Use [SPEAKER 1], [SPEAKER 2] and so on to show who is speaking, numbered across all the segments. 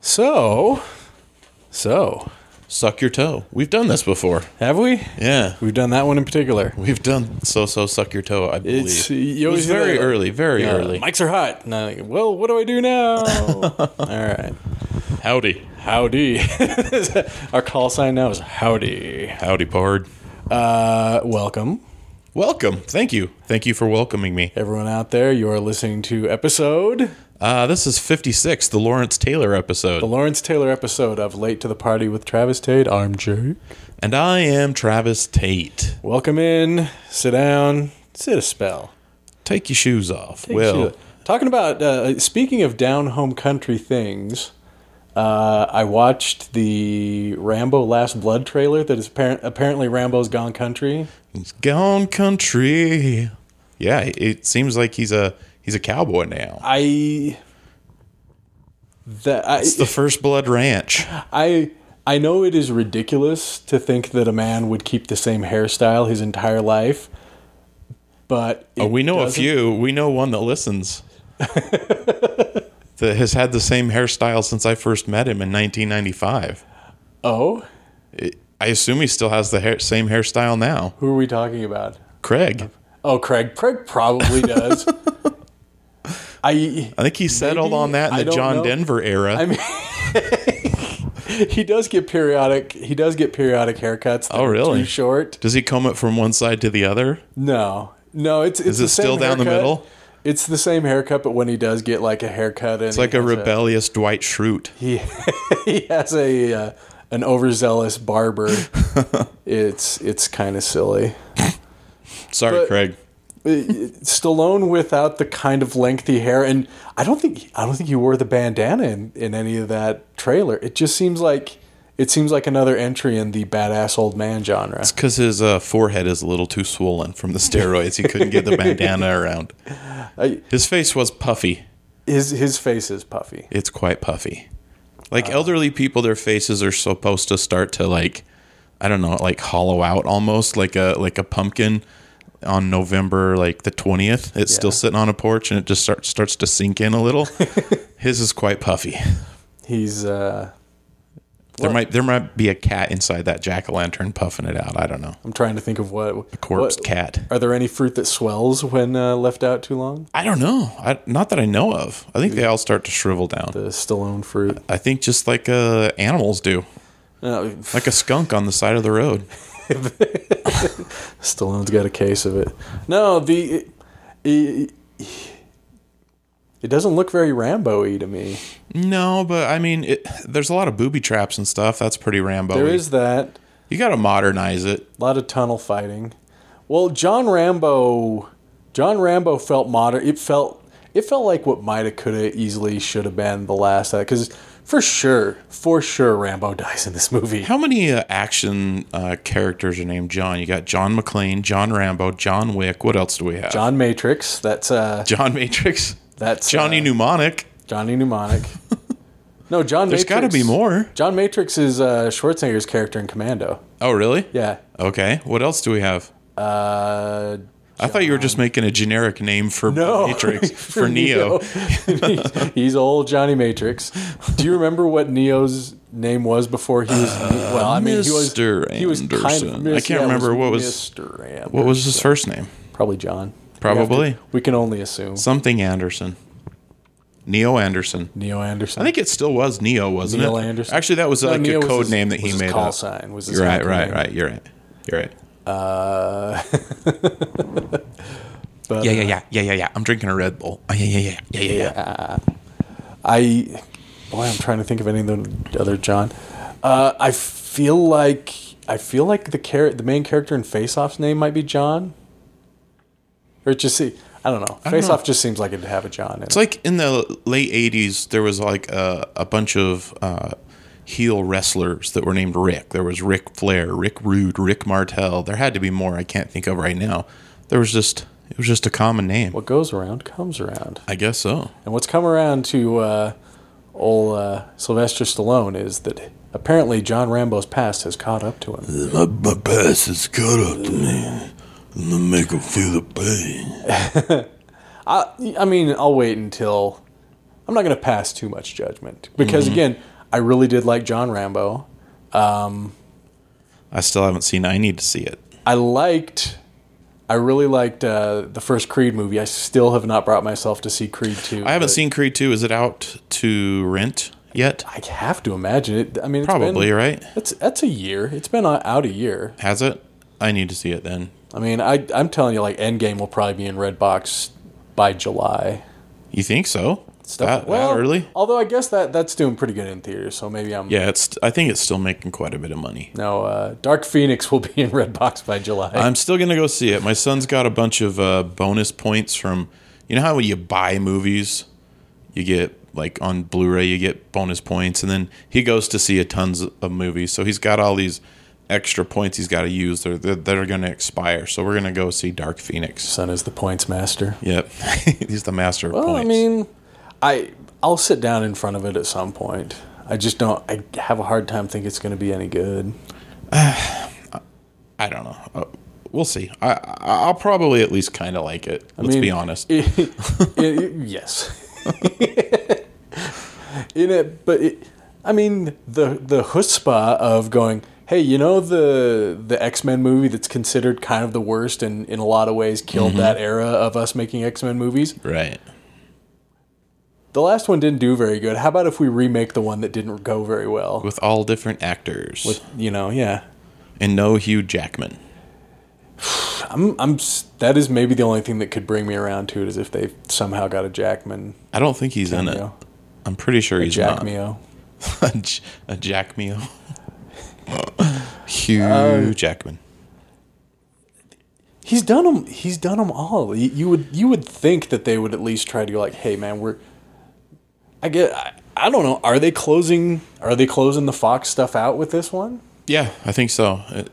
[SPEAKER 1] So, so
[SPEAKER 2] Suck your toe. We've done this before.
[SPEAKER 1] have we?
[SPEAKER 2] Yeah.
[SPEAKER 1] We've done that one in particular.
[SPEAKER 2] We've done so so suck your toe, I believe.
[SPEAKER 1] It's
[SPEAKER 2] it
[SPEAKER 1] you always
[SPEAKER 2] was
[SPEAKER 1] hear
[SPEAKER 2] very
[SPEAKER 1] that,
[SPEAKER 2] early, very
[SPEAKER 1] uh,
[SPEAKER 2] early.
[SPEAKER 1] Mics are hot. And I'm like, well, what do I do now? All right.
[SPEAKER 2] Howdy.
[SPEAKER 1] Howdy. Our call sign now is howdy.
[SPEAKER 2] Howdy pard.
[SPEAKER 1] Uh, welcome,
[SPEAKER 2] Welcome. Thank you. Thank you for welcoming me.
[SPEAKER 1] everyone out there. You are listening to episode
[SPEAKER 2] Uh, this is 56, the Lawrence Taylor episode.
[SPEAKER 1] the Lawrence Taylor episode of Late to the Party with Travis Tate. I'm Jake.
[SPEAKER 2] And I am Travis Tate.
[SPEAKER 1] Welcome in. Sit down. Sit a spell.
[SPEAKER 2] Take your shoes off.
[SPEAKER 1] Thank
[SPEAKER 2] well,
[SPEAKER 1] you. talking about uh, speaking of down home country things, uh, I watched the Rambo Last Blood trailer that is apparent, apparently Rambo's gone country.
[SPEAKER 2] He's gone country. Yeah, it- it seems like he's a he's a cowboy now.
[SPEAKER 1] I that I,
[SPEAKER 2] It's the First Blood Ranch.
[SPEAKER 1] I I know it is ridiculous to think that a man would keep the same hairstyle his entire life, but
[SPEAKER 2] Oh,
[SPEAKER 1] it
[SPEAKER 2] we know a
[SPEAKER 1] doesn't-
[SPEAKER 2] few. We know one that listens. that has had the same hairstyle since I first met him in 1995.
[SPEAKER 1] Oh,
[SPEAKER 2] It- I assume he still has the hair, same hairstyle now.
[SPEAKER 1] who are we talking about?
[SPEAKER 2] Craig.
[SPEAKER 1] Oh, Craig. Craig probably does. I
[SPEAKER 2] I think he settled
[SPEAKER 1] Maybe.
[SPEAKER 2] on that
[SPEAKER 1] I
[SPEAKER 2] in the
[SPEAKER 1] don't
[SPEAKER 2] John
[SPEAKER 1] know.
[SPEAKER 2] Denver era.
[SPEAKER 1] mean- he does get periodic. He does get periodic haircuts. that
[SPEAKER 2] Oh,
[SPEAKER 1] are
[SPEAKER 2] really?
[SPEAKER 1] Too short.
[SPEAKER 2] Does he comb it from one side to the other?
[SPEAKER 1] No, no. It's it's
[SPEAKER 2] Is it
[SPEAKER 1] the same
[SPEAKER 2] still down the
[SPEAKER 1] haircut.
[SPEAKER 2] middle?
[SPEAKER 1] It's the same haircut, but when he does get like a haircut, and
[SPEAKER 2] It's like a rebellious Dwight Schrute.
[SPEAKER 1] he he has a uh, an overzealous barber. it's it's kind of silly.
[SPEAKER 2] Sorry,
[SPEAKER 1] But-
[SPEAKER 2] Craig.
[SPEAKER 1] Stallone without the kind of lengthy hair, and I don't think I don't think he wore the bandana in, in any of that trailer. It just seems like it seems like another entry in the badass old man genre.
[SPEAKER 2] It's because his uh, forehead is a little too swollen from the steroids. he couldn't get the bandana around.
[SPEAKER 1] I-
[SPEAKER 2] His face was puffy.
[SPEAKER 1] His his face is puffy.
[SPEAKER 2] It's quite puffy. Like elderly people, their faces are supposed to start to like, I don't know, like hollow out almost like a like a pumpkin on November like the twentieth. It's still
[SPEAKER 1] Yeah.
[SPEAKER 2] sitting on a porch and it just starts starts to sink in a little. His is quite puffy.
[SPEAKER 1] He's uh,
[SPEAKER 2] There might there might be a cat inside that jack o' lantern puffing it out. I don't know.
[SPEAKER 1] I'm trying to think of what a
[SPEAKER 2] Corpse cat.
[SPEAKER 1] Are there any fruit that swells when uh, left out too long?
[SPEAKER 2] I don't know. I, not that I know of. I think they all start to shrivel down.
[SPEAKER 1] The Stallone fruit.
[SPEAKER 2] I think just like uh, animals do,
[SPEAKER 1] No,
[SPEAKER 2] like a skunk on the side of the road.
[SPEAKER 1] Stallone's got a case of it. No, the it, it, it doesn't look very Rambo-y to me.
[SPEAKER 2] No, but I mean, it, there's a lot of booby traps and stuff. That's pretty Rambo.
[SPEAKER 1] There is that.
[SPEAKER 2] You got to modernize it.
[SPEAKER 1] A lot of tunnel fighting. Well, John Rambo, John Rambo felt modern. It felt it felt like what might have, could have, easily should have been the last that because for sure, for sure, Rambo dies in this movie.
[SPEAKER 2] How many uh, action uh, characters are named John? You got John McClane, John Rambo, John Wick. What else do we have?
[SPEAKER 1] John Matrix. That's uh,
[SPEAKER 2] John Matrix,
[SPEAKER 1] that's
[SPEAKER 2] Johnny
[SPEAKER 1] uh,
[SPEAKER 2] Mnemonic.
[SPEAKER 1] Johnny Mnemonic. no, John.
[SPEAKER 2] There's
[SPEAKER 1] Matrix-
[SPEAKER 2] got to be more.
[SPEAKER 1] John Matrix is uh, Schwarzenegger's character in Commando.
[SPEAKER 2] Oh, really?
[SPEAKER 1] Yeah.
[SPEAKER 2] Okay. What else do we have?
[SPEAKER 1] Uh,
[SPEAKER 2] I thought you were just making a generic name for
[SPEAKER 1] no.
[SPEAKER 2] Matrix for Neo.
[SPEAKER 1] Neo. he's old Johnny Matrix. Do you remember what Neo's name was before he was? well, I mean, he was.
[SPEAKER 2] Mr.
[SPEAKER 1] He was kind of.
[SPEAKER 2] Uh, Anderson. I can't
[SPEAKER 1] it
[SPEAKER 2] remember what was-
[SPEAKER 1] Mr. Anderson.
[SPEAKER 2] What was his first name?
[SPEAKER 1] Probably John. We have
[SPEAKER 2] Probably.
[SPEAKER 1] to- we can only assume
[SPEAKER 2] Something Anderson. Neo Anderson.
[SPEAKER 1] Neo Anderson.
[SPEAKER 2] I think it still was Neo, wasn't
[SPEAKER 1] Neil
[SPEAKER 2] it?
[SPEAKER 1] Anderson.
[SPEAKER 2] Actually, that was like
[SPEAKER 1] Neo
[SPEAKER 2] a
[SPEAKER 1] was
[SPEAKER 2] code
[SPEAKER 1] his-
[SPEAKER 2] name that
[SPEAKER 1] was
[SPEAKER 2] he
[SPEAKER 1] his
[SPEAKER 2] made
[SPEAKER 1] Call
[SPEAKER 2] up.
[SPEAKER 1] sign was his
[SPEAKER 2] You're right,
[SPEAKER 1] code
[SPEAKER 2] right,
[SPEAKER 1] name.
[SPEAKER 2] right. You're right. You're right.
[SPEAKER 1] Uh, but, uh,
[SPEAKER 2] Yeah, yeah, yeah, yeah, yeah, yeah. I'm drinking a Red Bull. Oh, yeah, yeah, yeah, yeah, yeah, yeah.
[SPEAKER 1] I boy, I'm trying to think of any of the other John. Uh, I feel like I feel like the char- the main character in Face Off's name might be John, or it just see. I don't know. Face
[SPEAKER 2] know.
[SPEAKER 1] Off just seems like it'd have a John in it.
[SPEAKER 2] It's like in the late '80s, there was like a, a bunch of uh, heel wrestlers that were named Rick. There was Rick Flair, Rick Rude, Rick Martel. There had to be more. I can't think of right now. There was just it was just a common name.
[SPEAKER 1] what goes around comes around,
[SPEAKER 2] I guess so.
[SPEAKER 1] and what's come around to uh, old uh, Sylvester Stallone is that apparently John Rambo's past has caught up to him.
[SPEAKER 3] My, Uh, my past is caught up to me. And I make him feel the pain.
[SPEAKER 2] Mm-hmm.
[SPEAKER 1] I, I mean, I'll wait until. I'm not going to pass too much judgment because, again, I really did like John Rambo.
[SPEAKER 2] I still haven't seen. it. I need to see it.
[SPEAKER 1] I liked. I really liked uh, the first Creed movie. I still have not brought myself to see Creed two.
[SPEAKER 2] I haven't
[SPEAKER 1] but
[SPEAKER 2] seen Creed two. Is it out to rent yet?
[SPEAKER 1] I have to imagine it. I mean, it's
[SPEAKER 2] Probably
[SPEAKER 1] been,
[SPEAKER 2] right.
[SPEAKER 1] That's that's a year. It's been o- out a year.
[SPEAKER 2] Has it? I need to see it then.
[SPEAKER 1] I mean, I I'm telling you, like Endgame will probably be in Redbox by July.
[SPEAKER 2] You think so?
[SPEAKER 1] Stuff
[SPEAKER 2] that, that early?
[SPEAKER 1] Although I guess that that's doing pretty good in theaters, so maybe I'm.
[SPEAKER 2] Yeah, it's. I think it's still making quite a bit of money.
[SPEAKER 1] No, uh, Dark Phoenix will be in Redbox by July.
[SPEAKER 2] I'm still gonna go see it. My son's got a bunch of uh, bonus points from. You know how when you buy movies, you get like on Blu-ray, you get bonus points, and then he goes to see a tons of movies. So he's got all these extra points he's got to use. They're they're, they're going to expire. So we're gonna go see Dark Phoenix.
[SPEAKER 1] Son is the points master.
[SPEAKER 2] Yep, he's the master of
[SPEAKER 1] Well,
[SPEAKER 2] points.
[SPEAKER 1] I mean, I I'll sit down in front of it at some point. I just don't. I have a hard time thinking it's going to be any good.
[SPEAKER 2] I don't know. Uh, we'll see. I I- I'll probably at least kind of like it. Let's
[SPEAKER 1] mean,
[SPEAKER 2] be honest.
[SPEAKER 1] It- it- yes. in it, but it, I mean the the chutzpah of going. Hey, you know the the X Men movie that's considered kind of the worst and in a lot of ways killed
[SPEAKER 2] Mm-hmm.
[SPEAKER 1] that era of us making X Men movies.
[SPEAKER 2] right.
[SPEAKER 1] The last one didn't do very good. How about if we remake the one that didn't go very well?
[SPEAKER 2] With all different actors
[SPEAKER 1] You know, yeah.
[SPEAKER 2] and no Hugh Jackman.
[SPEAKER 1] I'm, I'm. s- That is maybe the only thing that could bring me around to it is if they somehow got a Jackman.
[SPEAKER 2] I don't think he's in it.
[SPEAKER 1] cameo.
[SPEAKER 2] I'm pretty sure he's
[SPEAKER 1] Jack
[SPEAKER 2] not.
[SPEAKER 1] Mio.
[SPEAKER 2] a, J- a Jack Mio. Hugh
[SPEAKER 1] Um,
[SPEAKER 2] Jackman.
[SPEAKER 1] He's done them. He's done 'em all. You, you would you would think that they would at least try to go like, hey man, we're. I get. I, I don't know. Are they closing? Are they closing the Fox stuff out with this one?
[SPEAKER 2] Yeah, I think so. Uh, I,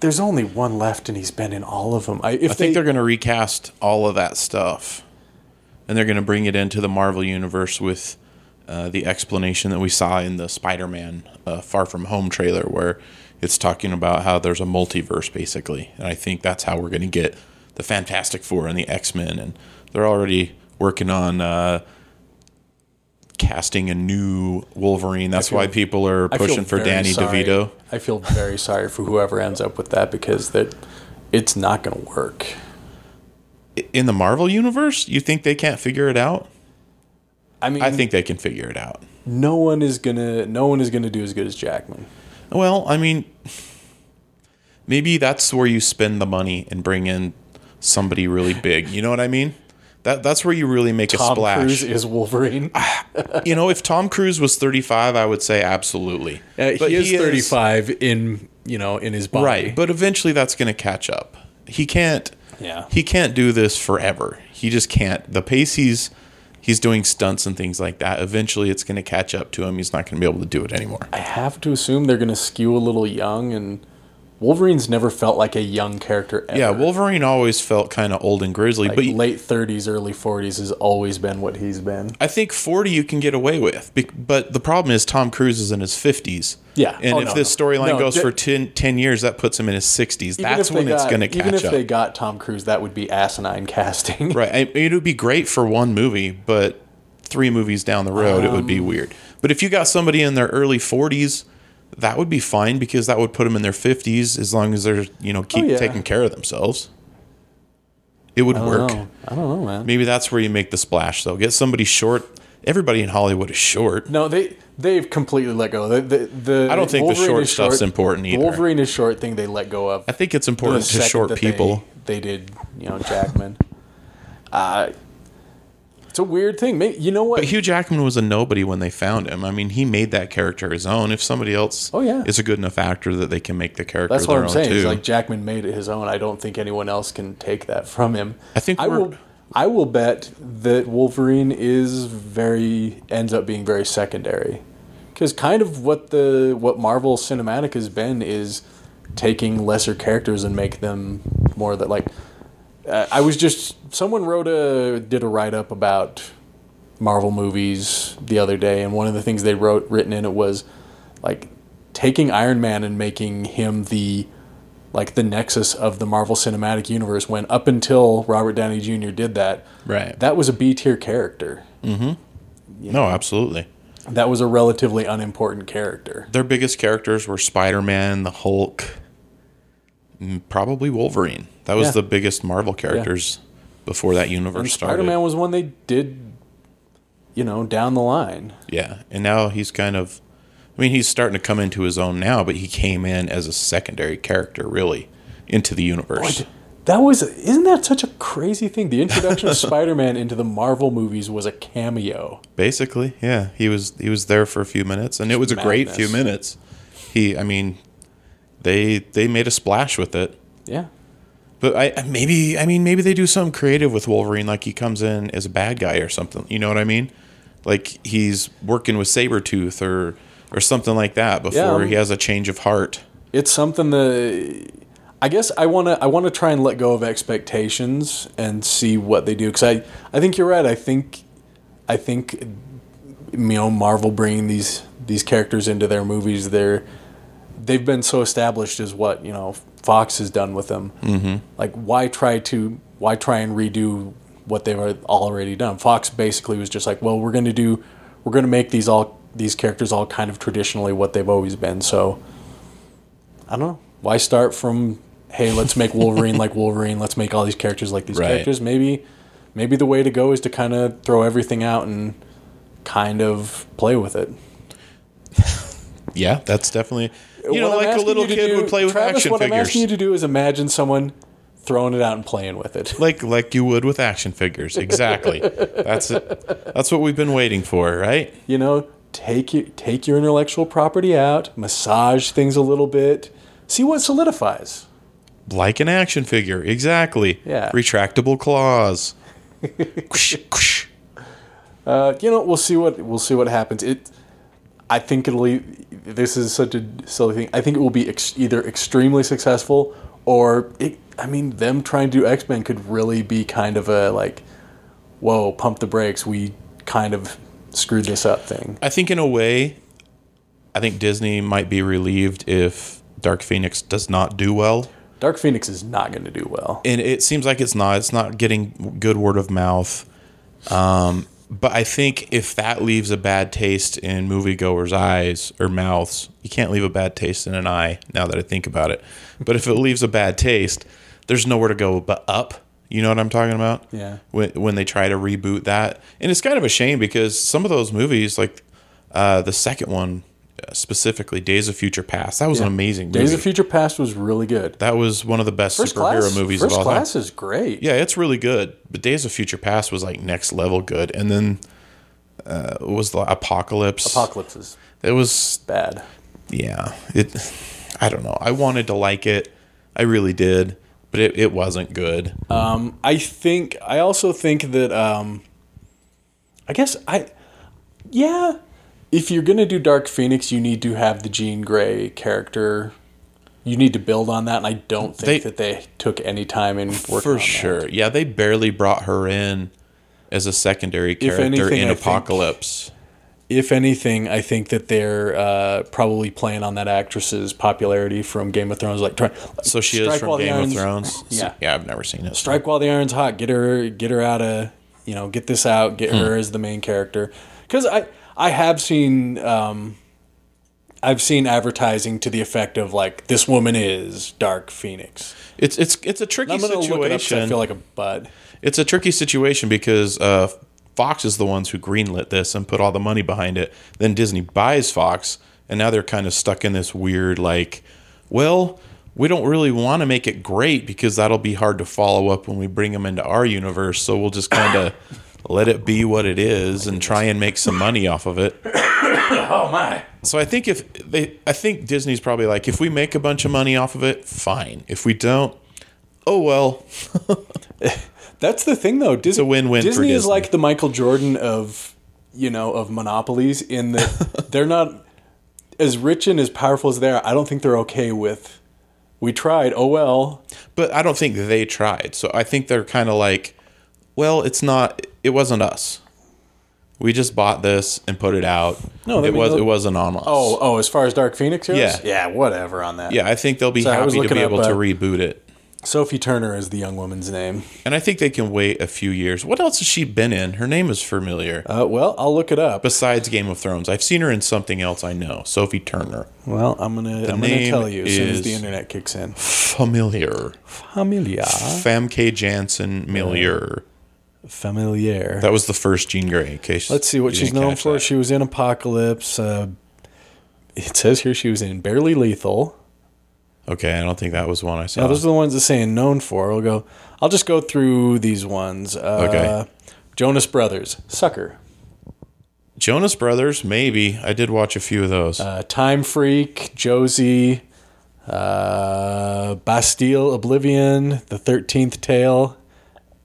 [SPEAKER 1] There's only one left, and he's been in all of them. I, if
[SPEAKER 2] I think
[SPEAKER 1] they,
[SPEAKER 2] they're going to recast all of that stuff, and they're going to bring it into the Marvel universe with uh, the explanation that we saw in the Spider-Man uh, Far From Home trailer, where it's talking about how there's a multiverse basically, and I think that's how we're going to get the Fantastic Four and the X-Men, and they're already working on. Uh, casting a new Wolverine. That's why people are
[SPEAKER 1] I feel
[SPEAKER 2] pushing for
[SPEAKER 1] very
[SPEAKER 2] Danny
[SPEAKER 1] sorry-
[SPEAKER 2] DeVito.
[SPEAKER 1] I feel very sorry for whoever ends up with that because that it's not going to work.
[SPEAKER 2] In the Marvel universe, you think they can't figure it out?
[SPEAKER 1] I mean,
[SPEAKER 2] I think they can figure it out.
[SPEAKER 1] no one is gonna no one is gonna do as good as Jackman.
[SPEAKER 2] Well, I mean, maybe that's where you spend the money and bring in somebody really big. You know what I mean? That that's where you really make a
[SPEAKER 1] Tom
[SPEAKER 2] splash.
[SPEAKER 1] Cruise is Wolverine.
[SPEAKER 2] You know, if Tom Cruise was 35, I would say absolutely. But
[SPEAKER 1] in you know in his body.
[SPEAKER 2] Right, but eventually that's going to catch up. He can't.
[SPEAKER 1] Yeah.
[SPEAKER 2] He can't do this forever. He just can't. The pace he's he's doing stunts and things like that. Eventually, it's going to catch up to him. He's not going to be able to do it anymore.
[SPEAKER 1] I have to assume they're gonna skew a little young, and Wolverine's never felt like a young character. Ever.
[SPEAKER 2] Yeah, Wolverine always felt kind of old and grizzly,
[SPEAKER 1] Like
[SPEAKER 2] but
[SPEAKER 1] late thirties, early forties has always been what he's been.
[SPEAKER 2] I think 40 you can get away with. bec- But the problem is Tom Cruise is in his 50s.
[SPEAKER 1] Yeah.
[SPEAKER 2] And
[SPEAKER 1] Oh,
[SPEAKER 2] if
[SPEAKER 1] no,
[SPEAKER 2] this
[SPEAKER 1] no.
[SPEAKER 2] storyline
[SPEAKER 1] No,
[SPEAKER 2] goes
[SPEAKER 1] di-
[SPEAKER 2] for 10, 10 years, that puts him in his 60s.
[SPEAKER 1] Even
[SPEAKER 2] That's
[SPEAKER 1] if they
[SPEAKER 2] when it's
[SPEAKER 1] got-
[SPEAKER 2] going to
[SPEAKER 1] Even
[SPEAKER 2] catch
[SPEAKER 1] if
[SPEAKER 2] up.
[SPEAKER 1] they got Tom Cruise, that would be asinine casting.
[SPEAKER 2] Right. I mean, it would be great for one movie, but three movies down the road, it would
[SPEAKER 1] Um.
[SPEAKER 2] be weird. But if you got somebody in their early 40s, that would be fine because that would put them in their 50s as long as they're, you know, keep
[SPEAKER 1] Oh, yeah.
[SPEAKER 2] taking care of themselves. It would
[SPEAKER 1] I don't
[SPEAKER 2] work.
[SPEAKER 1] know. I don't know, man.
[SPEAKER 2] Maybe that's where you make the splash, though. Get somebody short. Everybody in Hollywood is short.
[SPEAKER 1] No, they they've completely let go. The, the, the
[SPEAKER 2] I don't think the short
[SPEAKER 1] is
[SPEAKER 2] stuff's important
[SPEAKER 1] The
[SPEAKER 2] either.
[SPEAKER 1] Wolverine is short thing they let go of.
[SPEAKER 2] I think it's important to short people.
[SPEAKER 1] They, they did, you know, Jackman. uh, it's a weird thing. May- You know what?
[SPEAKER 2] But Hugh Jackman was a nobody when they found him. I mean, he made that character his own. If somebody else
[SPEAKER 1] Oh, yeah.
[SPEAKER 2] is a good enough actor that they can make the character
[SPEAKER 1] That's
[SPEAKER 2] their
[SPEAKER 1] what I'm
[SPEAKER 2] own
[SPEAKER 1] saying.
[SPEAKER 2] too.
[SPEAKER 1] Is like Jackman made it his own. I don't think anyone else can take that from him.
[SPEAKER 2] I think
[SPEAKER 1] I
[SPEAKER 2] we're-
[SPEAKER 1] will. I will bet that Wolverine is very ends up being very secondary, because kind of what the what Marvel Cinematic has been is taking lesser characters and make them more that like. Uh, I was just someone wrote a did a write up about Marvel movies the other day, and one of the things they wrote written in it was like taking Iron Man and making him the like the nexus of the Marvel Cinematic Universe. When up until Robert Downey Jr. did that,
[SPEAKER 2] Right.
[SPEAKER 1] that was a B tier character.
[SPEAKER 2] no, absolutely.
[SPEAKER 1] that was a relatively unimportant character.
[SPEAKER 2] Their biggest characters were Spider Man, the Hulk, and probably Wolverine. That was
[SPEAKER 1] Yeah.
[SPEAKER 2] the biggest Marvel characters before that universe started.
[SPEAKER 1] Spider Man was one they did, you know, down the line.
[SPEAKER 2] Yeah, and now he's kind of. I mean, he's starting to come into his own now, but he came in as a secondary character, really, into
[SPEAKER 1] Oh,
[SPEAKER 2] the universe.
[SPEAKER 1] That was isn't that such a crazy thing? The introduction of Spider Man into the Marvel movies was a cameo.
[SPEAKER 2] Basically, yeah, he was he was there for a few minutes, and it was a great
[SPEAKER 1] madness.
[SPEAKER 2] few minutes. He, I mean, they they made a splash with it,
[SPEAKER 1] Yeah.
[SPEAKER 2] but I I- maybe I mean maybe they do something creative with Wolverine, like he comes in as a bad guy or something. You know what I mean? Like he's working with Sabretooth or or something like that before
[SPEAKER 1] I'm-
[SPEAKER 2] he has a change of heart.
[SPEAKER 1] It's something that I guess I want to I want to try and let go of expectations and see what they do cuz I I think you're right. I think I think you know Marvel bringing these these characters into their movies they're they've been so established as what, you know, Fox has done with them. Mm-hmm. Like why try to why try and redo what they've al- already done? Fox basically was just like, well, we're going to do we're going to make these all these characters all kind of traditionally what they've always been. So I don't know. Why start from hey, let's make Wolverine like Wolverine, let's make all these characters like these
[SPEAKER 2] Right.
[SPEAKER 1] characters. Maybe maybe the way to go is to kind of throw everything out and kind of play with it.
[SPEAKER 2] Yeah, that's definitely you know
[SPEAKER 1] What I'm
[SPEAKER 2] like a
[SPEAKER 1] asking
[SPEAKER 2] little
[SPEAKER 1] you to
[SPEAKER 2] kid
[SPEAKER 1] do-
[SPEAKER 2] would play with
[SPEAKER 1] Travis,
[SPEAKER 2] action
[SPEAKER 1] what I'm asking you
[SPEAKER 2] figures,
[SPEAKER 1] to do is imagine someone throwing it out and playing with it.
[SPEAKER 2] like like you would with action figures. Exactly. that's it. That's what we've been waiting for, right?
[SPEAKER 1] You know, take your take your intellectual property out, massage things a little bit, see what solidifies.
[SPEAKER 2] Like an action figure, exactly.
[SPEAKER 1] Yeah.
[SPEAKER 2] Retractable claws. Whoosh, whoosh.
[SPEAKER 1] Uh, you know, we'll see what we'll see what happens. It, I think it'll. e- This is such a silly thing. I think it will be ex- either extremely successful or it. I mean, them trying to do X Men could really be kind of a like, whoa, pump the brakes. We kind of screwed this up thing.
[SPEAKER 2] I think in a way, I think Disney might be relieved if Dark Phoenix does not do well.
[SPEAKER 1] Dark Phoenix is not going to do well.
[SPEAKER 2] and it seems like it's not. It's not getting good word of mouth. Um, but I think if that leaves a bad taste in moviegoers' eyes or mouths, you can't leave a bad taste in an eye. Now that I think about it, but if it leaves a bad taste, there's nowhere to go but up. You know what I'm talking about?
[SPEAKER 1] Yeah.
[SPEAKER 2] When when they try to reboot that, and it's kind of a shame because some of those movies, like uh, the second one uh, specifically, Days of Future Past, that was an amazing movie.
[SPEAKER 1] Days of Future Past was really good.
[SPEAKER 2] that was one of the best
[SPEAKER 1] First
[SPEAKER 2] superhero
[SPEAKER 1] class,
[SPEAKER 2] movies
[SPEAKER 1] First
[SPEAKER 2] of all time.
[SPEAKER 1] class is great.
[SPEAKER 2] Yeah, it's really good. But Days of Future Past was like next level good, and then uh, what was the Apocalypse.
[SPEAKER 1] Apocalypse is
[SPEAKER 2] it was
[SPEAKER 1] bad.
[SPEAKER 2] yeah. It I don't know. I wanted to like it. I really did, but it, it wasn't good.
[SPEAKER 1] I think I also think that um I guess I yeah, if you're going to do Dark Phoenix, you need to have the Jean Grey character. You need to build on that and I don't think
[SPEAKER 2] They-
[SPEAKER 1] that they took any time in working
[SPEAKER 2] for
[SPEAKER 1] on that.
[SPEAKER 2] sure. Yeah, they barely brought her in as a secondary character
[SPEAKER 1] anything,
[SPEAKER 2] in
[SPEAKER 1] I think-
[SPEAKER 2] Apocalypse.
[SPEAKER 1] If anything, I think that they're uh, probably playing on that actress's popularity from Game of Thrones like try,
[SPEAKER 2] so she is
[SPEAKER 1] strike
[SPEAKER 2] from
[SPEAKER 1] while the
[SPEAKER 2] Game of
[SPEAKER 1] iron's-
[SPEAKER 2] Thrones.
[SPEAKER 1] Yeah.
[SPEAKER 2] yeah, I've never seen it.
[SPEAKER 1] strike while the iron's hot. Get her, get her out of, you know, get this out. Get
[SPEAKER 2] Hmm.
[SPEAKER 1] her as the main character. Because I, I have seen, um, I've seen advertising to the effect of like this woman is Dark Phoenix.
[SPEAKER 2] It's it's it's a tricky
[SPEAKER 1] I'm gonna
[SPEAKER 2] situation.
[SPEAKER 1] look it up 'cause I feel like a bud.
[SPEAKER 2] it's a tricky situation because uh, Fox is the ones who greenlit this and put all the money behind it. Then Disney buys Fox, and now they're kind of stuck in this weird like, well, we don't really want to make it great because that'll be hard to follow up when we bring them into our universe. So we'll just kind of let it be what it is and try and make some money off of it.
[SPEAKER 1] Oh my!
[SPEAKER 2] So I think if they, I think Disney's probably like, if we make a bunch of money off of it, fine. If we don't, oh well.
[SPEAKER 1] That's the thing though. Disney,
[SPEAKER 2] a win-win for
[SPEAKER 1] Disney is
[SPEAKER 2] Disney.
[SPEAKER 1] like the Michael Jordan of, you know, of monopolies in that they're not as rich and as powerful as they are. I don't think they're okay with. We tried. Oh well.
[SPEAKER 2] But I don't think they tried. So I think they're kind of like, well, it's not. It wasn't us. We just bought this and put it out.
[SPEAKER 1] No,
[SPEAKER 2] it
[SPEAKER 1] they mean
[SPEAKER 2] was.
[SPEAKER 1] they'll-
[SPEAKER 2] It wasn't on us.
[SPEAKER 1] Oh, oh, as far as Dark Phoenix goes?
[SPEAKER 2] Yeah.
[SPEAKER 1] Yeah, whatever on that.
[SPEAKER 2] yeah. I think they'll be
[SPEAKER 1] I was
[SPEAKER 2] happy to
[SPEAKER 1] looking
[SPEAKER 2] be
[SPEAKER 1] up,
[SPEAKER 2] able
[SPEAKER 1] uh,
[SPEAKER 2] to reboot it.
[SPEAKER 1] Sophie Turner is the young woman's name.
[SPEAKER 2] And I think they can wait a few years. What else has she been in? Her name is familiar.
[SPEAKER 1] Uh, well, I'll look it up.
[SPEAKER 2] Besides Game of Thrones, I've seen her in something else I know. Sophie Turner.
[SPEAKER 1] Well, I'm gonna I'm gonna
[SPEAKER 2] name
[SPEAKER 1] tell you as soon as the
[SPEAKER 2] is-
[SPEAKER 1] internet kicks in.
[SPEAKER 2] Familiar.
[SPEAKER 1] Familiar,
[SPEAKER 2] Famke Janssen Millier.
[SPEAKER 1] familiar.
[SPEAKER 2] That was the first Jean Grey in case.
[SPEAKER 1] Let's see what
[SPEAKER 2] you
[SPEAKER 1] she's
[SPEAKER 2] didn't
[SPEAKER 1] known
[SPEAKER 2] catch
[SPEAKER 1] for.
[SPEAKER 2] that.
[SPEAKER 1] She was in Apocalypse. Uh, it says here she was in Barely Lethal.
[SPEAKER 2] Okay, I don't think that was one I saw.
[SPEAKER 1] Now, those are the ones that's saying known for. We'll go. I'll just go through these ones. Uh,
[SPEAKER 2] Okay.
[SPEAKER 1] Jonas Brothers, Sucker,
[SPEAKER 2] Jonas Brothers, maybe. I did watch a few of those.
[SPEAKER 1] uh, Time Freak, Josie, uh, Bastille, Oblivion, The Thirteenth Tale,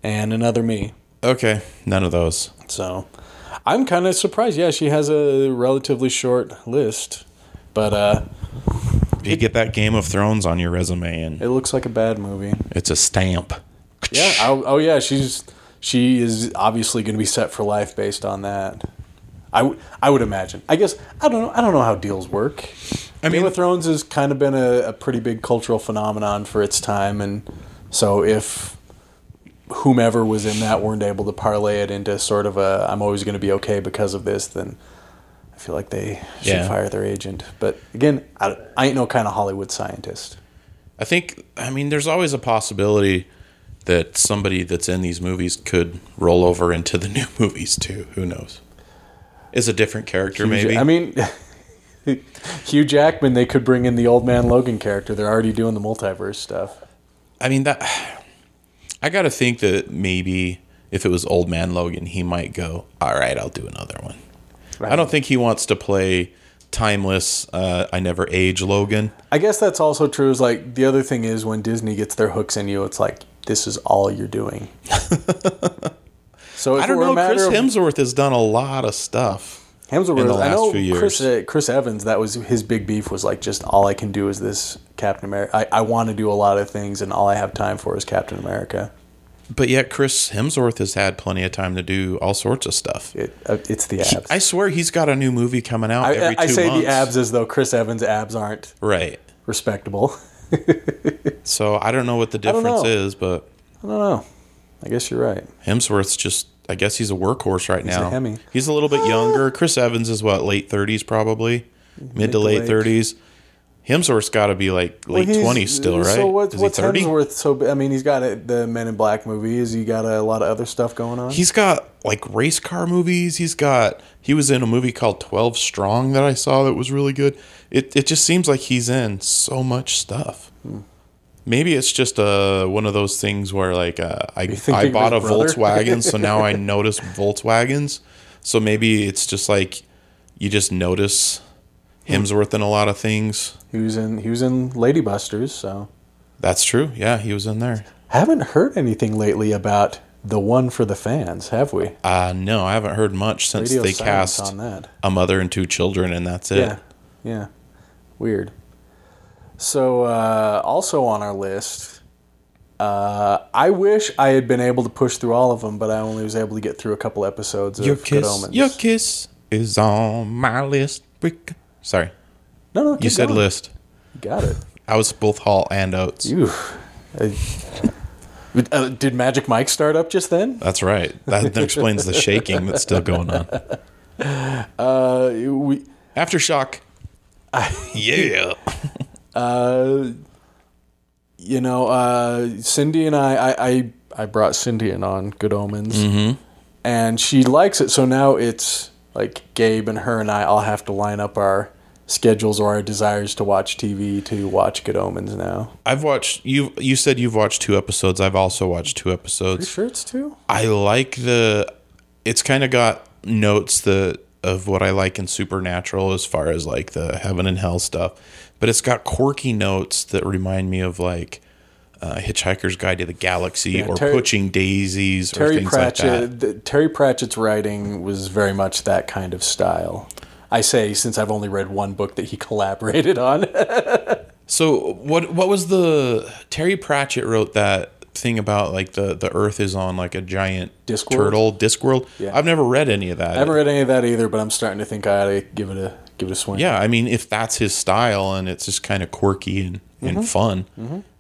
[SPEAKER 1] and Another Me.
[SPEAKER 2] okay, none of those.
[SPEAKER 1] So, I'm kind of surprised. Yeah, she has a relatively short list, but uh,
[SPEAKER 2] You get that Game of Thrones on your resume and
[SPEAKER 1] it looks like a bad movie.
[SPEAKER 2] it's a stamp.
[SPEAKER 1] Yeah. I'll, oh, yeah. She's she is obviously going to be set for life based on that. I, w- I would imagine. I guess I don't know. I don't know how deals work. I mean, Game
[SPEAKER 2] mean-
[SPEAKER 1] of Thrones has kind of been a, a pretty big cultural phenomenon for its time, and so if whomever was in that weren't able to parlay it into sort of a "I'm always going to be okay because of this," then I feel like they should
[SPEAKER 2] Yeah.
[SPEAKER 1] fire their agent. But again, I, I ain't no kind of Hollywood scientist.
[SPEAKER 2] I think, I mean, there's always a possibility that somebody that's in these movies could roll over into the new movies too. Who knows? Is a different character,
[SPEAKER 1] Hugh
[SPEAKER 2] maybe.
[SPEAKER 1] Ja- I mean, Hugh Jackman, they could bring in the old man Logan character. They're already doing the multiverse stuff.
[SPEAKER 2] I mean that. I gotta think that maybe if it was Old Man Logan, he might go. All right, I'll do another one. I don't think he wants to play timeless. Uh, I never age Logan.
[SPEAKER 1] I guess that's also true. Is like the other thing is when Disney gets their hooks in you, it's like this is all you're doing. so if
[SPEAKER 2] I don't
[SPEAKER 1] it were
[SPEAKER 2] know.
[SPEAKER 1] a matter
[SPEAKER 2] Chris
[SPEAKER 1] of
[SPEAKER 2] Hemsworth has done a lot of stuff.
[SPEAKER 1] Hemsworth,
[SPEAKER 2] in the last
[SPEAKER 1] I know
[SPEAKER 2] few years.
[SPEAKER 1] Chris uh, Chris Evans. That was his big beef. Was like just all I can do is this Captain America. I, I want to do a lot of things, and all I have time for is Captain America.
[SPEAKER 2] But yet, Chris Hemsworth has had plenty of time to do all sorts of stuff.
[SPEAKER 1] It, uh, it's the abs.
[SPEAKER 2] I swear he's got a new movie coming out
[SPEAKER 1] I,
[SPEAKER 2] every
[SPEAKER 1] I
[SPEAKER 2] two
[SPEAKER 1] say
[SPEAKER 2] months.
[SPEAKER 1] the abs as though Chris Evans' abs aren't
[SPEAKER 2] Right.
[SPEAKER 1] respectable.
[SPEAKER 2] So I don't know what the
[SPEAKER 1] don't
[SPEAKER 2] difference
[SPEAKER 1] know.
[SPEAKER 2] is, but
[SPEAKER 1] I don't know. I guess you're right.
[SPEAKER 2] Hemsworth's just, I guess he's a workhorse right now.
[SPEAKER 1] Hemi. Ah.
[SPEAKER 2] He's a little bit younger. Chris Evans is what, late 30s probably? Mid,
[SPEAKER 1] to
[SPEAKER 2] to late
[SPEAKER 1] late.
[SPEAKER 2] 30s. Hemsworth's got to be like late 20s still, right?
[SPEAKER 1] So what,
[SPEAKER 2] is
[SPEAKER 1] what's
[SPEAKER 2] he 30?
[SPEAKER 1] Hemsworth? So b- I mean, he's got a, the Men in Black movies. He got a lot of other stuff going on.
[SPEAKER 2] He's got like race car movies. He's got, he was in a movie called 12 Strong that I saw that was really good. It, it just seems like he's in so much stuff.
[SPEAKER 1] Hmm.
[SPEAKER 2] Maybe it's just uh, one of those things where like uh, I,
[SPEAKER 1] thinking
[SPEAKER 2] I
[SPEAKER 1] of
[SPEAKER 2] bought a
[SPEAKER 1] his brother?
[SPEAKER 2] Volkswagen, so now I notice Volkswagens. So maybe it's just like you just notice
[SPEAKER 1] Hmm.
[SPEAKER 2] Hemsworth in a lot of things.
[SPEAKER 1] he was in he was in Lady Busters. So
[SPEAKER 2] That's true. Yeah, he was in there.
[SPEAKER 1] haven't heard anything lately about the one for the fans, have we?
[SPEAKER 2] Uh, no, I haven't heard much since
[SPEAKER 1] Radio
[SPEAKER 2] they
[SPEAKER 1] silence
[SPEAKER 2] cast
[SPEAKER 1] on that.
[SPEAKER 2] a mother and two children, and that's it.
[SPEAKER 1] Yeah, yeah, weird. So uh, also on our list. Uh, I wish I had been able to push through all of them, but I only was able to get through a couple episodes of
[SPEAKER 2] Your
[SPEAKER 1] Good
[SPEAKER 2] kiss,
[SPEAKER 1] Omens.
[SPEAKER 2] your kiss is on my list. Brick- Sorry,
[SPEAKER 1] No, no,
[SPEAKER 2] you said
[SPEAKER 1] going.
[SPEAKER 2] list.
[SPEAKER 1] Got it.
[SPEAKER 2] I was both Hall and Oates.
[SPEAKER 1] Ew. I- Uh, did Magic Mike start up just then?
[SPEAKER 2] That's right. That explains the shaking that's still going on.
[SPEAKER 1] Uh, we,
[SPEAKER 2] Aftershock. yeah.
[SPEAKER 1] uh, you know, uh, Cindy and I, I, I, I brought Cindy in on Good Omens, and she likes it. So now it's like Gabe and her and I all have to line up our schedules or our desires to watch TV to watch Good Omens now.
[SPEAKER 2] I've watched you. You said you've watched two episodes. I've also watched two episodes.
[SPEAKER 1] Sure, it's two.
[SPEAKER 2] I like the. It's kind of got notes the of what I like in Supernatural as far as like the heaven and hell stuff, but it's got quirky notes that remind me of like uh, Hitchhiker's Guide to the Galaxy or
[SPEAKER 1] Terry-
[SPEAKER 2] Poaching Daisies or
[SPEAKER 1] Terry
[SPEAKER 2] things like that.
[SPEAKER 1] Pratchett. th- Terry Pratchett's writing was very much that kind of style. I say since I've only read one book that he collaborated on.
[SPEAKER 2] So what what was the Terry Pratchett wrote that thing about like the the Earth is on like a giant
[SPEAKER 1] Discworld?
[SPEAKER 2] turtle Discworld?
[SPEAKER 1] Yeah.
[SPEAKER 2] I've never read any of that.
[SPEAKER 1] I haven't read any of that either, but I'm starting to think I ought to give it a give it a swing. Mm-hmm.
[SPEAKER 2] yeah, I mean if that's his style and it's just kind of quirky and and fun,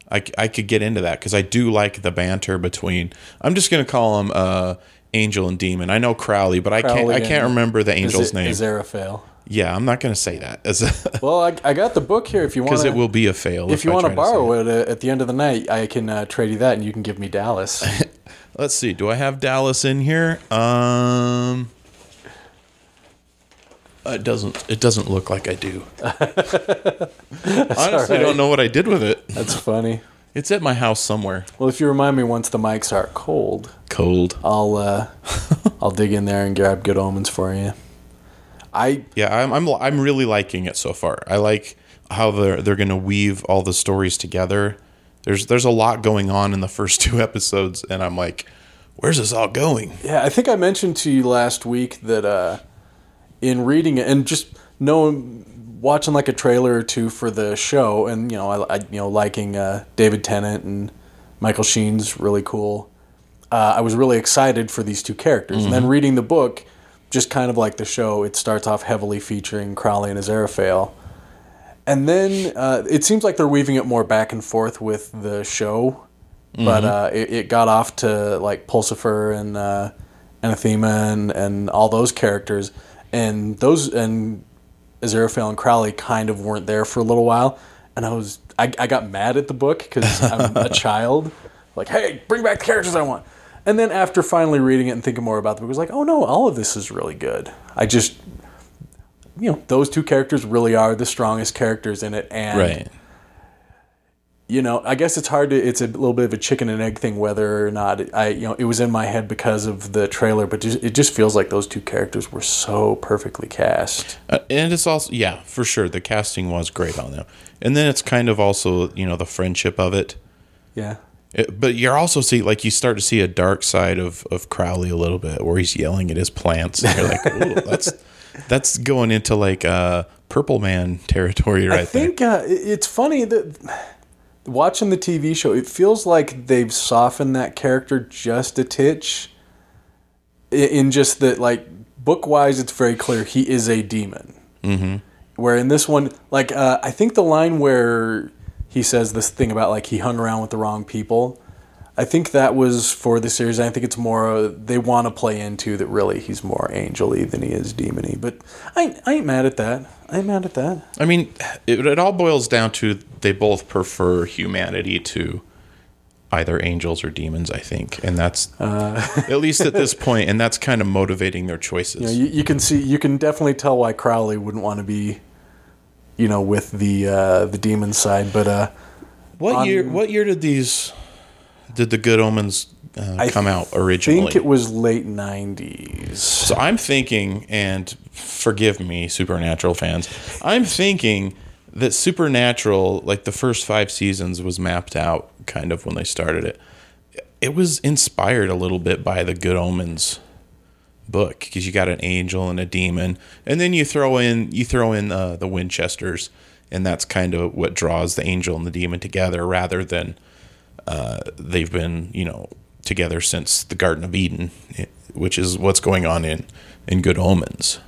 [SPEAKER 2] I, c- I could get into that because I do like the banter between. I'm just gonna call him uh, Angel and Demon. I know Crowley, but I can't
[SPEAKER 1] Crowley
[SPEAKER 2] I can't
[SPEAKER 1] and-
[SPEAKER 2] remember the
[SPEAKER 1] Is
[SPEAKER 2] angel's
[SPEAKER 1] it-
[SPEAKER 2] name.
[SPEAKER 1] Is there a fail?
[SPEAKER 2] yeah, I'm not gonna say that because
[SPEAKER 1] Well, I, I got the book here if you want.
[SPEAKER 2] it will be a fail.
[SPEAKER 1] If you
[SPEAKER 2] I
[SPEAKER 1] want to
[SPEAKER 2] try say it.
[SPEAKER 1] borrow it uh, at the end of the night, I can uh, trade you that, and you can give me Dallas.
[SPEAKER 2] Let's see. Do I have Dallas in here? Um, uh, it doesn't. It doesn't look like I do. Honestly, I
[SPEAKER 1] alright.
[SPEAKER 2] don't know what I did with it.
[SPEAKER 1] That's funny.
[SPEAKER 2] It's at my house somewhere.
[SPEAKER 1] Well, if you remind me once the mics are cold,
[SPEAKER 2] Cold.
[SPEAKER 1] I'll uh, I'll dig in there and grab good omens for you. I
[SPEAKER 2] Yeah, I'm. I'm. I'm really liking it so far. I like how they're they're gonna weave all the stories together. There's there's a lot going on in the first two episodes, and I'm like, where's this all going?
[SPEAKER 1] yeah, I think I mentioned to you last week that uh, in reading it and just knowing watching like a trailer or two for the show, and you know, I, I you know liking uh, David Tennant and Michael Sheen's really cool. Uh, I was really excited for these two characters, and then reading the book, just kind of like the show, it starts off heavily featuring Crowley and Aziraphale. And then uh, it seems like they're weaving it more back and forth with the show, but uh, it, it got off to like Pulsifer and uh, Anathema and, and all those characters, and those and Aziraphale and Crowley kind of weren't there for a little while, and I was I, I got mad at the book because I'm a child, like hey, bring back the characters I want. And then after finally reading it and thinking more about the book, I was like, oh no, all of this is really good. I just you know those two characters really are the strongest characters in it, and you know, I guess it's hard to. It's a little bit of a chicken and egg thing whether or not it, I, you know, it was in my head because of the trailer, but just, it just feels like those two characters were so perfectly cast.
[SPEAKER 2] Uh, and it's also yeah for sure the casting was great on them and then it's kind of also you know the friendship of it,
[SPEAKER 1] Yeah,
[SPEAKER 2] It- but you're also see like you start to see a dark side of of crowley a little bit where he's yelling at his plants and you're like Ooh, that's that's going into like uh purple man territory right
[SPEAKER 1] I think uh, it- it's funny that watching the TV show, it feels like they've softened that character just a titch. i- In just that, like book wise, it's very clear he is a demon. Mm-hmm. Where in this one, like uh, I think the line where he says this thing about like he hung around with the wrong people. I think that was for the series. I think it's more uh, they want to play into that. Really, he's more angel-y than he is demony. But I, I ain't mad at that. I ain't mad at that.
[SPEAKER 2] there i mean it, it all boils down to they both prefer humanity to either angels or demons i think and that's
[SPEAKER 1] Uh,
[SPEAKER 2] at least at this point and that's kind of motivating their choices
[SPEAKER 1] know, you, you can see you can definitely tell why Crowley wouldn't want to be you know with the uh, the demon side but uh,
[SPEAKER 2] What
[SPEAKER 1] on-
[SPEAKER 2] year? What year did these? Did the Good Omens uh,
[SPEAKER 1] I
[SPEAKER 2] come out
[SPEAKER 1] I
[SPEAKER 2] originally?
[SPEAKER 1] think it was late 90s
[SPEAKER 2] so I'm thinking, and forgive me, Supernatural fans. I'm thinking that Supernatural, like the first five seasons, was mapped out kind of when they started it. It was inspired a little bit by the Good Omens book because you got an angel and a demon, and then you throw in you throw in uh, the Winchesters, and that's kind of what draws the angel and the demon together, rather than they've been you know together since the Garden of Eden, eh, which is what's going on in in Good Omens.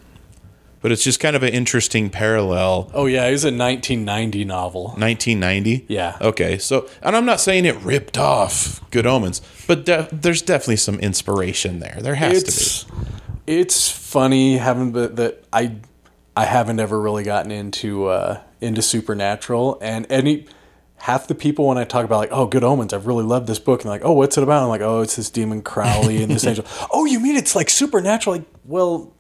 [SPEAKER 2] But it's just kind of an interesting parallel.
[SPEAKER 1] oh yeah it was a 1990 novel
[SPEAKER 2] 1990.
[SPEAKER 1] Yeah.
[SPEAKER 2] Okay. So, and I'm not saying it ripped off Good Omens, but de- there's definitely some inspiration there. There has to
[SPEAKER 1] it's it's funny having the, that I I haven't ever really gotten into uh, into supernatural and any half the people when I talk about like oh good omens I've really loved this book and like oh what's it about I'm like oh it's this demon Crowley and this angel oh you mean it's like supernatural like well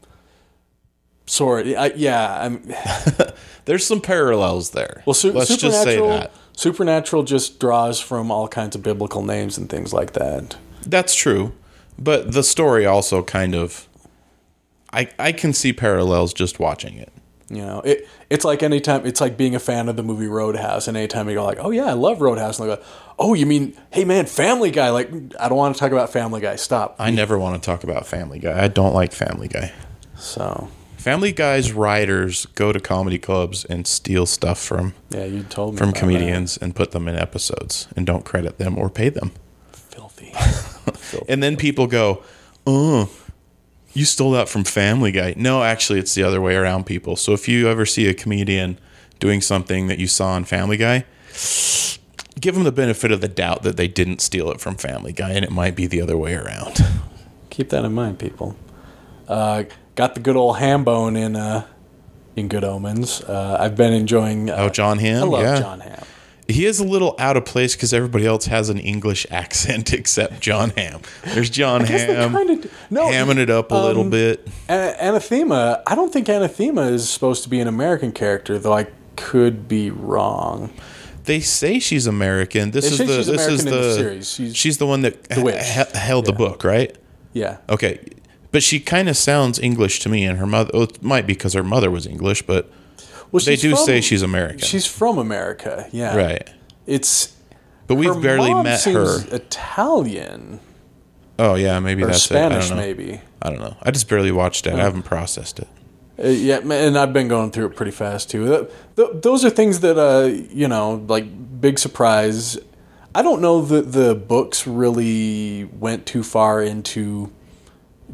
[SPEAKER 1] sorry I, yeah I'm
[SPEAKER 2] be. There's some parallels there.
[SPEAKER 1] well su-
[SPEAKER 2] let's
[SPEAKER 1] supernatural
[SPEAKER 2] just say that.
[SPEAKER 1] supernatural just draws from all kinds of biblical names and things like that
[SPEAKER 2] That's true, but the story also kind of. I, I can see parallels just watching it.
[SPEAKER 1] You know, it it's like anytime it's like being a fan of the movie Roadhouse, and anytime you go like, "Oh yeah, I love Roadhouse," and they go, "Oh, you mean, hey man, Family Guy?" Like, I don't want to talk about Family Guy. Stop.
[SPEAKER 2] I never want to talk about Family Guy. I don't like Family Guy.
[SPEAKER 1] So
[SPEAKER 2] Family Guy's writers go to comedy clubs and steal stuff from
[SPEAKER 1] yeah, you told me
[SPEAKER 2] from
[SPEAKER 1] about
[SPEAKER 2] comedians and put them in episodes and don't credit them or pay them.
[SPEAKER 1] that. Filthy.
[SPEAKER 2] And then people go, "Oh, you stole that from Family Guy." No, actually, it's the other way around. People. So if you ever see a comedian doing something that you saw on Family Guy, give them the benefit of the doubt that they didn't steal it from Family Guy, and it might be the other way around.
[SPEAKER 1] Keep that in mind, people. Uh, got the good old ham bone in uh, in Good Omens. Uh, I've been enjoying. Uh,
[SPEAKER 2] Oh, John Hamm.
[SPEAKER 1] I love
[SPEAKER 2] yeah.
[SPEAKER 1] John Ham.
[SPEAKER 2] He is a little out of place because everybody else has an English accent except John Ham. There's John
[SPEAKER 1] guess they
[SPEAKER 2] Ham
[SPEAKER 1] kinda Um, d- no,
[SPEAKER 2] hamming it up a little bit.
[SPEAKER 1] A- Anathema. I don't think Anathema is supposed to be an American character, though. I could be wrong.
[SPEAKER 2] They say she's American. This
[SPEAKER 1] They
[SPEAKER 2] is
[SPEAKER 1] say
[SPEAKER 2] the
[SPEAKER 1] she's
[SPEAKER 2] this is
[SPEAKER 1] American
[SPEAKER 2] the,
[SPEAKER 1] in the series. She's-
[SPEAKER 2] She's, the one that
[SPEAKER 1] The witch.
[SPEAKER 2] he- he- held the book, right?
[SPEAKER 1] Yeah.
[SPEAKER 2] Okay, but she kind of sounds English to me, and her mother oh, it might be because her mother was English, but
[SPEAKER 1] Well,
[SPEAKER 2] they
[SPEAKER 1] she's
[SPEAKER 2] do
[SPEAKER 1] from-
[SPEAKER 2] say she's American,
[SPEAKER 1] She's from America. Yeah.
[SPEAKER 2] right?
[SPEAKER 1] It's
[SPEAKER 2] But we've
[SPEAKER 1] her
[SPEAKER 2] barely
[SPEAKER 1] mom
[SPEAKER 2] met her.
[SPEAKER 1] seems Italian
[SPEAKER 2] Oh yeah, maybe
[SPEAKER 1] or
[SPEAKER 2] that's
[SPEAKER 1] Spanish,
[SPEAKER 2] it. I don't know.
[SPEAKER 1] maybe.
[SPEAKER 2] I don't know. I just barely watched it. I haven't processed it.
[SPEAKER 1] Uh, yeah, ma- and I've been going through it pretty fast too. Th- th- those are things that uh, you know, like big surprise. I don't know that the books really went too far into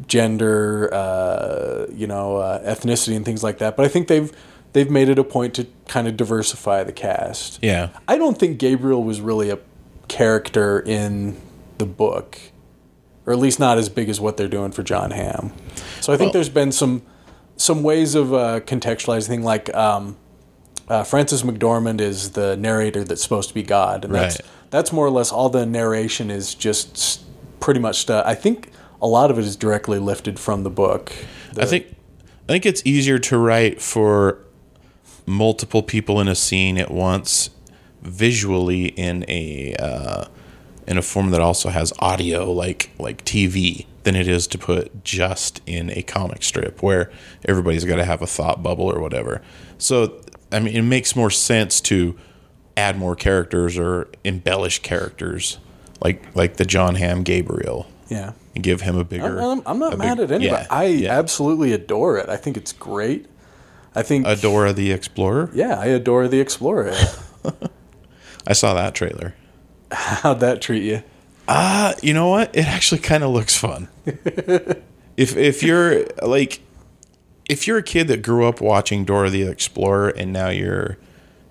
[SPEAKER 1] gender, uh, you know, uh, ethnicity and things like that. But I think they've they've made it a point to kind of diversify the cast.
[SPEAKER 2] Yeah,
[SPEAKER 1] I don't think Gabriel was really a character in the book, or at least not as big as what they're doing for John Hamm. So I think
[SPEAKER 2] Well-
[SPEAKER 1] there's been some some ways of uh, contextualizing, things like um, uh, Francis McDormand is the narrator that's supposed to be God, and that's
[SPEAKER 2] Right.
[SPEAKER 1] that's more or less all the narration is just s- pretty much stuff. I think a lot of it is directly lifted from the book.
[SPEAKER 2] I think I think it's easier to write for multiple people in a scene at once, visually in a uh, in a form that also has audio, like like TV, than it is to put just in a comic strip where everybody's got to have a thought bubble or whatever. So I mean, it makes more sense to add more characters or embellish characters, like like the John Ham Gabriel.
[SPEAKER 1] Yeah.
[SPEAKER 2] And give him a bigger.
[SPEAKER 1] I'm, I'm
[SPEAKER 2] a
[SPEAKER 1] not mad
[SPEAKER 2] big-
[SPEAKER 1] at anybody.
[SPEAKER 2] yeah,
[SPEAKER 1] I
[SPEAKER 2] yeah.
[SPEAKER 1] absolutely adore it. I think it's great. I think
[SPEAKER 2] Adora the Explorer.
[SPEAKER 1] Yeah, I adore the Explorer.
[SPEAKER 2] I saw that trailer.
[SPEAKER 1] How'd that treat you?
[SPEAKER 2] Uh, you know what? It actually kind of looks fun. if if you're like if you're a kid that grew up watching Dora the Explorer and now you're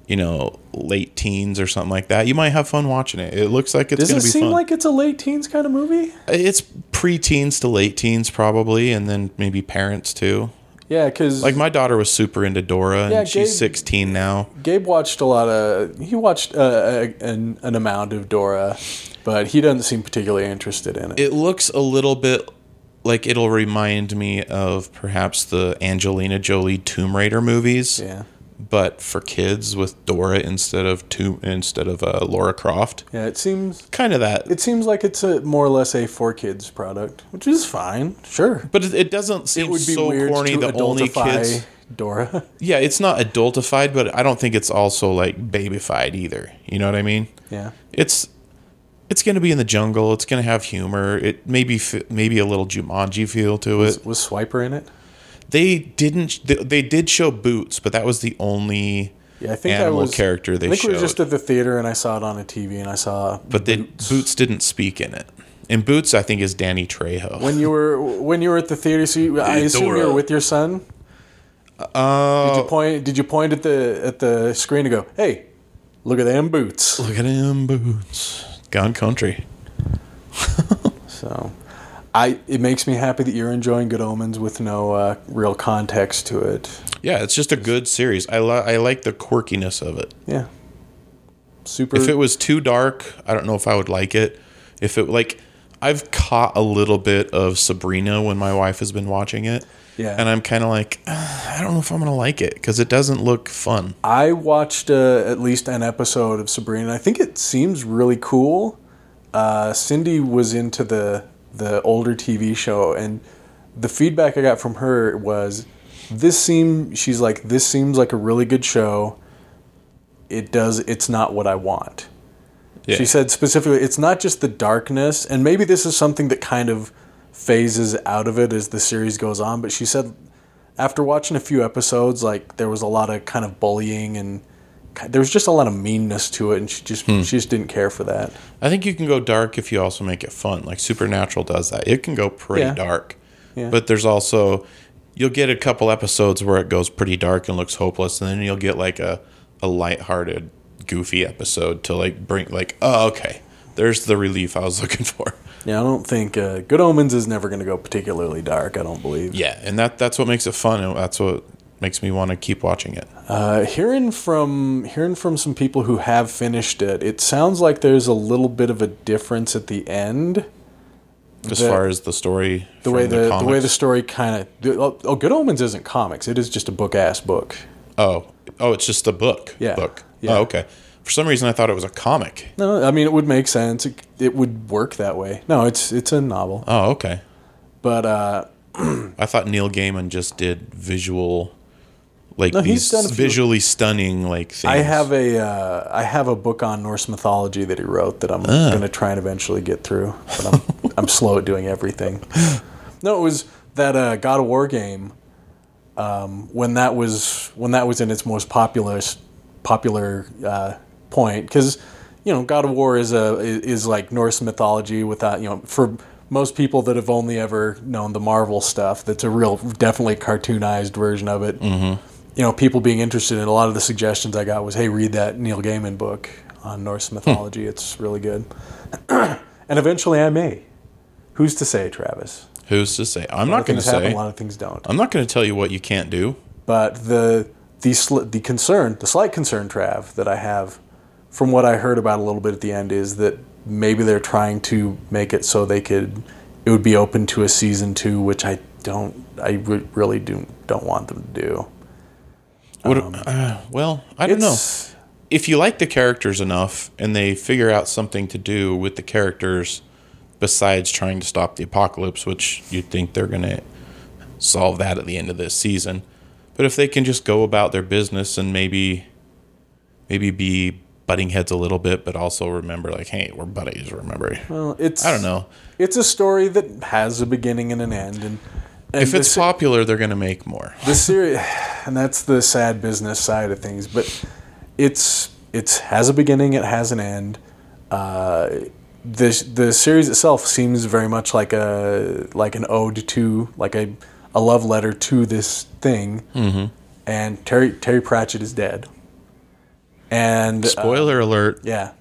[SPEAKER 2] you know late teens or something like that, you might have fun watching it. It looks like it's
[SPEAKER 1] Does
[SPEAKER 2] going
[SPEAKER 1] it
[SPEAKER 2] to be
[SPEAKER 1] seem
[SPEAKER 2] fun.
[SPEAKER 1] like it's a late teens kind of movie?
[SPEAKER 2] it's pre-teens to late teens probably and then maybe parents too.
[SPEAKER 1] Yeah, because
[SPEAKER 2] Like my daughter was super into Dora and
[SPEAKER 1] Yeah,
[SPEAKER 2] she's
[SPEAKER 1] Gabe-
[SPEAKER 2] 16 now.
[SPEAKER 1] Gabe watched a lot of. He watched uh, a, an, an amount of Dora, but he doesn't seem particularly interested in it.
[SPEAKER 2] It looks a little bit like it'll remind me of perhaps the Angelina Jolie Tomb Raider movies,
[SPEAKER 1] yeah,
[SPEAKER 2] but for kids with Dora instead of Tomb instead of uh, Laura Croft.
[SPEAKER 1] yeah. It seems
[SPEAKER 2] Kind of that,
[SPEAKER 1] it seems like it's a more or less a for kids product, which is fine. Sure,
[SPEAKER 2] but it, it doesn't seem
[SPEAKER 1] it would be
[SPEAKER 2] so
[SPEAKER 1] weird
[SPEAKER 2] corny.
[SPEAKER 1] to
[SPEAKER 2] The only
[SPEAKER 1] adultify
[SPEAKER 2] kids,
[SPEAKER 1] Dora.
[SPEAKER 2] yeah, it's not adultified, but I don't think it's also like babyfied either. You know what I mean?
[SPEAKER 1] yeah,
[SPEAKER 2] It's it's going to be in the jungle. It's going to have humor. It maybe maybe a little Jumanji feel to it.
[SPEAKER 1] was Swiper in it?
[SPEAKER 2] They didn't. They, they did show boots, but that was the only
[SPEAKER 1] Yeah, I think
[SPEAKER 2] animal
[SPEAKER 1] I was,
[SPEAKER 2] character they
[SPEAKER 1] I think
[SPEAKER 2] showed.
[SPEAKER 1] we were just at the theater, and I saw it on a TV, and I saw.
[SPEAKER 2] but the boots. didn't speak in it. And boots, I think, is Danny Trejo.
[SPEAKER 1] when you were when you were at the theater, so you, I
[SPEAKER 2] Hey,
[SPEAKER 1] assume you were
[SPEAKER 2] Dora.
[SPEAKER 1] with your son.
[SPEAKER 2] uh,
[SPEAKER 1] Did you point? Did you point at the at the screen and go, "Hey, look at them boots"?
[SPEAKER 2] look at him boots, gone country.
[SPEAKER 1] So, I it makes me happy that you're enjoying Good Omens with no uh, real context to it.
[SPEAKER 2] Yeah, it's just a good series. I li- I like the quirkiness of it.
[SPEAKER 1] Yeah, super.
[SPEAKER 2] If it was too dark, I don't know if I would like it. If it like, I've caught a little bit of Sabrina when my wife has been watching it.
[SPEAKER 1] Yeah.
[SPEAKER 2] and I'm kind of like, "Ah, I don't know if I'm gonna like it because it doesn't look fun.
[SPEAKER 1] I watched uh, at least an episode of Sabrina. I think it seems really cool. Uh, Cindy was into the the older TV show, and the feedback I got from her was, "This seem she's like this seems like a really good show. It does. It's not what I want."
[SPEAKER 2] Yeah.
[SPEAKER 1] She said specifically, it's not just the darkness, and maybe this is something that kind of phases out of it as the series goes on, but she said after watching a few episodes, like there was a lot of kind of bullying and ki- there was just a lot of meanness to it, and she just she just didn't care for that.
[SPEAKER 2] I think you can go dark if you also make it fun. Like Supernatural does that. It can go pretty
[SPEAKER 1] Yeah.
[SPEAKER 2] dark.
[SPEAKER 1] Yeah.
[SPEAKER 2] But there's also you'll get a couple episodes where it goes pretty dark and looks hopeless and then you'll get like a a lighthearted goofy episode to like bring like oh okay there's the relief I was looking for.
[SPEAKER 1] Yeah, I don't think uh, Good Omens is never going to go particularly dark. I don't believe.
[SPEAKER 2] Yeah, and that that's what makes it fun, and that's what makes me want to keep watching it.
[SPEAKER 1] Uh, hearing from hearing from some people who have finished it, it sounds like there's a little bit of a difference at the end.
[SPEAKER 2] As
[SPEAKER 1] the-
[SPEAKER 2] far as the story,
[SPEAKER 1] The way the, the way the
[SPEAKER 2] comics.
[SPEAKER 1] story kind of oh, Good Omens isn't comics. It is just a book ass book.
[SPEAKER 2] oh oh it's just a book
[SPEAKER 1] Yeah.
[SPEAKER 2] book.
[SPEAKER 1] Yeah.
[SPEAKER 2] Oh okay. For some reason, I thought it was a comic.
[SPEAKER 1] No, I mean it would make sense. It, it would work that way. No, it's it's a novel.
[SPEAKER 2] Oh okay.
[SPEAKER 1] But uh,
[SPEAKER 2] I thought Neil Gaiman just did visual, like
[SPEAKER 1] No, he's
[SPEAKER 2] these
[SPEAKER 1] done a few-
[SPEAKER 2] visually stunning like things.
[SPEAKER 1] I have a uh, I have a book on Norse mythology that he wrote that I'm going to try and eventually get through, but I'm I'm slow at doing everything. No, it was that uh, God of War game um, when that was when that was in its most popular popular uh, point because you know God of War is a is like Norse mythology without you know for most people that have only ever known the Marvel stuff that's a real definitely cartoonized version of it you know, people being interested in a lot of the suggestions I got was, hey, read that Neil Gaiman book on
[SPEAKER 2] Hmm.
[SPEAKER 1] Norse mythology. It's really good. and eventually I may. Who's to say, Travis?
[SPEAKER 2] Who's to say? I'm
[SPEAKER 1] A lot of
[SPEAKER 2] not going to
[SPEAKER 1] things happen,
[SPEAKER 2] say.
[SPEAKER 1] a lot of things don't.
[SPEAKER 2] I'm not going to tell you what you can't do.
[SPEAKER 1] But the the sl- the concern, the slight concern, Trav, that I have from what I heard about a little bit at the end is that maybe they're trying to make it so they could it would be open to a season two, which I don't, I re- really do don't want them to do.
[SPEAKER 2] What, uh, well, I don't know.
[SPEAKER 1] Um, It's-
[SPEAKER 2] If you like the characters enough and they figure out something to do with the characters besides trying to stop the apocalypse, which you'd think they're going to solve that at the end of this season. But if they can just go about their business and maybe maybe be butting heads a little bit, but also remember like, hey, we're buddies, remember.
[SPEAKER 1] Well, it's
[SPEAKER 2] I don't know.
[SPEAKER 1] It's a story that has a beginning and an end, and, and
[SPEAKER 2] If
[SPEAKER 1] the Uh,
[SPEAKER 2] it's
[SPEAKER 1] se-
[SPEAKER 2] popular, they're going to make more.
[SPEAKER 1] the series, and that's the sad business side of things. But it's it's has a beginning, it has an end. Uh, the the series itself seems very much like a like an ode to like a a love letter to this thing. Mm-hmm. And Terry Terry Pratchett is dead. And uh,
[SPEAKER 2] Spoiler alert.
[SPEAKER 1] yeah,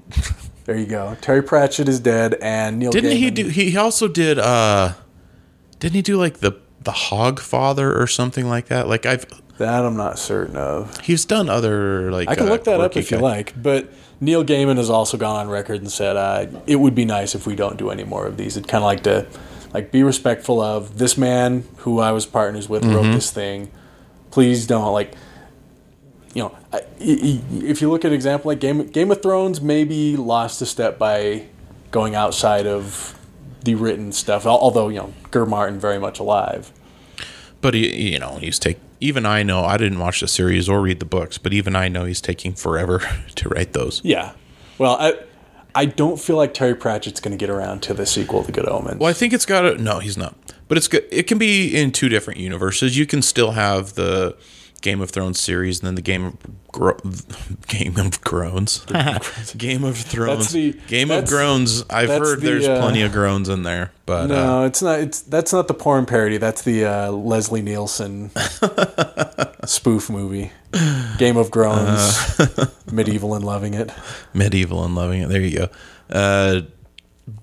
[SPEAKER 1] there you go. Terry Pratchett is dead, and Neil
[SPEAKER 2] Didn't he
[SPEAKER 1] Gaiman-
[SPEAKER 2] do? He he also did. uh Didn't he do like the the Hog Father or something like that? Like I've
[SPEAKER 1] That I'm not certain of.
[SPEAKER 2] he's done other like
[SPEAKER 1] I can
[SPEAKER 2] uh,
[SPEAKER 1] look that up
[SPEAKER 2] quirky
[SPEAKER 1] if you
[SPEAKER 2] guy-
[SPEAKER 1] like. But Neil Gaiman has also gone on record and said uh, it would be nice if we don't do any more of these. I'd kind of like to, like, be respectful of this man who I was partners with wrote this thing. Please don't like. You know, I- i- i- if you look at an example like Game Game of Thrones, maybe lost a step by going outside of the written stuff. al- Although you know, Ger Martin very much alive.
[SPEAKER 2] But he, you know, he's take. Even I know I didn't watch the series or read the books, but even I know he's taking forever to write those.
[SPEAKER 1] Yeah. Well, I I don't feel like Terry Pratchett's going to get around to the sequel to Good Omens.
[SPEAKER 2] Well, I think it's got to. No, he's not. But it's good. It can be in two different universes. You can still have the Game of Thrones series, and then the Game of Gro- Game of Groans, Game of Thrones,
[SPEAKER 1] the-
[SPEAKER 2] Game of
[SPEAKER 1] that's-
[SPEAKER 2] Groans. I've
[SPEAKER 1] that's
[SPEAKER 2] heard
[SPEAKER 1] the,
[SPEAKER 2] there's
[SPEAKER 1] uh,
[SPEAKER 2] plenty of groans in there, but uh,
[SPEAKER 1] No, it's not. It's that's not the porn parody. That's the uh, Leslie Nielsen spoof movie, Game of Groans,
[SPEAKER 2] Uh.
[SPEAKER 1] medieval and loving it.
[SPEAKER 2] medieval and loving it. There you go. Uh,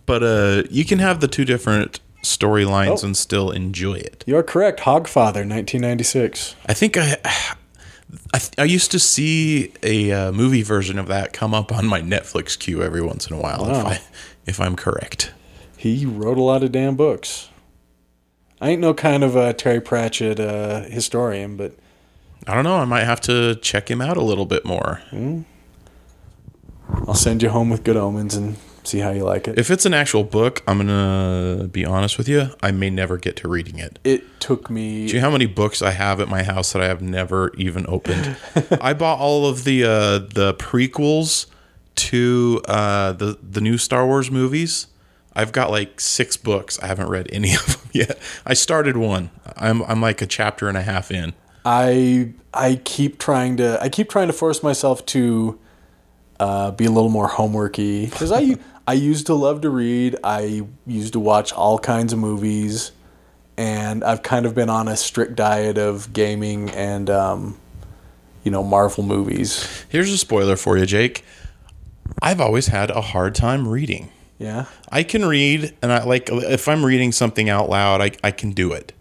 [SPEAKER 2] but uh, you can have the two different storylines and still enjoy it.
[SPEAKER 1] You're correct. Hogfather, 1996.
[SPEAKER 2] I think I. I, I used to see a uh, movie version of that come up on my Netflix queue every once in a while, if
[SPEAKER 1] Wow.
[SPEAKER 2] I if I'm correct.
[SPEAKER 1] He wrote a lot of damn books. I ain't no kind of uh, Terry Pratchett uh, historian, but
[SPEAKER 2] I don't know. I might have to check him out a little bit more.
[SPEAKER 1] I'll send you home with Good Omens and see how you like it.
[SPEAKER 2] If it's an actual book, I'm gonna be honest with you. I may never get to reading it.
[SPEAKER 1] it took me.
[SPEAKER 2] Do you know how many books I have at my house that I have never even opened? I bought all of the uh, the prequels to uh, the the new Star Wars movies. I've got like six books. I haven't read any of them yet. I started one. I'm I'm like a chapter and a half in.
[SPEAKER 1] I I keep trying to I keep trying to force myself to uh, be a little more homeworky because I I used to love to read. I used to watch all kinds of movies, and I've kind of been on a strict diet of gaming and um, you know Marvel movies.
[SPEAKER 2] Here's a spoiler for you, Jake. I've always had a hard time reading.
[SPEAKER 1] Yeah.
[SPEAKER 2] I can read, and I like if I'm reading something out loud, I, I can do it.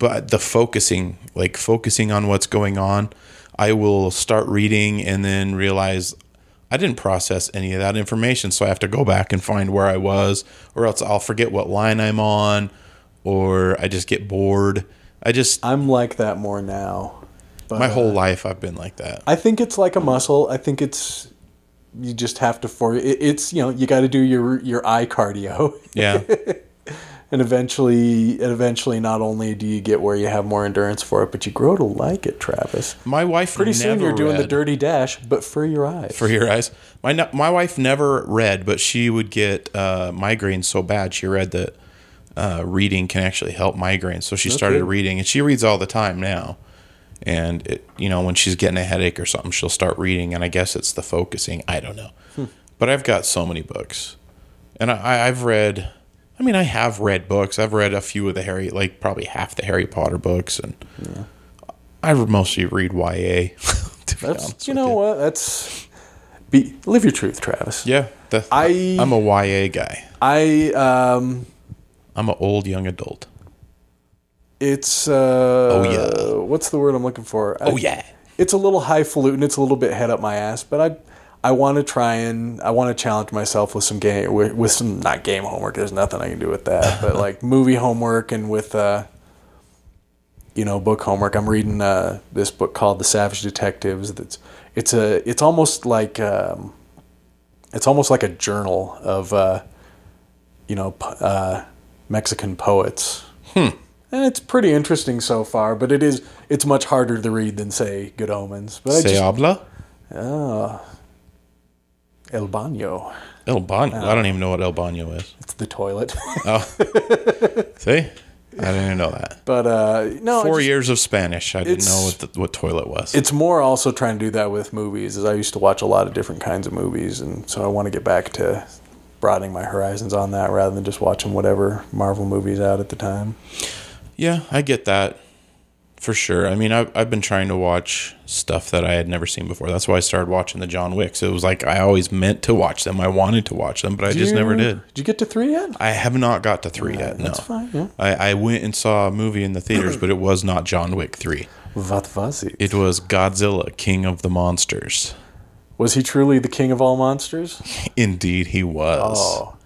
[SPEAKER 2] But the focusing, like focusing on what's going on, I will start reading and then realize I didn't process any of that information. So I have to go back and find where I was, or else I'll forget what line I'm on, or I just get bored. I just,
[SPEAKER 1] I'm like that more now. But
[SPEAKER 2] my
[SPEAKER 1] uh,
[SPEAKER 2] whole life, I've been like that.
[SPEAKER 1] I think it's like a muscle. I think it's you just have to for it, it's you know you got to do your your eye cardio,
[SPEAKER 2] Yeah.
[SPEAKER 1] and eventually and eventually not only do you get where you have more endurance for it, but you grow to like it, Travis.
[SPEAKER 2] My wife
[SPEAKER 1] Pretty soon you're doing the dirty
[SPEAKER 2] dirty.
[SPEAKER 1] dash, but for your eyes.
[SPEAKER 2] for your eyes. My no- my wife never read, but she would get uh, migraines so bad. She read that uh, reading can actually help migraines, so she started
[SPEAKER 1] good.
[SPEAKER 2] reading, and she reads all the time now. And it, you know, when she's getting a headache or something, she'll start reading, and I guess it's the focusing. I don't know, but I've got so many books, and I- I, I've read. I mean, I have read books. I've read a few of the Harry, like probably half the Harry Potter books, and I mostly read YA. to be honest
[SPEAKER 1] That's you
[SPEAKER 2] with
[SPEAKER 1] know what that's be live your truth, Travis.
[SPEAKER 2] yeah, the,
[SPEAKER 1] I-
[SPEAKER 2] I'm a YA guy.
[SPEAKER 1] I um
[SPEAKER 2] I'm an old young adult.
[SPEAKER 1] it's uh oh
[SPEAKER 2] yeah.
[SPEAKER 1] what's the word I'm looking for?
[SPEAKER 2] Oh yeah,
[SPEAKER 1] it's a little highfalutin. It's a little bit head up my ass, but I I want to try and I want to challenge myself with some game with, with some not game homework. There's nothing I can do with that, but like movie homework and with uh, you know book homework. I'm reading uh, this book called The Savage Detectives. That's it's a it's almost like um, it's almost like a journal of uh, you know p- uh, Mexican poets. And it's pretty interesting so far, but it is it's much harder to read than say Good Omens. But I
[SPEAKER 2] se
[SPEAKER 1] just
[SPEAKER 2] habla
[SPEAKER 1] El Baño.
[SPEAKER 2] el baño.
[SPEAKER 1] Ah.
[SPEAKER 2] I don't even know what el baño is.
[SPEAKER 1] It's the toilet.
[SPEAKER 2] See, I didn't even know that.
[SPEAKER 1] but uh no,
[SPEAKER 2] Four
[SPEAKER 1] it's,
[SPEAKER 2] years of Spanish. I didn't
[SPEAKER 1] it's-
[SPEAKER 2] know what the, what toilet was.
[SPEAKER 1] it's more also trying to do that with movies. Is I used to watch a lot of different kinds of movies, and so I want to get back to broadening my horizons on that rather than just watching whatever Marvel movies out at the time.
[SPEAKER 2] yeah, I get that for sure. I mean, I've I've been trying to watch stuff that I had never seen before. That's why I started watching the John Wicks. It was like I always meant to watch them. I wanted to watch them, but I just
[SPEAKER 1] You-
[SPEAKER 2] never did.
[SPEAKER 1] Did you get to three yet?
[SPEAKER 2] I have not got to three yet. No,
[SPEAKER 1] That's fine. Yeah.
[SPEAKER 2] I, I went and saw a movie in the theaters, but it was not John Wick three.
[SPEAKER 1] What was he?
[SPEAKER 2] It was Godzilla, King of the Monsters.
[SPEAKER 1] Was he truly the king of all monsters?
[SPEAKER 2] Indeed, he was.
[SPEAKER 1] Oh,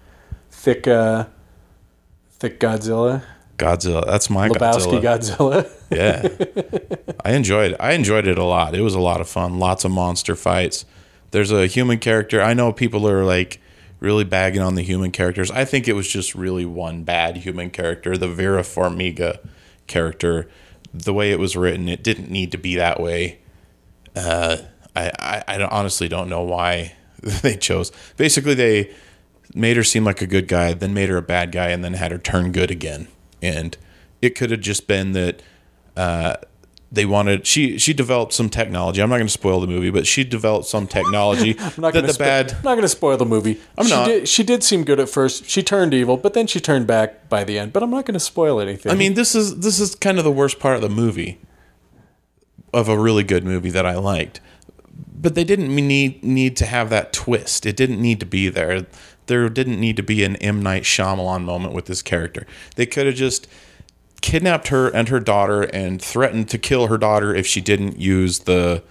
[SPEAKER 1] thick, uh, thick Godzilla,
[SPEAKER 2] Godzilla. That's my
[SPEAKER 1] Lebowski
[SPEAKER 2] Godzilla.
[SPEAKER 1] Godzilla.
[SPEAKER 2] yeah. I enjoyed I enjoyed it a lot. It was a lot of fun. Lots of monster fights. There's a human character. I know people are like really bagging on the human characters. I think it was just really one bad human character, the Vera Farmiga character. The way it was written, it didn't need to be that way. I, I, I don't- honestly don't know why they chose. Basically, they made her seem like a good guy, then made her a bad guy, and then had her turn good again. And it could have just been that uh, they wanted she she developed some technology. I'm not going to spoil the movie, but she developed some technology
[SPEAKER 1] I'm not
[SPEAKER 2] that
[SPEAKER 1] gonna
[SPEAKER 2] the
[SPEAKER 1] spo-
[SPEAKER 2] bad
[SPEAKER 1] I'm not going to spoil the movie. I'm she
[SPEAKER 2] not.
[SPEAKER 1] Did, she did seem good at first. She turned evil, but then she turned back by the end. But I'm not going to spoil anything.
[SPEAKER 2] I mean, this is this is kind of the worst part of the movie, of a really good movie that I liked. But they didn't need need to have that twist. It didn't need to be there. There didn't need to be an M Night Shyamalan moment with this character. They could have just kidnapped her and her daughter and threatened to kill her daughter if she didn't use the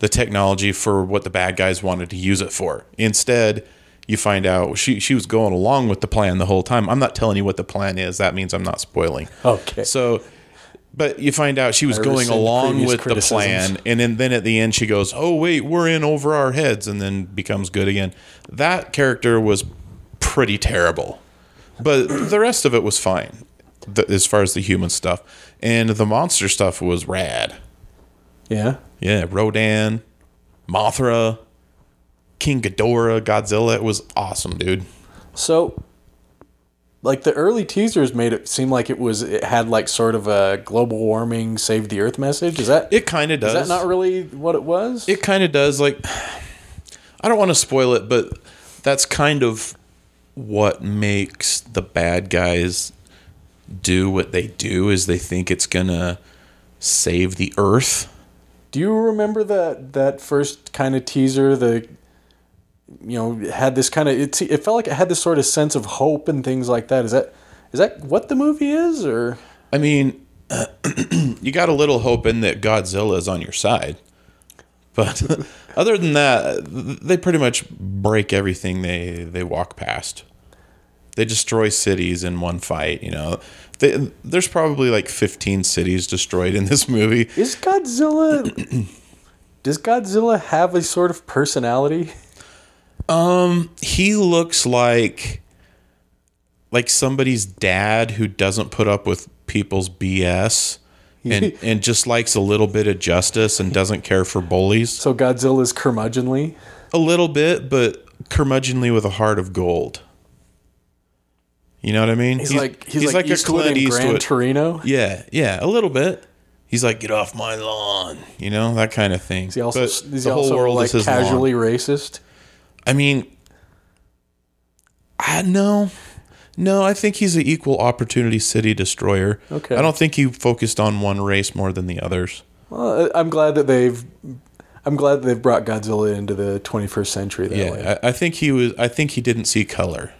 [SPEAKER 2] the technology for what the bad guys wanted to use it for. Instead, you find out she she was going along with the plan the whole time. I'm not telling you what the plan is. That means I'm not spoiling.
[SPEAKER 1] Okay.
[SPEAKER 2] So but you find out she was
[SPEAKER 1] I
[SPEAKER 2] going
[SPEAKER 1] rescind
[SPEAKER 2] along
[SPEAKER 1] previous
[SPEAKER 2] with the plan
[SPEAKER 1] criticisms.
[SPEAKER 2] and then, then at the end she goes, "Oh wait, we're in over our heads" and then becomes good again. That character was pretty terrible. But the rest of it was fine th- as far as the human stuff and the monster stuff was rad.
[SPEAKER 1] yeah.
[SPEAKER 2] Yeah, Rodan, Mothra, King Ghidorah, Godzilla. It was awesome, dude.
[SPEAKER 1] So, like the early teasers made it seem like it was it had like sort of a global warming, save the earth message. Is that is
[SPEAKER 2] It kind of does.
[SPEAKER 1] that not really what it was?
[SPEAKER 2] it kind of does. Like, I don't want to spoil it, but that's kind of what makes the bad guys do what they do is they think it's gonna save the earth
[SPEAKER 1] Do you remember that that first kind of teaser? The you know, had this kind of it. It felt like it had this sort of sense of hope and things like that. Is that is that what the movie is, or
[SPEAKER 2] I mean, you got a little hope in that Godzilla is on your side. But other than that, th- they pretty much break everything they, they walk past. They destroy cities in one fight, you know. They, there's probably like 15 cities destroyed in this movie.
[SPEAKER 1] is Godzilla? does Godzilla have a sort of personality?
[SPEAKER 2] Um, He looks like like somebody's dad who doesn't put up with people's BS and, and just likes a little bit of justice and doesn't care for bullies.
[SPEAKER 1] So Godzilla is curmudgeonly.
[SPEAKER 2] A little bit, but curmudgeonly with a heart of gold. You know what I mean?
[SPEAKER 1] He's, like he's, like, Eastwood in Gran Torino.
[SPEAKER 2] Yeah, yeah, a little bit. He's like, get off my lawn, you know, that kind of thing.
[SPEAKER 1] He also
[SPEAKER 2] But
[SPEAKER 1] is he also like
[SPEAKER 2] lawn.
[SPEAKER 1] casually racist.
[SPEAKER 2] I mean, I no, no. I think he's an equal opportunity city destroyer.
[SPEAKER 1] Okay.
[SPEAKER 2] I don't think he focused on one race more than the others.
[SPEAKER 1] Well, I- I'm glad that they've. I'm glad that they've brought Godzilla into the 21st century that way.
[SPEAKER 2] Yeah, I, I think he was. I think he didn't see color.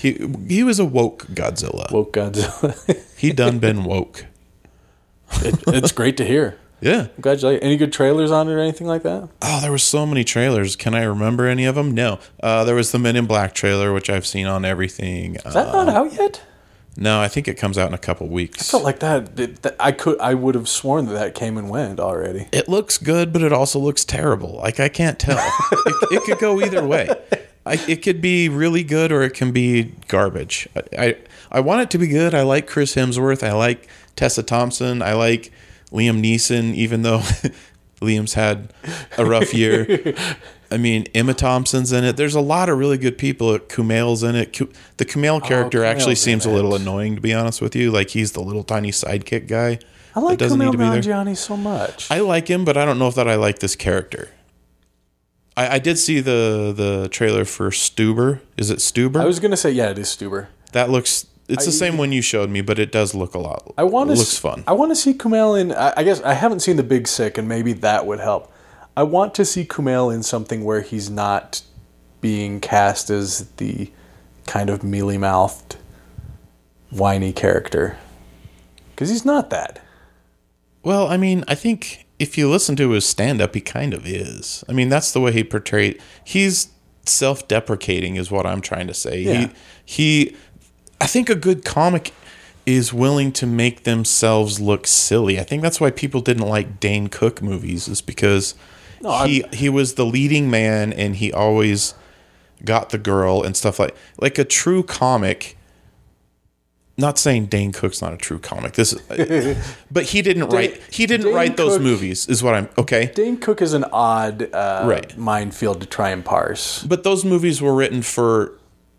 [SPEAKER 2] He he was a woke Godzilla.
[SPEAKER 1] Woke Godzilla.
[SPEAKER 2] He done been woke.
[SPEAKER 1] it's great to hear.
[SPEAKER 2] Yeah.
[SPEAKER 1] Congratulations. Any good trailers on it or anything like that?
[SPEAKER 2] Oh, there were so many trailers. Can I remember any of them? No. Uh, there was the Men in Black trailer, which I've seen on everything.
[SPEAKER 1] Is that
[SPEAKER 2] Uh,
[SPEAKER 1] not out yet?
[SPEAKER 2] no, I think it comes out in a couple weeks.
[SPEAKER 1] Felt like that, that- that- I could. I would have sworn that that came and went already.
[SPEAKER 2] it looks good, but it also looks terrible. Like I can't tell. it, it could go either way. I, it could be really good or it can be garbage. I, I I want it to be good. I like Chris Hemsworth. I like Tessa Thompson. I like Liam Neeson, even though Liam's had a rough year. I mean, Emma Thompson's in it. There's a lot of really good people. Kumail's in it. Ku- The Kumail character
[SPEAKER 1] Oh, Kumail's
[SPEAKER 2] actually
[SPEAKER 1] in
[SPEAKER 2] seems a
[SPEAKER 1] it.
[SPEAKER 2] little annoying, to be honest with you. Like he's the little tiny sidekick guy.
[SPEAKER 1] I
[SPEAKER 2] that
[SPEAKER 1] like Kumail
[SPEAKER 2] there.
[SPEAKER 1] Nanjiani so much.
[SPEAKER 2] I like him, but I don't know if that I like this character. I, I did see the the trailer for Stuber. Is it Stuber?
[SPEAKER 1] I was gonna say, yeah, it is Stuber.
[SPEAKER 2] that looks. It's the same one you showed me, but it does look a lot.
[SPEAKER 1] I want to.
[SPEAKER 2] It looks fun.
[SPEAKER 1] I want to see Kumail in. I, I guess I haven't seen The Big Sick, and maybe that would help. I want to see Kumail in something where he's not being cast as the kind of mealy mouthed, whiny character, because he's not that.
[SPEAKER 2] well, I mean, I think if you listen to his stand up, he kind of is. I mean, that's the way he portrayed. He's self deprecating, is what I'm trying to say.
[SPEAKER 1] Yeah.
[SPEAKER 2] He he. I think a good comic is willing to make themselves look silly. I think that's why people didn't like Dane Cook movies is because he he was the leading man and he always got the girl and stuff like like a true comic. Not saying Dane Cook's not a true comic. This, but he didn't write he didn't
[SPEAKER 1] Dane
[SPEAKER 2] write those
[SPEAKER 1] Cook-
[SPEAKER 2] movies is what I'm okay.
[SPEAKER 1] Dane Cook is an odd uh,
[SPEAKER 2] Right.
[SPEAKER 1] minefield to try and parse.
[SPEAKER 2] But those movies were written for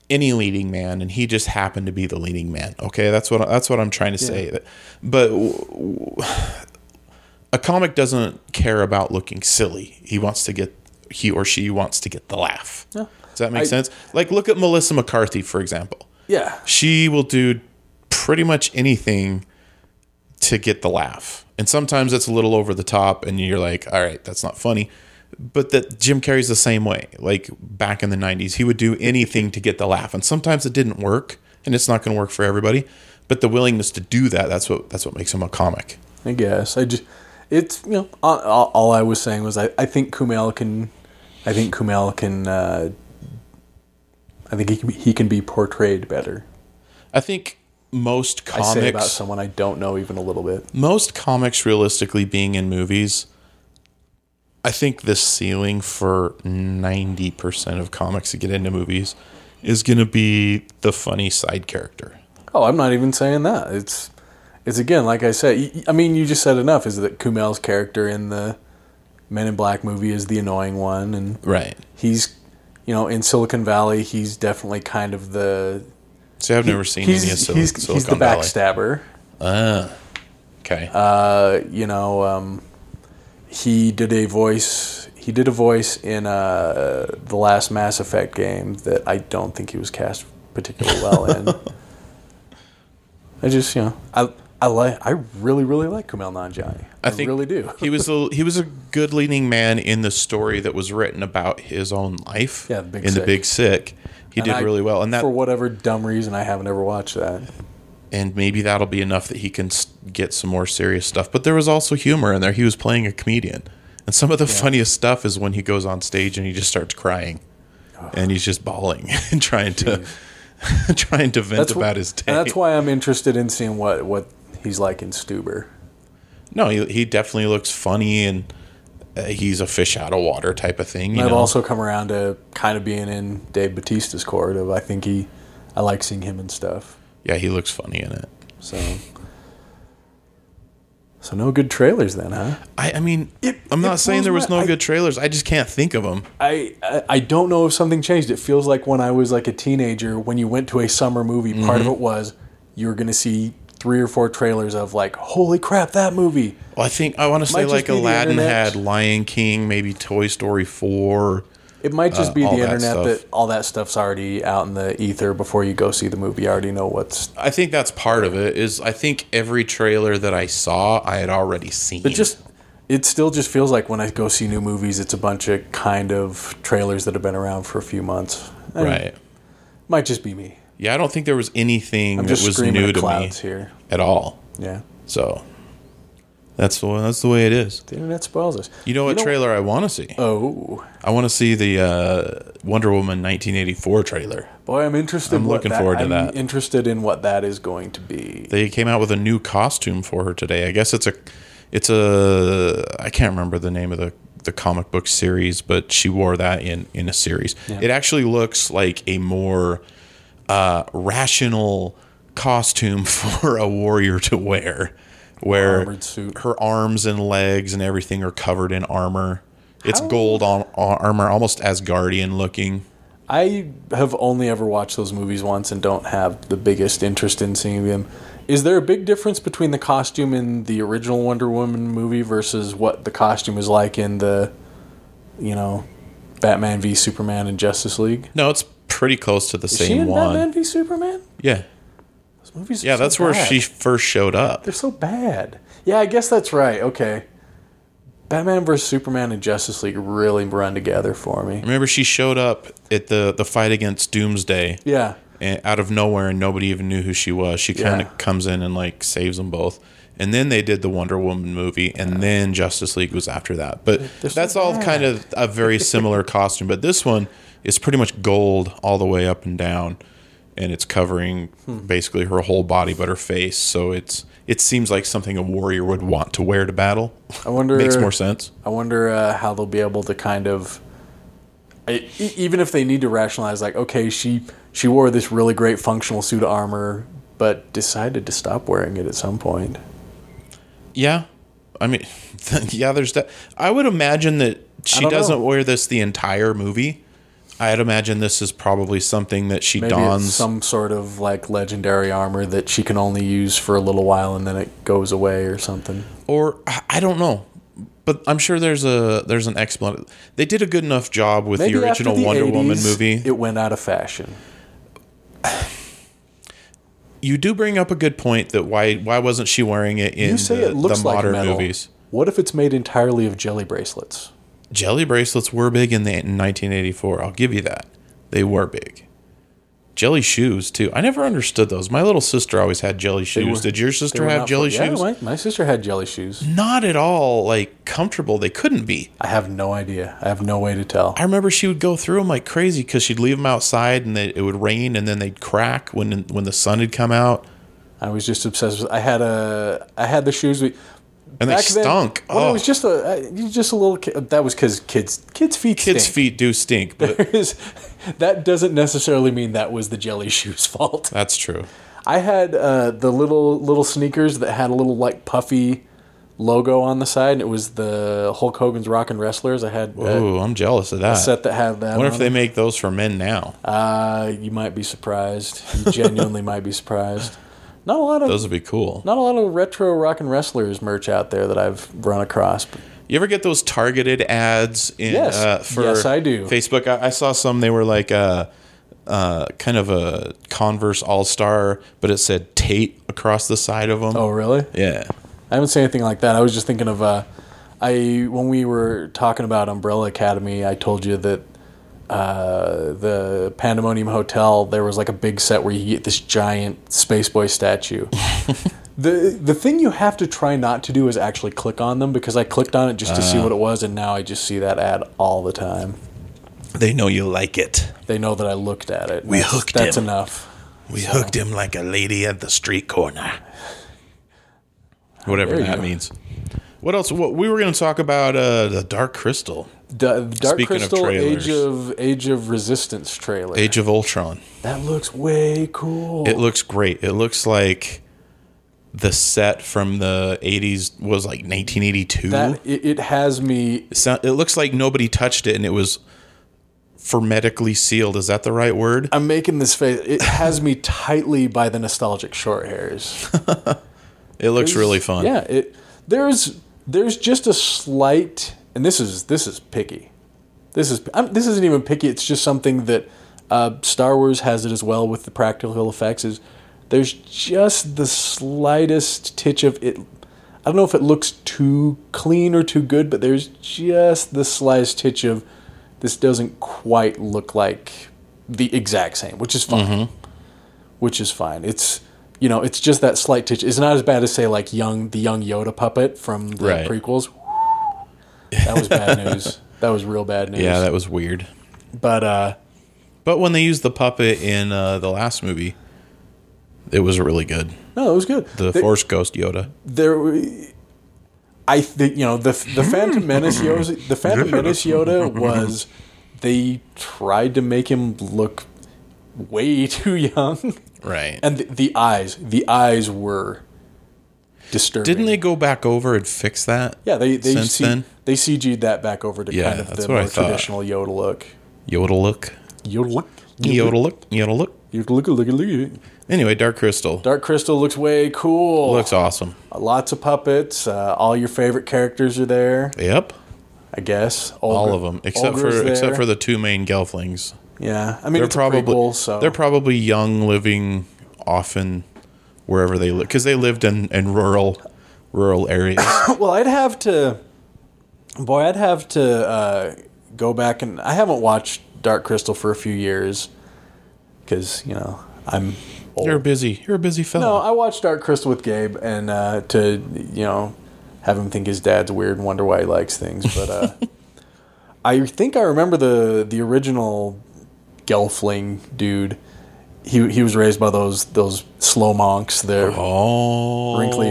[SPEAKER 2] any leading man, and he just happened to be the leading man. Okay, that's what that's what I'm trying to say. But w- w- a comic doesn't care about looking silly. He wants to get he or she wants to get the laugh. Does that make
[SPEAKER 1] I-
[SPEAKER 2] sense? Like look at Melissa McCarthy for example.
[SPEAKER 1] Yeah,
[SPEAKER 2] She will do pretty much anything to get the laugh. And sometimes it's a little over the top and you're like, all right, that's not funny. But that Jim Carrey's the same way. Like back in the 90s, he would do anything to get the laugh. And sometimes it didn't work and it's not going to work for everybody. But the willingness to do that, that's what that's what makes him a comic.
[SPEAKER 1] I guess I just it's you know all, all all I was saying was I, I think Kumail can I think Kumail can uh, I think he can be, he can be portrayed better.
[SPEAKER 2] I think most
[SPEAKER 1] I
[SPEAKER 2] comics
[SPEAKER 1] say about someone I don't know even a little bit.
[SPEAKER 2] most comics realistically being in movies i think the ceiling for 90% of comics to get into movies is going to be the funny side character
[SPEAKER 1] Oh, I'm not even saying that. It's it's again like I said. y- y- I mean, you just said enough. Is that Kumail's character in the Men in Black movie is the annoying one, and
[SPEAKER 2] right
[SPEAKER 1] he's you know in Silicon Valley he's definitely kind of the
[SPEAKER 2] see i've never seen
[SPEAKER 1] he's
[SPEAKER 2] any of Sil-
[SPEAKER 1] he's,
[SPEAKER 2] silicon
[SPEAKER 1] he's the Uh,
[SPEAKER 2] valley Ah,
[SPEAKER 1] backstabber.
[SPEAKER 2] okay
[SPEAKER 1] you know, um, he did a voice. He did a voice in uh, the last Mass Effect game that I don't think he was cast particularly well in. I just, you know, I I like. I really, really like Kumail Nanjiani. I,
[SPEAKER 2] think
[SPEAKER 1] really do.
[SPEAKER 2] he was a he was a good leading man in the story that was written about his own life.
[SPEAKER 1] Yeah, The Big
[SPEAKER 2] in the
[SPEAKER 1] Sick.
[SPEAKER 2] Big Sick, he did
[SPEAKER 1] I-
[SPEAKER 2] really well, and that
[SPEAKER 1] for whatever dumb reason I haven't ever watched that.
[SPEAKER 2] and maybe that'll be enough that he can s- get some more serious stuff. But there was also humor in there. He was playing a comedian, and some of the funniest stuff is when he goes on stage and he just starts crying, and he's just bawling and trying to trying to vent
[SPEAKER 1] wh-
[SPEAKER 2] about his day.
[SPEAKER 1] and that's why I'm interested in seeing what what he's like in Stuber.
[SPEAKER 2] no, he, he definitely looks funny and. Uh, he's a fish out of water type of thing. You
[SPEAKER 1] I've
[SPEAKER 2] know?
[SPEAKER 1] also come around to kind of being in Dave Batista's court of I think he, I like seeing him and stuff.
[SPEAKER 2] yeah, he looks funny in it.
[SPEAKER 1] So, so no good trailers then, huh?
[SPEAKER 2] I, I mean,
[SPEAKER 1] It-
[SPEAKER 2] I'm
[SPEAKER 1] it
[SPEAKER 2] not saying
[SPEAKER 1] blows
[SPEAKER 2] there was
[SPEAKER 1] my-
[SPEAKER 2] no
[SPEAKER 1] I-
[SPEAKER 2] good trailers. I just can't think of them.
[SPEAKER 1] I, I I don't know if something changed. It feels like when I was like a teenager, when you went to a summer movie, part of
[SPEAKER 2] Mm-hmm.
[SPEAKER 1] it was you were going to see three or four trailers of like, holy crap, that movie.
[SPEAKER 2] Well, I think I want to say
[SPEAKER 1] Might just
[SPEAKER 2] like
[SPEAKER 1] be the
[SPEAKER 2] Aladdin
[SPEAKER 1] internet.
[SPEAKER 2] had Lion King, maybe Toy Story four.
[SPEAKER 1] It might just
[SPEAKER 2] Uh,
[SPEAKER 1] be
[SPEAKER 2] all
[SPEAKER 1] the
[SPEAKER 2] that
[SPEAKER 1] internet
[SPEAKER 2] stuff.
[SPEAKER 1] that all that stuff's already out in the ether before you go see the movie. You already know what's.
[SPEAKER 2] I think that's part of it. Is I think every trailer that I saw, I had already seen.
[SPEAKER 1] It just it still just feels like when I go see new movies, it's a bunch of kind of trailers that have been around for a few months. And it
[SPEAKER 2] right.
[SPEAKER 1] might just be me.
[SPEAKER 2] Yeah, I don't think there was anything
[SPEAKER 1] I'm
[SPEAKER 2] that
[SPEAKER 1] just
[SPEAKER 2] was
[SPEAKER 1] screaming
[SPEAKER 2] new
[SPEAKER 1] at
[SPEAKER 2] to me
[SPEAKER 1] clouds here.
[SPEAKER 2] at all.
[SPEAKER 1] Yeah,
[SPEAKER 2] So that's the way, that's the way it is.
[SPEAKER 1] the internet spoils us.
[SPEAKER 2] You know what trailer I want to see?
[SPEAKER 1] Oh
[SPEAKER 2] I want to see the uh, Wonder Woman 1984 trailer.
[SPEAKER 1] boy, I'm interested.
[SPEAKER 2] I'm
[SPEAKER 1] what
[SPEAKER 2] looking
[SPEAKER 1] that-
[SPEAKER 2] forward to
[SPEAKER 1] I'm
[SPEAKER 2] that.
[SPEAKER 1] Interested in what that is going to be.
[SPEAKER 2] they came out with a new costume for her today. I guess it's a it's a I can't remember the name of the the comic book series, but she wore that in in a series. It actually looks like a more uh, rational costume for a warrior to wear, where
[SPEAKER 1] Armored suit.
[SPEAKER 2] her arms and legs and everything are covered in armor. It's gold on, armor, almost Asgardian looking.
[SPEAKER 1] I have only ever watched those movies once and don't have the biggest interest in seeing them. Is there a big difference between the costume in the original Wonder Woman movie versus what the costume is like in the, you know, Batman v Superman and Justice League?
[SPEAKER 2] No, it's pretty close to the
[SPEAKER 1] Is she
[SPEAKER 2] same
[SPEAKER 1] in
[SPEAKER 2] one.
[SPEAKER 1] Batman v Superman?
[SPEAKER 2] Yeah,
[SPEAKER 1] Those movies. Are
[SPEAKER 2] yeah,
[SPEAKER 1] so
[SPEAKER 2] that's where
[SPEAKER 1] bad.
[SPEAKER 2] she first showed up.
[SPEAKER 1] They're so bad. Yeah, I guess that's right. Okay. Batman vs Superman and Justice League really run together for me.
[SPEAKER 2] Remember, she showed up at the the fight against Doomsday
[SPEAKER 1] Yeah.
[SPEAKER 2] and out of nowhere, and nobody even knew who she was. She kind of
[SPEAKER 1] Yeah.
[SPEAKER 2] comes in and like saves them both. And then they did the Wonder Woman movie, and then Justice League was after that. But that's all kind of a very similar costume. But this one is pretty much gold all the way up and down, and it's covering
[SPEAKER 1] Hmm.
[SPEAKER 2] basically her whole body but her face. So it's it seems like something a warrior would want to wear to battle.
[SPEAKER 1] I wonder
[SPEAKER 2] Makes more sense.
[SPEAKER 1] I wonder uh, how they'll be able to kind of, I, e- even if they need to rationalize, like, okay, she she wore this really great functional suit of armor, but decided to stop wearing it at some point.
[SPEAKER 2] Yeah, I mean, yeah. There's that. I would imagine that she
[SPEAKER 1] don't know.
[SPEAKER 2] doesn't wear this the entire movie. I'd imagine this is probably something that she
[SPEAKER 1] Maybe it's
[SPEAKER 2] dons.
[SPEAKER 1] some sort of like legendary armor that she can only use for a little while and then it goes away or something.
[SPEAKER 2] or I I don't know. But I'm sure there's a there's an explanation. They did a good enough job with
[SPEAKER 1] Maybe
[SPEAKER 2] the original
[SPEAKER 1] after the
[SPEAKER 2] Wonder Woman
[SPEAKER 1] 80s,
[SPEAKER 2] movie.
[SPEAKER 1] it went out of fashion.
[SPEAKER 2] you do bring up a good point that why why wasn't she wearing it in
[SPEAKER 1] You say
[SPEAKER 2] the,
[SPEAKER 1] it looks
[SPEAKER 2] the
[SPEAKER 1] like
[SPEAKER 2] modern
[SPEAKER 1] metal.
[SPEAKER 2] movies?
[SPEAKER 1] What if it's made entirely of jelly bracelets?
[SPEAKER 2] Jelly bracelets were big in the in 1984. I'll give you that. They were big. Jelly shoes too. I never understood those. My little sister always had jelly shoes.
[SPEAKER 1] were-
[SPEAKER 2] Did your
[SPEAKER 1] They
[SPEAKER 2] sister
[SPEAKER 1] were
[SPEAKER 2] have
[SPEAKER 1] not
[SPEAKER 2] jelly
[SPEAKER 1] for- yeah,
[SPEAKER 2] shoes?
[SPEAKER 1] my, my sister had jelly shoes.
[SPEAKER 2] Not at all like comfortable. They couldn't be.
[SPEAKER 1] I have no idea. I have no way to tell.
[SPEAKER 2] I remember she would go through them like crazy because she'd leave them outside and they, it would rain and then they'd crack when when the sun had come out
[SPEAKER 1] I was just obsessed with. I had a. I had the shoes. We,
[SPEAKER 2] and they stunk.
[SPEAKER 1] Then, well,
[SPEAKER 2] oh,
[SPEAKER 1] it was just a. I- you was just a little. Ki- that was because kids. Kids' feet.
[SPEAKER 2] kids'
[SPEAKER 1] stink.
[SPEAKER 2] feet do stink, but
[SPEAKER 1] that doesn't necessarily mean that was the jelly shoes' fault.
[SPEAKER 2] that's true.
[SPEAKER 1] I had uh, the little little sneakers that had a little like puffy logo on the side, and it was the Hulk Hogan's Rockin' Wrestlers. I had a
[SPEAKER 2] Ooh, I'm jealous of that.
[SPEAKER 1] set that had that.
[SPEAKER 2] I wonder if
[SPEAKER 1] on
[SPEAKER 2] they
[SPEAKER 1] it.
[SPEAKER 2] make those for men now.
[SPEAKER 1] Uh, you might be surprised. You genuinely might be surprised. Not a lot of
[SPEAKER 2] Those would be cool.
[SPEAKER 1] not a lot of retro rock and wrestlers merch out there that I've run across. but
[SPEAKER 2] You ever get those targeted ads in
[SPEAKER 1] Yes.
[SPEAKER 2] uh, for
[SPEAKER 1] Yes, I do.
[SPEAKER 2] Facebook? I, I saw some. They were like, uh, uh, kind of a Converse All Star, but it said Tate across the side of them.
[SPEAKER 1] Oh, really?
[SPEAKER 2] yeah.
[SPEAKER 1] I haven't seen anything like that. I was just thinking of uh, I when we were talking about Umbrella Academy, I told you that uh, the Pandemonium Hotel there was like a big set where you get this giant Space Boy statue. the The thing you have to try not to do is actually click on them because I clicked on it just to
[SPEAKER 2] Uh.
[SPEAKER 1] see what it was, and now I just see that ad all the time.
[SPEAKER 2] They know you like it.
[SPEAKER 1] They know that I looked at it. and
[SPEAKER 2] We
[SPEAKER 1] that's,
[SPEAKER 2] hooked
[SPEAKER 1] That's
[SPEAKER 2] him.
[SPEAKER 1] enough.
[SPEAKER 2] We hooked him like a lady at the street corner. Whatever
[SPEAKER 1] Ah, There you
[SPEAKER 2] that
[SPEAKER 1] go.
[SPEAKER 2] means. What else? What, we were going to talk about uh, the Dark Crystal,
[SPEAKER 1] Da- uh, Dark
[SPEAKER 2] Speaking of
[SPEAKER 1] Crystal,
[SPEAKER 2] trailers.
[SPEAKER 1] Age of Age of Resistance trailer.
[SPEAKER 2] Age of Ultron.
[SPEAKER 1] that looks way cool.
[SPEAKER 2] It looks great. It looks like the set from the 80s was like 1982.
[SPEAKER 1] That it, it has me.
[SPEAKER 2] It sound- it looks like nobody touched it and it was hermetically sealed. Is that the right word?
[SPEAKER 1] I'm making this face. It has me tightly by the nostalgic short hairs.
[SPEAKER 2] It looks really fun.
[SPEAKER 1] Yeah. It there's there's just a slight, and this is this is picky. This is I'm, this isn't even picky. It's just something that uh, Star Wars has it as well with the practical effects. Is there's just the slightest titch of it. I don't know if it looks too clean or too good, but there's just the slightest titch of this doesn't quite look like the exact same, which is
[SPEAKER 2] Mm-hmm.
[SPEAKER 1] fine. Which is fine. It's you know, it's just that slight titch. It's not as bad as say like young the young Yoda puppet from the
[SPEAKER 2] Right.
[SPEAKER 1] prequels. That was bad news. That was real bad news.
[SPEAKER 2] Yeah, that was weird.
[SPEAKER 1] but uh,
[SPEAKER 2] But when they used the puppet in uh, the last movie, it was really good.
[SPEAKER 1] no, it was good.
[SPEAKER 2] The
[SPEAKER 1] There-
[SPEAKER 2] Force Ghost Yoda.
[SPEAKER 1] there w- I think you know the the Phantom Menace Yoda the Phantom Menace Yoda was they tried to make him look way too young
[SPEAKER 2] Right.
[SPEAKER 1] and the, the eyes the eyes were disturbing
[SPEAKER 2] Didn't they go back over and fix that?
[SPEAKER 1] yeah they they
[SPEAKER 2] since
[SPEAKER 1] C-
[SPEAKER 2] then?
[SPEAKER 1] they CG'd that back over to
[SPEAKER 2] Yeah,
[SPEAKER 1] kind of the
[SPEAKER 2] that's what I
[SPEAKER 1] more
[SPEAKER 2] thought.
[SPEAKER 1] traditional Yoda look
[SPEAKER 2] Yoda look.
[SPEAKER 1] Yoda look
[SPEAKER 2] Yoda look. Yoda look.
[SPEAKER 1] Yoda look look look
[SPEAKER 2] Anyway, Dark Crystal
[SPEAKER 1] Dark Crystal looks way cool
[SPEAKER 2] looks awesome.
[SPEAKER 1] lots of puppets uh, all your favorite characters are there
[SPEAKER 2] Yep.
[SPEAKER 1] I guess
[SPEAKER 2] All
[SPEAKER 1] Olga-
[SPEAKER 2] of them except
[SPEAKER 1] Olga's
[SPEAKER 2] for
[SPEAKER 1] there.
[SPEAKER 2] except for the two main gelflings.
[SPEAKER 1] Yeah, I mean
[SPEAKER 2] They're
[SPEAKER 1] it's
[SPEAKER 2] probably
[SPEAKER 1] a prequel, so
[SPEAKER 2] they're probably young, living often wherever they live because they lived in, in rural rural areas.
[SPEAKER 1] well, I'd have to, boy, I'd have to uh, go back and I haven't watched Dark Crystal for a few years because you know I'm old.
[SPEAKER 2] You're busy. You're a busy
[SPEAKER 1] no,
[SPEAKER 2] fellow.
[SPEAKER 1] Oh, I watched Dark Crystal with Gabe and uh, to you know have him think his dad's weird and wonder why he likes things, but uh, I think I remember the the original Gelfling dude. He, he was raised by those those slow monks, the
[SPEAKER 2] oh,
[SPEAKER 1] wrinkly,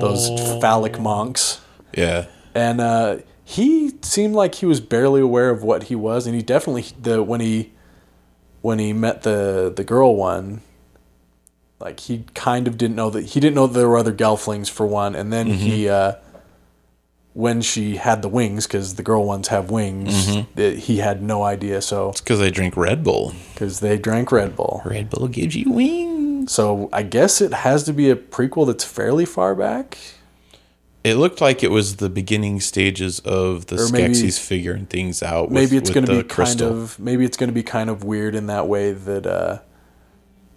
[SPEAKER 1] those phallic monks.
[SPEAKER 2] Yeah.
[SPEAKER 1] and uh, he seemed like he was barely aware of what he was, and he definitely the when he when he met the the girl one, like he kind of didn't know that he didn't know there were other Gelflings for one, and then he uh, when she had the wings because the girl ones have wings, that he had no idea, so
[SPEAKER 2] Because they drink Red Bull.
[SPEAKER 1] because they drank Red Bull,
[SPEAKER 2] Red Bull gives you wings.
[SPEAKER 1] so I guess it has to be a prequel that's fairly far back.
[SPEAKER 2] It looked like it was the beginning stages of the
[SPEAKER 1] Or maybe-
[SPEAKER 2] Skeksis figuring things out. With,
[SPEAKER 1] maybe it's
[SPEAKER 2] with
[SPEAKER 1] going to
[SPEAKER 2] the
[SPEAKER 1] be kind of maybe it's going to be kind of weird in that way that uh,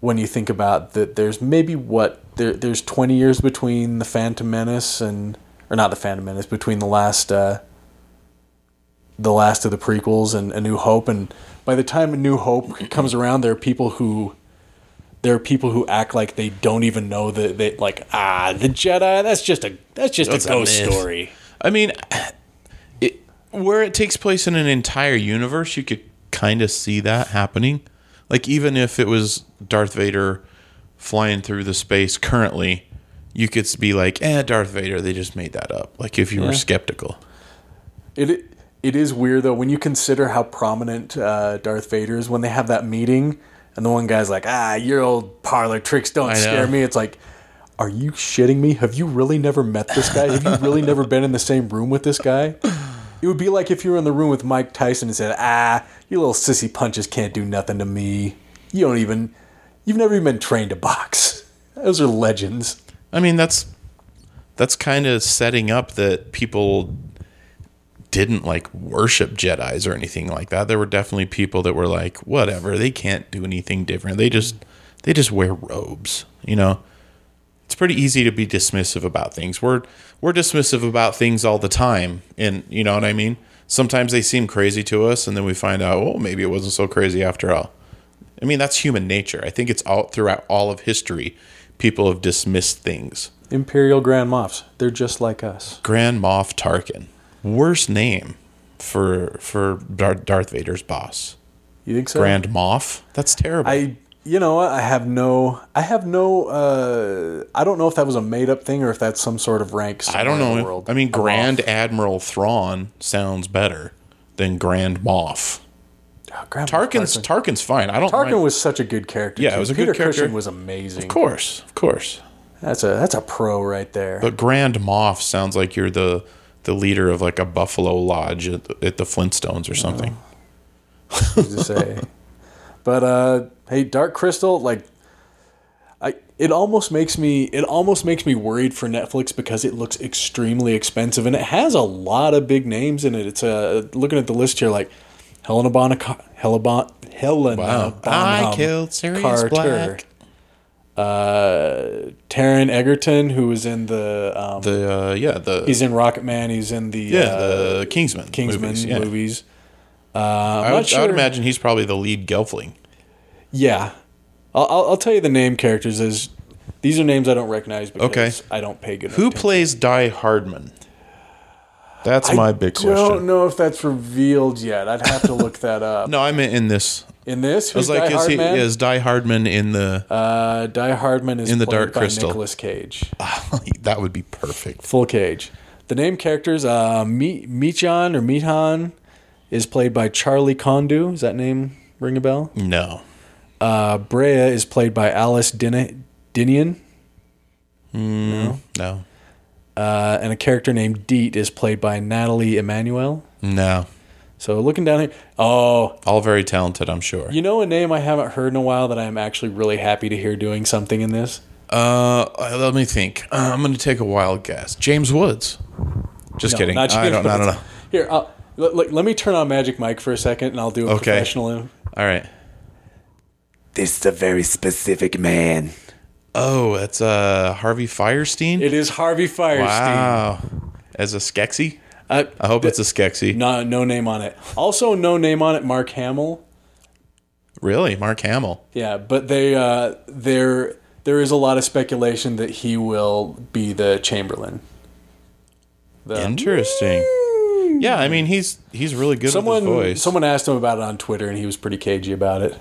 [SPEAKER 1] when you think about that there's maybe what there, there's 20 years between the phantom menace and or not the phantom menace between the last uh, the last of the prequels and a new hope and by the time a new hope comes around there are people who there are people who act like they don't even know that they like ah the jedi that's just a that's just
[SPEAKER 2] That's
[SPEAKER 1] a
[SPEAKER 2] a
[SPEAKER 1] ghost
[SPEAKER 2] myth."
[SPEAKER 1] story
[SPEAKER 2] I mean, it, where it takes place in an entire universe, you could kind of see that happening. Like even if it was Darth Vader flying through the space currently, you could be like, "Eh, Darth Vader, they just made that up." Like if you were skeptical.
[SPEAKER 1] It it is weird though when you consider how prominent uh, Darth Vader is when they have that meeting, and the one guy's like, "Ah, your old parlor tricks don't
[SPEAKER 2] know.
[SPEAKER 1] scare me." It's like, are you shitting me? Have you really never met this guy? Have you really never been in the same room with this guy? It would be like if you were in the room with Mike Tyson and said, "Ah, you little sissy punches can't do nothing to me. You don't even, you've never even been trained to box. Those are legends."
[SPEAKER 2] I mean, that's that's kind of setting up that people didn't like worship Jedi's or anything like that. There were definitely people that were like, whatever, they can't do anything different. They just they just wear robes, you know. It's pretty easy to be dismissive about things. We're we're dismissive about things all the time, and you know what I mean. Sometimes they seem crazy to us, and then we find out, oh, maybe it wasn't so crazy after all. I mean, that's human nature. I think it's all throughout all of history, people have dismissed things.
[SPEAKER 1] Imperial Grand Moffs. They're just like us.
[SPEAKER 2] Grand Moff Tarkin. Worst name for for Dar- Darth Vader's boss.
[SPEAKER 1] You think so?
[SPEAKER 2] Grand Moff. That's terrible.
[SPEAKER 1] I you know what? I have no I have no uh I don't know if that was a made up thing or if that's some sort of rank.
[SPEAKER 2] I don't
[SPEAKER 1] somewhere in the
[SPEAKER 2] know.
[SPEAKER 1] world.
[SPEAKER 2] I mean,
[SPEAKER 1] A
[SPEAKER 2] Grand
[SPEAKER 1] Moff.
[SPEAKER 2] Admiral Thrawn sounds better than Grand Moff.
[SPEAKER 1] Oh, Grand Moff
[SPEAKER 2] Tarkin's
[SPEAKER 1] Tarkin,
[SPEAKER 2] Tarkin's fine. I don't.
[SPEAKER 1] Tarkin
[SPEAKER 2] mind.
[SPEAKER 1] was such a good character.
[SPEAKER 2] Yeah, it
[SPEAKER 1] too.
[SPEAKER 2] was a good
[SPEAKER 1] Peter
[SPEAKER 2] character.
[SPEAKER 1] Cushing was amazing.
[SPEAKER 2] of course, of course.
[SPEAKER 1] That's a that's a pro right there.
[SPEAKER 2] But Grand Moff sounds like you're the the leader of like a Buffalo Lodge at the, at the Flintstones or something.
[SPEAKER 1] to say. But uh, hey, Dark Crystal, like, I it almost makes me it almost makes me worried for Netflix because it looks extremely expensive and it has a lot of big names in it. It's uh, looking at the list here, like Helena Bonham, Car- Helena, bon- Helena
[SPEAKER 2] Wow.
[SPEAKER 1] Bonham
[SPEAKER 2] I killed Sirius Black.
[SPEAKER 1] Uh, Taron Egerton, who was in the um,
[SPEAKER 2] The uh, yeah the
[SPEAKER 1] he's in Rocket Man, he's in the
[SPEAKER 2] yeah
[SPEAKER 1] uh,
[SPEAKER 2] the Kingsman
[SPEAKER 1] Kingsman
[SPEAKER 2] movies,
[SPEAKER 1] movies. Uh,
[SPEAKER 2] yeah.
[SPEAKER 1] I'm
[SPEAKER 2] I
[SPEAKER 1] not
[SPEAKER 2] would, I
[SPEAKER 1] sure.
[SPEAKER 2] would imagine he's probably the lead Gelfling.
[SPEAKER 1] Yeah, I'll, I'll, I'll tell you the name characters as these are names I don't recognize because
[SPEAKER 2] Okay.
[SPEAKER 1] I don't pay good.
[SPEAKER 2] Who
[SPEAKER 1] attention.
[SPEAKER 2] plays Die Hardman? That's my big
[SPEAKER 1] I
[SPEAKER 2] question.
[SPEAKER 1] don't know if that's revealed yet. I'd have to look that up.
[SPEAKER 2] No, I meant in this.
[SPEAKER 1] In this,
[SPEAKER 2] I was
[SPEAKER 1] who's
[SPEAKER 2] like,
[SPEAKER 1] Die
[SPEAKER 2] is he
[SPEAKER 1] Hardman?
[SPEAKER 2] is Die Hardman in the?
[SPEAKER 1] uh, Die Hardman is
[SPEAKER 2] in the
[SPEAKER 1] played
[SPEAKER 2] Dark
[SPEAKER 1] by
[SPEAKER 2] Crystal?
[SPEAKER 1] Nicolas Cage,
[SPEAKER 2] that would be perfect.
[SPEAKER 1] full Cage. The name characters, uh, Mi- Michan or Mihan, is played by Charlie Condu. Is that name ring a bell?
[SPEAKER 2] No,
[SPEAKER 1] Uh, Brea is played by Alice Din- Dinian,
[SPEAKER 2] no,
[SPEAKER 1] uh, and a character named Deet is played by Natalie Emmanuel.
[SPEAKER 2] no.
[SPEAKER 1] So looking down here, oh,
[SPEAKER 2] All very talented, I'm sure.
[SPEAKER 1] you know a name I haven't heard in a while that I'm actually really happy to hear doing something in this.
[SPEAKER 2] Uh, uh, let me think. Uh, I'm going to take a wild guess. James Woods. Just
[SPEAKER 1] No,
[SPEAKER 2] kidding.
[SPEAKER 1] not
[SPEAKER 2] I
[SPEAKER 1] James
[SPEAKER 2] don't. I don't
[SPEAKER 1] Woods.
[SPEAKER 2] know.
[SPEAKER 1] Here, I'll, let, let, let me turn on Magic Mike for a second, and I'll do a
[SPEAKER 2] Okay.
[SPEAKER 1] professional. in-
[SPEAKER 2] All right.
[SPEAKER 4] This is a very specific man.
[SPEAKER 2] Oh, that's uh Harvey Firestein.
[SPEAKER 1] It is Harvey Firestein.
[SPEAKER 2] wow. As a Skeksis.
[SPEAKER 1] Uh,
[SPEAKER 2] I hope it's a Skeksis.
[SPEAKER 1] no, no name on it. Also, no name on it. Mark Hamill.
[SPEAKER 2] Really, Mark Hamill.
[SPEAKER 1] Yeah, but they uh, there there is a lot of speculation that he will be the Chamberlain. The-
[SPEAKER 2] Interesting. Yeah, I mean he's he's really good with his
[SPEAKER 1] Someone,
[SPEAKER 2] voice.
[SPEAKER 1] someone asked him about it on Twitter, and he was pretty cagey about it.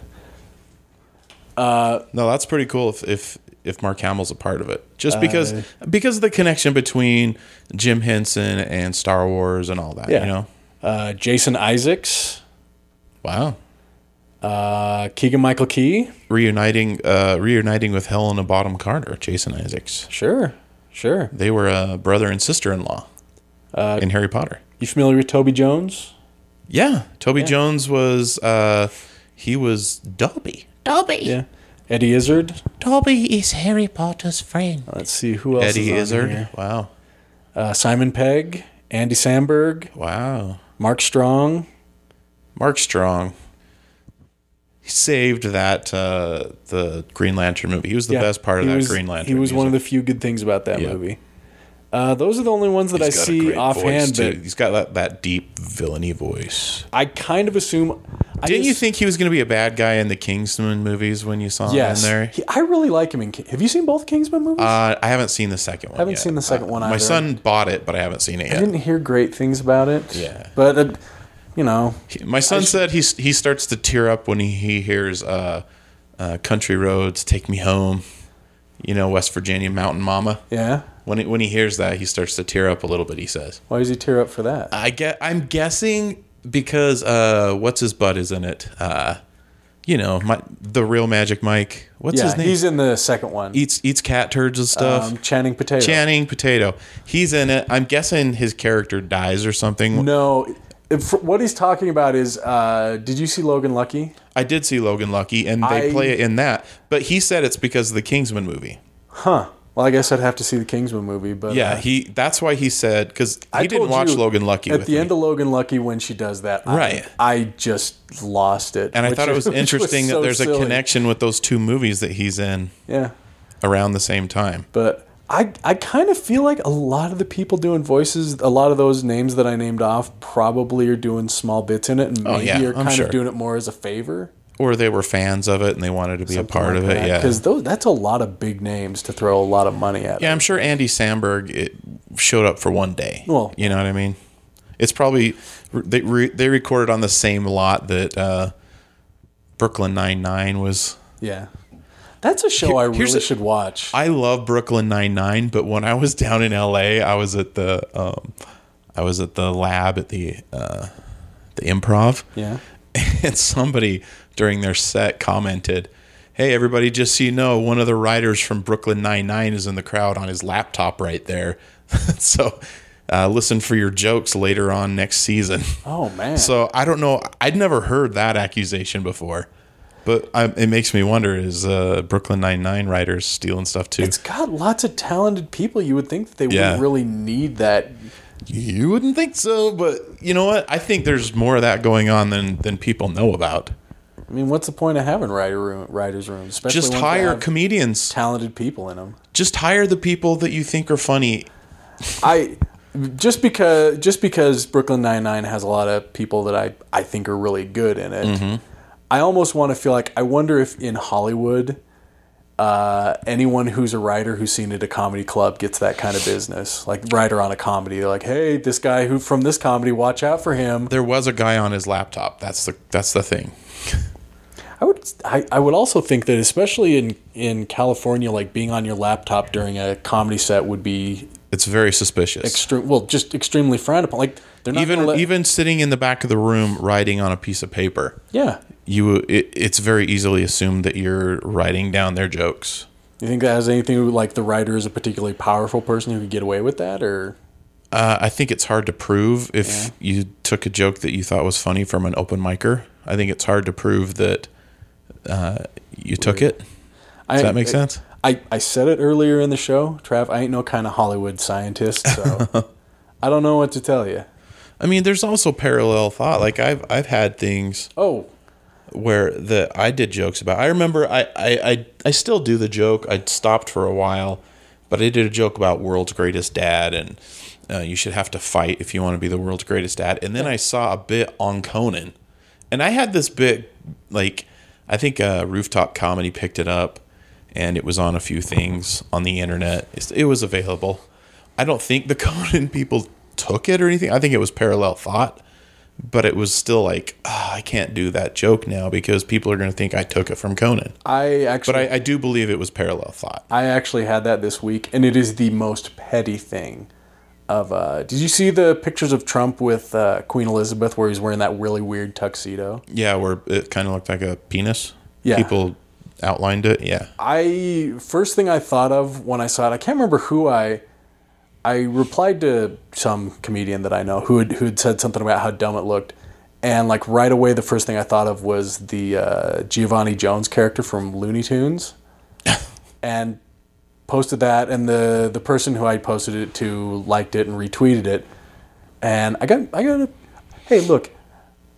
[SPEAKER 2] No, that's pretty cool if if, if Mark Hamill's a part of it. Just because because of the connection between Jim Henson and Star Wars and all that,
[SPEAKER 1] Yeah.
[SPEAKER 2] you know.
[SPEAKER 1] Uh, Jason Isaacs,
[SPEAKER 2] Wow.
[SPEAKER 1] uh, Keegan Michael Key.
[SPEAKER 2] Reuniting uh reuniting with Helena Bottom Carter, Jason Isaacs.
[SPEAKER 1] Sure, sure.
[SPEAKER 2] They were a brother and sister-in-law
[SPEAKER 1] Uh,
[SPEAKER 2] in Harry Potter.
[SPEAKER 1] You familiar with Toby Jones?
[SPEAKER 2] Yeah, Toby Jones was uh he was Dobby.
[SPEAKER 5] Dobby.
[SPEAKER 1] Yeah. Eddie Izzard.
[SPEAKER 5] Dobby is Harry Potter's friend.
[SPEAKER 1] Let's see who else. is
[SPEAKER 2] Eddie
[SPEAKER 1] on
[SPEAKER 2] Izzard.
[SPEAKER 1] here.
[SPEAKER 2] Wow.
[SPEAKER 1] Uh, Simon Pegg, Andy Samberg,
[SPEAKER 2] Wow.
[SPEAKER 1] Mark Strong.
[SPEAKER 2] Mark Strong he saved that uh, the Green Lantern movie. He was the
[SPEAKER 1] Yeah,
[SPEAKER 2] best part of
[SPEAKER 1] he
[SPEAKER 2] that
[SPEAKER 1] was-
[SPEAKER 2] Green Lantern.
[SPEAKER 1] He was one of the
[SPEAKER 2] music.
[SPEAKER 1] few good things about that movie. Uh, those are the only ones that I
[SPEAKER 2] He's got a
[SPEAKER 1] see
[SPEAKER 2] great
[SPEAKER 1] offhand,
[SPEAKER 2] voice, too.
[SPEAKER 1] but
[SPEAKER 2] he's got that, that deep villainy voice.
[SPEAKER 1] I kind of assume. I
[SPEAKER 2] Didn't you
[SPEAKER 1] just-
[SPEAKER 2] think he was going to be a bad guy in the Kingsman movies when you saw
[SPEAKER 1] Yes,
[SPEAKER 2] him in there?
[SPEAKER 1] He- I really like him. In, Ki- have you seen both Kingsman movies?
[SPEAKER 2] uh, I haven't seen the second one. I
[SPEAKER 1] haven't seen the second one
[SPEAKER 2] My
[SPEAKER 1] either.
[SPEAKER 2] son bought it, but I haven't seen it
[SPEAKER 1] I
[SPEAKER 2] yet.
[SPEAKER 1] didn't hear great things about it.
[SPEAKER 2] Yeah.
[SPEAKER 1] But, uh, you know,
[SPEAKER 2] He- My son said he he starts to tear up when he, he hears uh, uh, "Country Roads Take Me Home," you know, West Virginia Mountain Mama.
[SPEAKER 1] yeah.
[SPEAKER 2] When he, when he hears that, he starts to tear up a little bit. He says,
[SPEAKER 1] Why does he tear up for that?
[SPEAKER 2] "I get. I'm guessing because uh, what's his butt is in it. Uh, you know, my, the real Magic Mike. What's
[SPEAKER 1] yeah,
[SPEAKER 2] his name?
[SPEAKER 1] he's in the second one.
[SPEAKER 2] eats eats cat turds and stuff.
[SPEAKER 1] Um, Channing Potato.
[SPEAKER 2] Channing Potato. He's in it. I'm guessing his character dies or something.
[SPEAKER 1] No, if, what he's talking about is, uh, did you see Logan Lucky?
[SPEAKER 2] I did see Logan Lucky, and they
[SPEAKER 1] I-
[SPEAKER 2] play it in that. But he said it's because of the Kingsman movie.
[SPEAKER 1] Huh. Well, I guess I'd have to see the Kingsman movie, but
[SPEAKER 2] Yeah,
[SPEAKER 1] uh,
[SPEAKER 2] he. That's why he said because he
[SPEAKER 1] I
[SPEAKER 2] didn't
[SPEAKER 1] told
[SPEAKER 2] watch
[SPEAKER 1] you,
[SPEAKER 2] Logan Lucky
[SPEAKER 1] at
[SPEAKER 2] with
[SPEAKER 1] the
[SPEAKER 2] me.
[SPEAKER 1] end of Logan Lucky when she does that. I-
[SPEAKER 2] Right.
[SPEAKER 1] I, just lost it,
[SPEAKER 2] and I
[SPEAKER 1] which-
[SPEAKER 2] thought it was
[SPEAKER 1] which
[SPEAKER 2] interesting
[SPEAKER 1] so
[SPEAKER 2] that there's
[SPEAKER 1] silly.
[SPEAKER 2] a connection with those two movies that he's in
[SPEAKER 1] Yeah,
[SPEAKER 2] around the same time.
[SPEAKER 1] but I I kind of feel like a lot of the people doing voices, a lot of those names that I named off, probably are doing small bits in it, and maybe
[SPEAKER 2] Oh, yeah,
[SPEAKER 1] are
[SPEAKER 2] I'm
[SPEAKER 1] kind
[SPEAKER 2] sure.
[SPEAKER 1] of doing it more as a favor.
[SPEAKER 2] Or they were fans of it and they wanted to be a part of it. Yeah.
[SPEAKER 1] because those that's a lot of big names to throw a lot of money at.
[SPEAKER 2] Yeah, I'm sure Andy Samberg it showed up for one day.
[SPEAKER 1] Well-
[SPEAKER 2] you know what I mean. It's probably they re, they recorded on the same lot that uh, Brooklyn Nine Nine was.
[SPEAKER 1] yeah. That's a show I
[SPEAKER 2] here's
[SPEAKER 1] really
[SPEAKER 2] a-
[SPEAKER 1] should watch.
[SPEAKER 2] I love Brooklyn Nine Nine, but when I was down in L.A., I was at the um, I was at the lab at the uh, the Improv.
[SPEAKER 1] yeah.
[SPEAKER 2] and somebody during their set commented, "Hey, everybody, just so you know, one of the writers from Brooklyn Nine Nine is in the crowd on his laptop right there. so, uh, listen for your jokes later on next season."
[SPEAKER 1] Oh man.
[SPEAKER 2] So I don't know. I'd never heard that accusation before, but I, it makes me wonder: is uh, Brooklyn Nine Nine writers stealing stuff too?
[SPEAKER 1] It's got lots of talented people. You would think that they
[SPEAKER 2] Yeah.
[SPEAKER 1] wouldn't really need that.
[SPEAKER 2] you wouldn't think so, but you know what? I think there's more of that going on than than people know about.
[SPEAKER 1] I mean, what's the point of having writer room, writers' rooms? Especially
[SPEAKER 2] Just
[SPEAKER 1] ones that
[SPEAKER 2] hire
[SPEAKER 1] have
[SPEAKER 2] comedians.
[SPEAKER 1] talented people in them.
[SPEAKER 2] just hire the people that you think are funny.
[SPEAKER 1] I just because just because Brooklyn Nine Nine has a lot of people that I I think are really good in it.
[SPEAKER 2] Mm-hmm.
[SPEAKER 1] I almost want to feel like I wonder if in Hollywood, uh, anyone who's a writer who's seen it at a comedy club gets that kind of business. Like writer on a comedy, they're like, hey, this guy who from this comedy, watch out for him.
[SPEAKER 2] There was a guy on his laptop. That's the that's the thing.
[SPEAKER 1] I would I, I would also think that especially in in California, like being on your laptop during a comedy set would be
[SPEAKER 2] It's very suspicious.
[SPEAKER 1] extreme. Well, just extremely frowned upon. Like they're not
[SPEAKER 2] even
[SPEAKER 1] gonna let-
[SPEAKER 2] even sitting in the back of the room writing on a piece of paper,
[SPEAKER 1] yeah.
[SPEAKER 2] you it, it's very easily assumed that you're writing down their jokes.
[SPEAKER 1] You think that has anything to do with, like the writer is a particularly powerful person who could get away with that, or
[SPEAKER 2] Uh, I think it's hard to prove if you took a joke that you thought was funny from an open micer. I think it's hard to prove that uh, you took it.
[SPEAKER 1] I,
[SPEAKER 2] Does that make sense?
[SPEAKER 1] I, I said it earlier in the show, Trav. I ain't no kind of Hollywood scientist, so I don't know what to tell you.
[SPEAKER 2] I mean, there's also parallel thought. Like I've I've had things
[SPEAKER 1] Oh,
[SPEAKER 2] where the I did jokes about. I remember I I I, I still do the joke. I stopped for a while, but I did a joke about world's greatest dad and uh, you should have to fight if you want to be the world's greatest dad. And then I saw a bit on Conan, and I had this bit like I think uh, rooftop comedy picked it up, and it was on a few things on the internet. It's, it was available. I don't think the Conan people took it or anything. I think it was parallel thought but it was still like "Ah, I can't do that joke now because people are going to think I took it from Conan.
[SPEAKER 1] I
[SPEAKER 2] But
[SPEAKER 1] actually
[SPEAKER 2] I, I do believe it was parallel thought.
[SPEAKER 1] I actually had that this week, and it is the most petty thing. Of uh, did you see the pictures of Trump with uh, Queen Elizabeth where he's wearing that really weird tuxedo?
[SPEAKER 2] Yeah, where it kind of looked like a penis.
[SPEAKER 1] Yeah.
[SPEAKER 2] people outlined it. Yeah,
[SPEAKER 1] I first thing I thought of when I saw it, I can't remember who I. I replied to some comedian that I know who had, who had said something about how dumb it looked, and like right away, the first thing I thought of was the uh, Giovanni Jones character from Looney Tunes, and posted that, and the the person who I posted it to liked it and retweeted it, and I got I got a, hey look,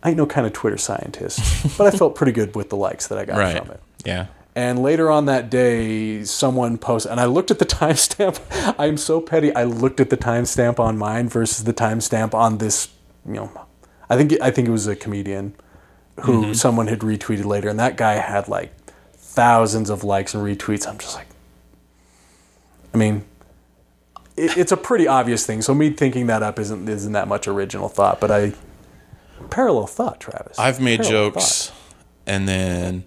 [SPEAKER 1] I ain't no kind of Twitter scientist, but I felt pretty good with the likes that I got
[SPEAKER 2] right.
[SPEAKER 1] from it.
[SPEAKER 2] Yeah,
[SPEAKER 1] And later on that day, someone posted, and I looked at the timestamp. I'm so petty. I looked at the timestamp on mine versus the timestamp on this. You know, I think I think it was a comedian who
[SPEAKER 2] Mm-hmm.
[SPEAKER 1] someone had retweeted later, and that guy had like thousands of likes and retweets. I'm just like, I mean, it, it's a pretty obvious thing. So me thinking that up isn't isn't that much original thought, but I parallel thought, Travis.
[SPEAKER 2] I've made
[SPEAKER 1] Parallel
[SPEAKER 2] jokes, and then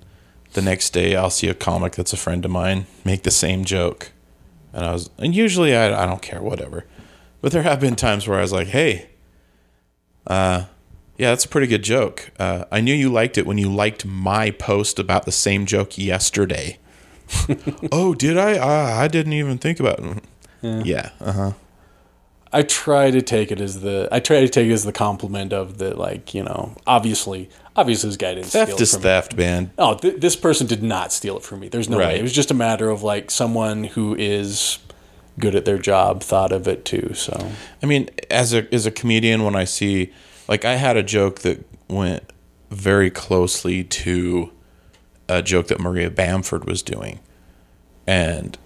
[SPEAKER 2] the next day I'll see a comic that's a friend of mine make the same joke, and I was and usually I I don't care whatever, but there have been times where I was like, hey, uh, yeah, that's a pretty good joke. Uh, I knew you liked it when you liked my post about the same joke yesterday. uh-huh. oh, did I? Uh, I didn't even think about. Yeah, yeah uh huh.
[SPEAKER 1] I try to take it as the I try to take it as the compliment of the like you know obviously obviously this guy didn't
[SPEAKER 2] Theft
[SPEAKER 1] steal
[SPEAKER 2] is
[SPEAKER 1] it from
[SPEAKER 2] theft, man.
[SPEAKER 1] oh th- this person did not steal it from me there's no
[SPEAKER 2] Right.
[SPEAKER 1] way it was just a matter of like someone who is good at their job thought of it too so
[SPEAKER 2] I mean, as a as a comedian, when I see like I had a joke that went very closely to a joke that Maria Bamford was doing, and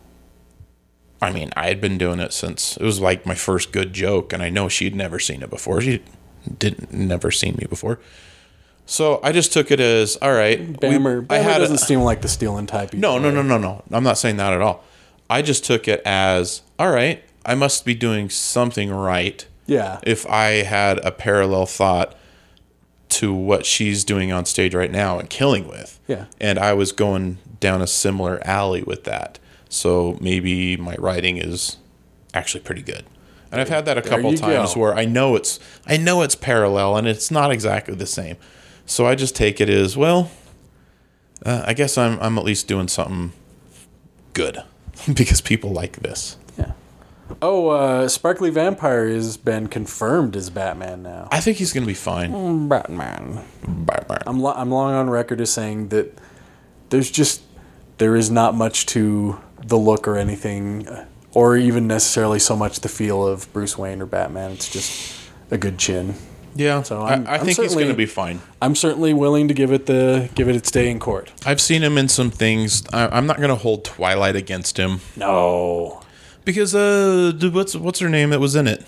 [SPEAKER 2] I mean, I had been doing it since it was like my first good joke, and I know she'd never seen it before. She didn't never seen me before. So I just took it as all right. we-
[SPEAKER 1] Bammer,
[SPEAKER 2] I
[SPEAKER 1] Bammer
[SPEAKER 2] had
[SPEAKER 1] doesn't
[SPEAKER 2] a,
[SPEAKER 1] seem like the stealing type
[SPEAKER 2] no, no, no, no, no. I'm not saying that at all. I just took it as all right. I must be doing something right
[SPEAKER 1] yeah
[SPEAKER 2] if I had a parallel thought to what she's doing on stage right now and killing with.
[SPEAKER 1] Yeah.
[SPEAKER 2] And I was going down a similar alley with that. So maybe my writing is actually pretty good. And I've had that a couple
[SPEAKER 1] you
[SPEAKER 2] times
[SPEAKER 1] go.
[SPEAKER 2] where I know it's I know it's parallel and it's not exactly the same. So I just take it as, well, uh, I guess I'm I'm at least doing something good because people like this.
[SPEAKER 1] yeah oh uh sparkly vampire has been confirmed as batman now
[SPEAKER 2] I think he's going to be
[SPEAKER 1] Mm.
[SPEAKER 2] fine.
[SPEAKER 1] batman
[SPEAKER 2] Batman.
[SPEAKER 1] I'm, lo- I'm long on record as saying that there's just there is not much to the look or anything uh, or even necessarily so much the feel of bruce wayne or batman it's just a good chin
[SPEAKER 2] Yeah,
[SPEAKER 1] So
[SPEAKER 2] I,
[SPEAKER 1] I'm-
[SPEAKER 2] I
[SPEAKER 1] I'm
[SPEAKER 2] think he's going to
[SPEAKER 1] certainly-
[SPEAKER 2] be fine.
[SPEAKER 1] i'm certainly willing to give it the give it its day in court
[SPEAKER 2] I've seen him in some things. I, I'm not going to hold Twilight against him
[SPEAKER 1] no
[SPEAKER 2] because uh, dude, what's what's her name that was in it?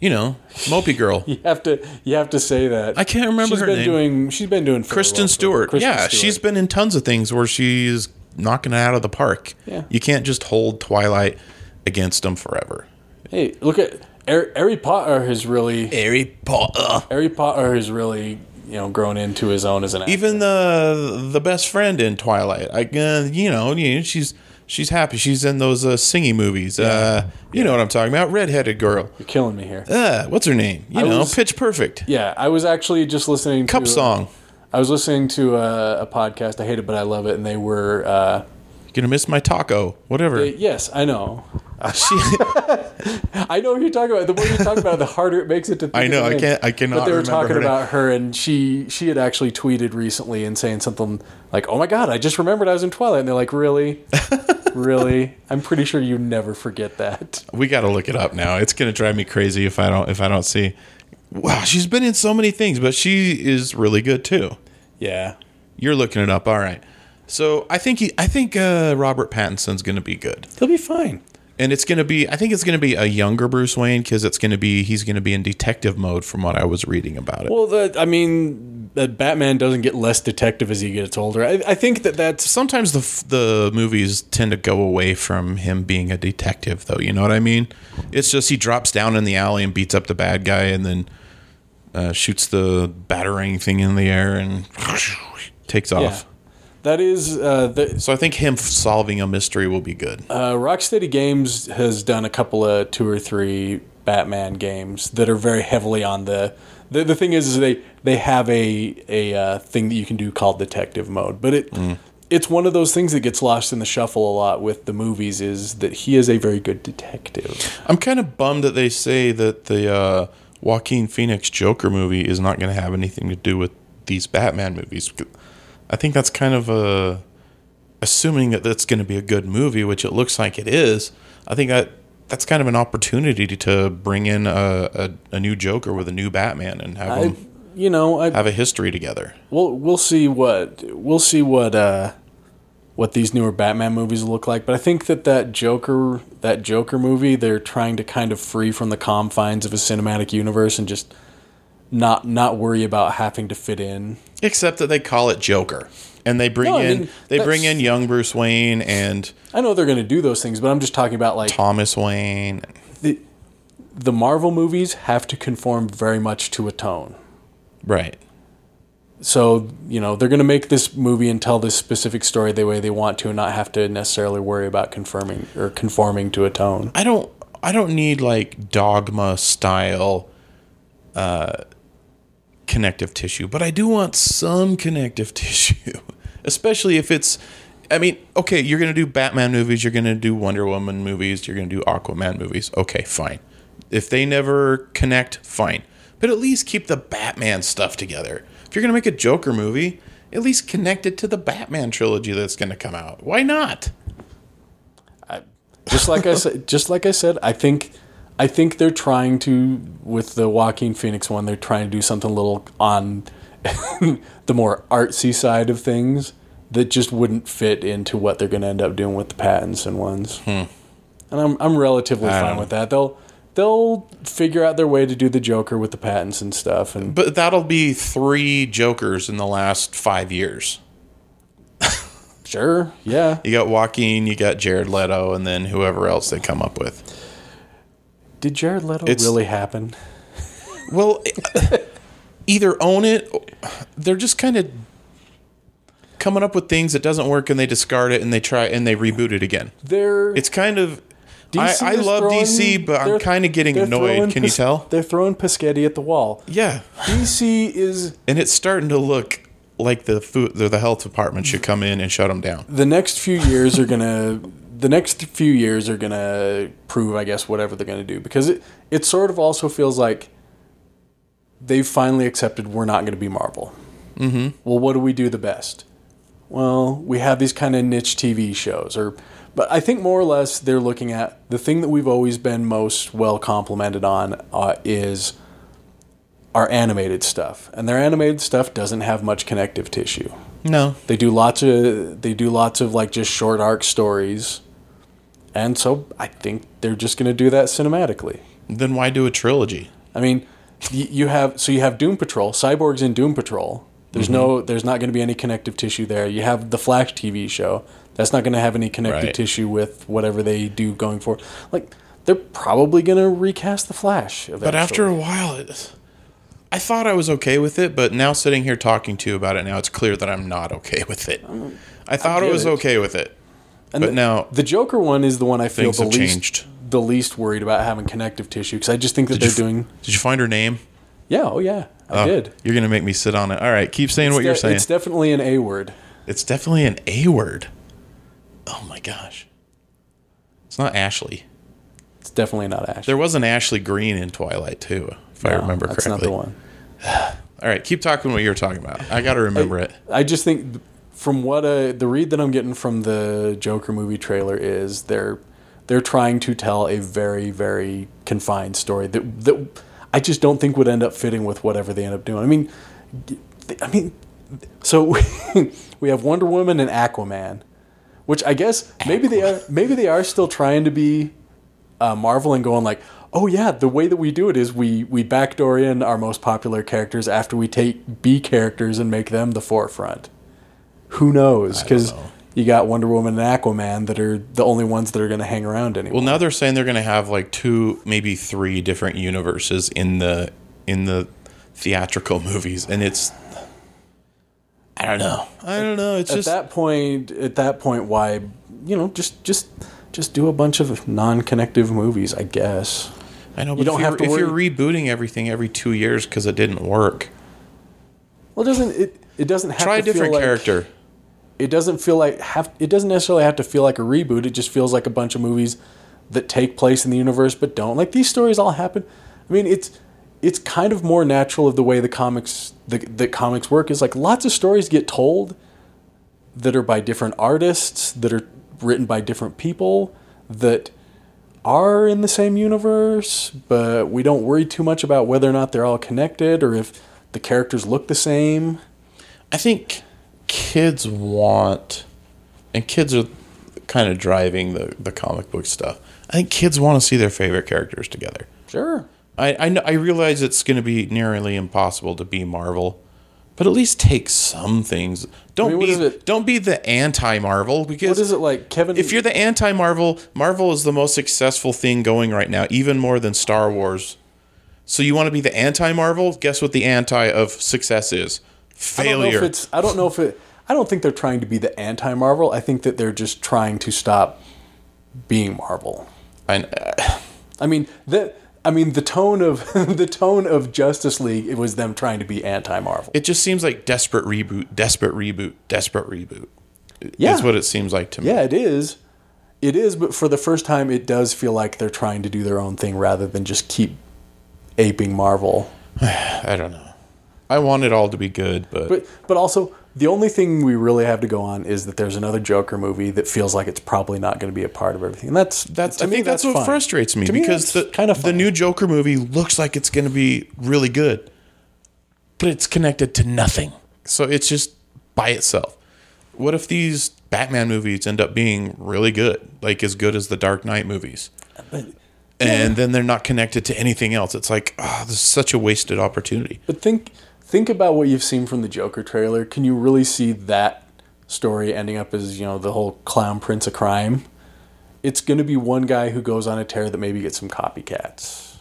[SPEAKER 2] You know, Mopey Girl.
[SPEAKER 1] you have to you have to say that
[SPEAKER 2] I can't remember
[SPEAKER 1] She's
[SPEAKER 2] her
[SPEAKER 1] been
[SPEAKER 2] name.
[SPEAKER 1] doing she's been doing fairly
[SPEAKER 2] Kristen
[SPEAKER 1] well for-
[SPEAKER 2] Stewart.
[SPEAKER 1] Kristen
[SPEAKER 2] yeah, she's
[SPEAKER 1] Stewart.
[SPEAKER 2] been in tons of things where she's knocking it out of the park.
[SPEAKER 1] Yeah.
[SPEAKER 2] you can't just hold Twilight against him forever.
[SPEAKER 1] hey look at Har- harry potter has really
[SPEAKER 2] Harry Potter.
[SPEAKER 1] harry potter has really you know grown into his own as an actor.
[SPEAKER 2] Even the the best friend in Twilight. I uh, you know you know, she's. She's happy. She's in those uh, singing movies. Uh, you know what I'm talking about. Redheaded girl.
[SPEAKER 1] you're killing me here
[SPEAKER 2] uh, what's her name? You know,
[SPEAKER 1] was-
[SPEAKER 2] Pitch Perfect.
[SPEAKER 1] Yeah, I was actually just listening
[SPEAKER 2] Cup
[SPEAKER 1] to
[SPEAKER 2] song.
[SPEAKER 1] I was listening to uh, a, a podcast. I hate it, but I love it. And they were uh,
[SPEAKER 2] Gonna miss my taco. Whatever.
[SPEAKER 1] yes, I know,
[SPEAKER 2] She-
[SPEAKER 1] I know what you're talking about. The more you talk about it, the harder it makes it to. Think
[SPEAKER 2] I
[SPEAKER 1] of
[SPEAKER 2] know,
[SPEAKER 1] the
[SPEAKER 2] I
[SPEAKER 1] name.
[SPEAKER 2] can't- I cannot
[SPEAKER 1] But they were
[SPEAKER 2] remember
[SPEAKER 1] talking
[SPEAKER 2] her name.
[SPEAKER 1] about her, and she she had actually tweeted recently and saying something like, "Oh my god, I just remembered I was in Twilight." And they're like, "Really, really? I'm pretty sure you never forget that."
[SPEAKER 2] we gotta look it up now. It's gonna drive me crazy if I don't if I don't see. Wow, she's been in so many things, but she is really good too.
[SPEAKER 1] Yeah,
[SPEAKER 2] You're looking it up, all right. So I think he, I think uh, Robert Pattinson's gonna be good,
[SPEAKER 1] he'll be fine.
[SPEAKER 2] and it's gonna be I think it's gonna be a younger Bruce Wayne because it's gonna be he's gonna be in detective mode from what I was reading about it.
[SPEAKER 1] Well, the, I mean, that Batman doesn't get less detective as he gets older. I, I think that that's
[SPEAKER 2] sometimes the f- the movies tend to go away from him being a detective though you know what i mean it's just he drops down in the alley and beats up the bad guy and then uh, shoots the battering thing in the air and takes off
[SPEAKER 1] Yeah. That is uh, the
[SPEAKER 2] so i think him f- solving a mystery will be good
[SPEAKER 1] uh, Rocksteady Games has done a couple of two or three Batman games that are very heavily on the. The, the thing is, is they they have a a uh, thing that you can do called detective mode, but it it's one of those things that gets lost in the shuffle a lot with the movies. Is that he is a very good detective?
[SPEAKER 2] i'm kind of bummed that they say that the uh, joaquin phoenix joker movie is not going to have anything to do with these batman movies i think that's kind of a assuming that that's going to be a good movie, which it looks like it is, I think that that's kind of an opportunity to, to bring in a, a, a new Joker with a new Batman and have
[SPEAKER 1] I,
[SPEAKER 2] them
[SPEAKER 1] you know, I,
[SPEAKER 2] have a history together.
[SPEAKER 1] we'll we'll see what we'll see what uh what these newer Batman movies look like, but I think that that Joker that Joker movie they're trying to kind of free from the confines of a cinematic universe and just not not worry about having to fit in.
[SPEAKER 2] Except that they call it Joker, and they bring
[SPEAKER 1] No, I
[SPEAKER 2] in
[SPEAKER 1] mean,
[SPEAKER 2] they bring
[SPEAKER 1] that's-
[SPEAKER 2] in young Bruce Wayne and
[SPEAKER 1] I know they're going to do those things, but I'm just talking about like
[SPEAKER 2] Thomas Wayne.
[SPEAKER 1] the the Marvel movies have to conform very much to a tone.
[SPEAKER 2] Right.
[SPEAKER 1] So, you know, they're going to make this movie and tell this specific story the way they want to and not have to necessarily worry about confirming or conforming to a tone.
[SPEAKER 2] I don't I don't need like dogma style uh connective tissue, but I do want some connective tissue, especially if it's I mean, okay, you're gonna do Batman movies, you're gonna do Wonder Woman movies, you're gonna do Aquaman movies. Okay, fine. If they never connect, fine. But at least keep the Batman stuff together. If you're gonna make a Joker movie, at least connect it to the Batman trilogy that's gonna come out. Why not?
[SPEAKER 1] just like I said, just like I said, I think, I think they're trying to with the Joaquin Phoenix one. They're trying to do something a little on the more artsy side of things that just wouldn't fit into what they're going to end up doing with the Pattinson ones. And I'm I'm relatively fine
[SPEAKER 2] Hmm. don't-
[SPEAKER 1] with that. They'll they'll figure out their way to do the Joker with the Pattinson stuff, and
[SPEAKER 2] But that'll be three Jokers in the last five years.
[SPEAKER 1] sure, yeah.
[SPEAKER 2] You got Joaquin, you got Jared Leto, and then whoever else they come up with.
[SPEAKER 1] Did Jared Leto
[SPEAKER 2] It's-
[SPEAKER 1] really happen?
[SPEAKER 2] Well, either own it. They're just kind of coming up with things that doesn't work, and they discard it, and they try and they reboot it again.
[SPEAKER 1] They're
[SPEAKER 2] It's kind of. I,
[SPEAKER 1] DC
[SPEAKER 2] I
[SPEAKER 1] is
[SPEAKER 2] love
[SPEAKER 1] throwing-
[SPEAKER 2] DC, but I'm
[SPEAKER 1] they're-
[SPEAKER 2] kind of getting
[SPEAKER 1] they're throwing
[SPEAKER 2] annoyed. Can you
[SPEAKER 1] pis-
[SPEAKER 2] tell?
[SPEAKER 1] They're throwing Piscetti at the wall.
[SPEAKER 2] Yeah,
[SPEAKER 1] DC is
[SPEAKER 2] and it's starting to look like the food, the, the health department should come in and shut them down.
[SPEAKER 1] the next few years are gonna the next few years are gonna prove, I guess, whatever they're gonna do because it it sort of also feels like they've finally accepted we're not gonna be Marvel. Mm-hmm. Well, what do we do the best? Well, we have these kind of niche TV shows, or but I think more or less they're looking at the thing that we've always been most well complimented on uh, is our animated stuff, and their animated stuff doesn't have much connective tissue.
[SPEAKER 2] No,
[SPEAKER 1] They do lots of they do lots of like just short arc stories. And so I think they're just going to do that cinematically.
[SPEAKER 2] then why do a trilogy?
[SPEAKER 1] I mean, y- you have so you have Doom Patrol, Cyborg's in Doom Patrol. There's
[SPEAKER 2] Mm-hmm.
[SPEAKER 1] no there's not going to be any connective tissue there. You have the Flash TV show. That's not going to have any connective
[SPEAKER 2] Right.
[SPEAKER 1] tissue with whatever they do going forward. Like they're probably going to recast the Flash eventually.
[SPEAKER 2] But after a while, it, I thought I was okay with it, but now sitting here talking to you about it now, it's clear that I'm not okay with it. I thought I,
[SPEAKER 1] get
[SPEAKER 2] was
[SPEAKER 1] it.
[SPEAKER 2] okay with it, but
[SPEAKER 1] the-
[SPEAKER 2] now
[SPEAKER 1] the Joker one is the one I feel
[SPEAKER 2] Things
[SPEAKER 1] the
[SPEAKER 2] have
[SPEAKER 1] least
[SPEAKER 2] changed.
[SPEAKER 1] the least worried about having connective tissue because I just think that
[SPEAKER 2] you
[SPEAKER 1] they're
[SPEAKER 2] f-
[SPEAKER 1] doing
[SPEAKER 2] Did you find her name?
[SPEAKER 1] Yeah, oh yeah, I
[SPEAKER 2] Oh,
[SPEAKER 1] did.
[SPEAKER 2] You're gonna make me sit on it. All right, keep saying what you're
[SPEAKER 1] De-
[SPEAKER 2] saying.
[SPEAKER 1] It's definitely an A word.
[SPEAKER 2] it's definitely an A word. Oh my gosh, it's not Ashley.
[SPEAKER 1] It's definitely not Ash.
[SPEAKER 2] There was an Ashley Green in Twilight too, if I
[SPEAKER 1] No,
[SPEAKER 2] remember
[SPEAKER 1] that's
[SPEAKER 2] correctly.
[SPEAKER 1] not the one.
[SPEAKER 2] All right, keep talking what you're talking about. I gotta remember it.
[SPEAKER 1] I just think th- from what uh, the read that I'm getting from the Joker movie trailer is they're they're trying to tell a very very confined story that that I just don't think would end up fitting with whatever they end up doing. I mean, d- I mean, so we have Wonder Woman and Aquaman, which I guess maybe they are maybe they are still trying to be uh, Marvel and going like, oh yeah, the way that we do it is we we backdoor in our most popular characters after we take B characters and make them the forefront. Who knows? Because you got Wonder Woman and Aquaman that are the only ones that are going to hang around anymore.
[SPEAKER 2] Well, now they're saying they're going to have like two, maybe three different universes in the in the theatrical movies, and it's I don't know, I don't know. It's
[SPEAKER 1] at
[SPEAKER 2] just
[SPEAKER 1] that point, at that point, why you know just just just do a bunch of non-connective movies, I guess.
[SPEAKER 2] I know, but
[SPEAKER 1] you don't
[SPEAKER 2] if,
[SPEAKER 1] have
[SPEAKER 2] you're,
[SPEAKER 1] to
[SPEAKER 2] if you're rebooting everything every two years because it didn't work,
[SPEAKER 1] Well, it doesn't it? It doesn't have
[SPEAKER 2] try
[SPEAKER 1] to
[SPEAKER 2] a
[SPEAKER 1] feel
[SPEAKER 2] different
[SPEAKER 1] like-
[SPEAKER 2] character.
[SPEAKER 1] it doesn't feel like have it doesn't necessarily have to feel like a reboot. It just feels like a bunch of movies that take place in the universe but don't. Like these stories all happen. I mean, it's it's kind of more natural of the way the comics the, the comics work is like lots of stories get told that are by different artists that are written by different people that are in the same universe, but we don't worry too much about whether or not they're all connected or if the characters look the same.
[SPEAKER 2] I think kids want, and kids are kind of driving the the comic book stuff. I think kids want to see their favorite characters together.
[SPEAKER 1] Sure.
[SPEAKER 2] I I, know, I realize it's going to be nearly impossible to be Marvel, but at least take some things. Don't
[SPEAKER 1] mean, what is
[SPEAKER 2] be
[SPEAKER 1] it?
[SPEAKER 2] don't be the anti-Marvel because
[SPEAKER 1] What is it like, Kevin?
[SPEAKER 2] if you're the anti-Marvel, Marvel is the most successful thing going right now, even more than Star Wars. So you want to be the anti-Marvel? Guess what the anti of success is?
[SPEAKER 1] I don't know if
[SPEAKER 2] Failure.
[SPEAKER 1] it's. I don't know if it. I don't think they're trying to be the anti-Marvel. I think that they're just trying to stop being Marvel.
[SPEAKER 2] And, uh,
[SPEAKER 1] I mean the. I mean the tone of the tone of Justice League. It was them trying to be anti-Marvel.
[SPEAKER 2] it just seems like desperate reboot, desperate reboot, desperate reboot. Is
[SPEAKER 1] Yeah.
[SPEAKER 2] what it seems like to me.
[SPEAKER 1] Yeah, it is. It is, but for the first time, it does feel like they're trying to do their own thing rather than just keep aping Marvel.
[SPEAKER 2] I don't know. I want it all to be good, but,
[SPEAKER 1] But but also the only thing we really have to go on is that there's another Joker movie that feels like it's probably not going to be a part of everything. And that's
[SPEAKER 2] that's
[SPEAKER 1] to
[SPEAKER 2] I
[SPEAKER 1] me,
[SPEAKER 2] think that's, what
[SPEAKER 1] fine.
[SPEAKER 2] frustrates me
[SPEAKER 1] To
[SPEAKER 2] because
[SPEAKER 1] that's
[SPEAKER 2] the
[SPEAKER 1] kind of
[SPEAKER 2] the new Joker movie looks like it's going to be really good, but it's connected to nothing. So it's just by itself. What if these Batman movies end up being really good, like as good as the Dark Knight movies? and then they're not connected to anything else. It's like, oh, this is such a wasted opportunity.
[SPEAKER 1] But think think about what you've seen from the Joker trailer. Can you really see that story ending up as, you know, the whole clown prince of crime? It's going to be one guy who goes on a tear that maybe gets some copycats.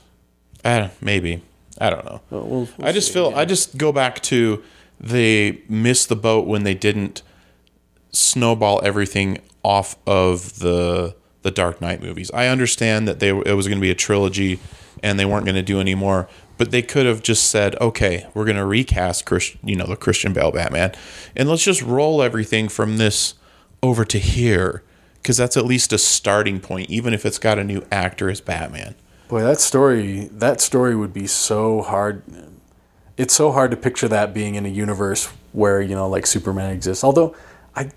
[SPEAKER 2] I don't, Eh, maybe I don't know.
[SPEAKER 1] we'll- we'll
[SPEAKER 2] I just feel I just go back to they missed the boat when they didn't snowball everything off of the the Dark Knight movies. I understand that they it was going to be a trilogy and they weren't going to do any more, but they could have just said, "Okay, we're going to recast Chris, you know, the Christian Bale Batman and let's just roll everything from this over to here." Because that's at least a starting point, even if it's got a new actor as Batman.
[SPEAKER 1] Boy, that story that story would be so hard. It's so hard to picture that being in a universe where you know like Superman exists. Although I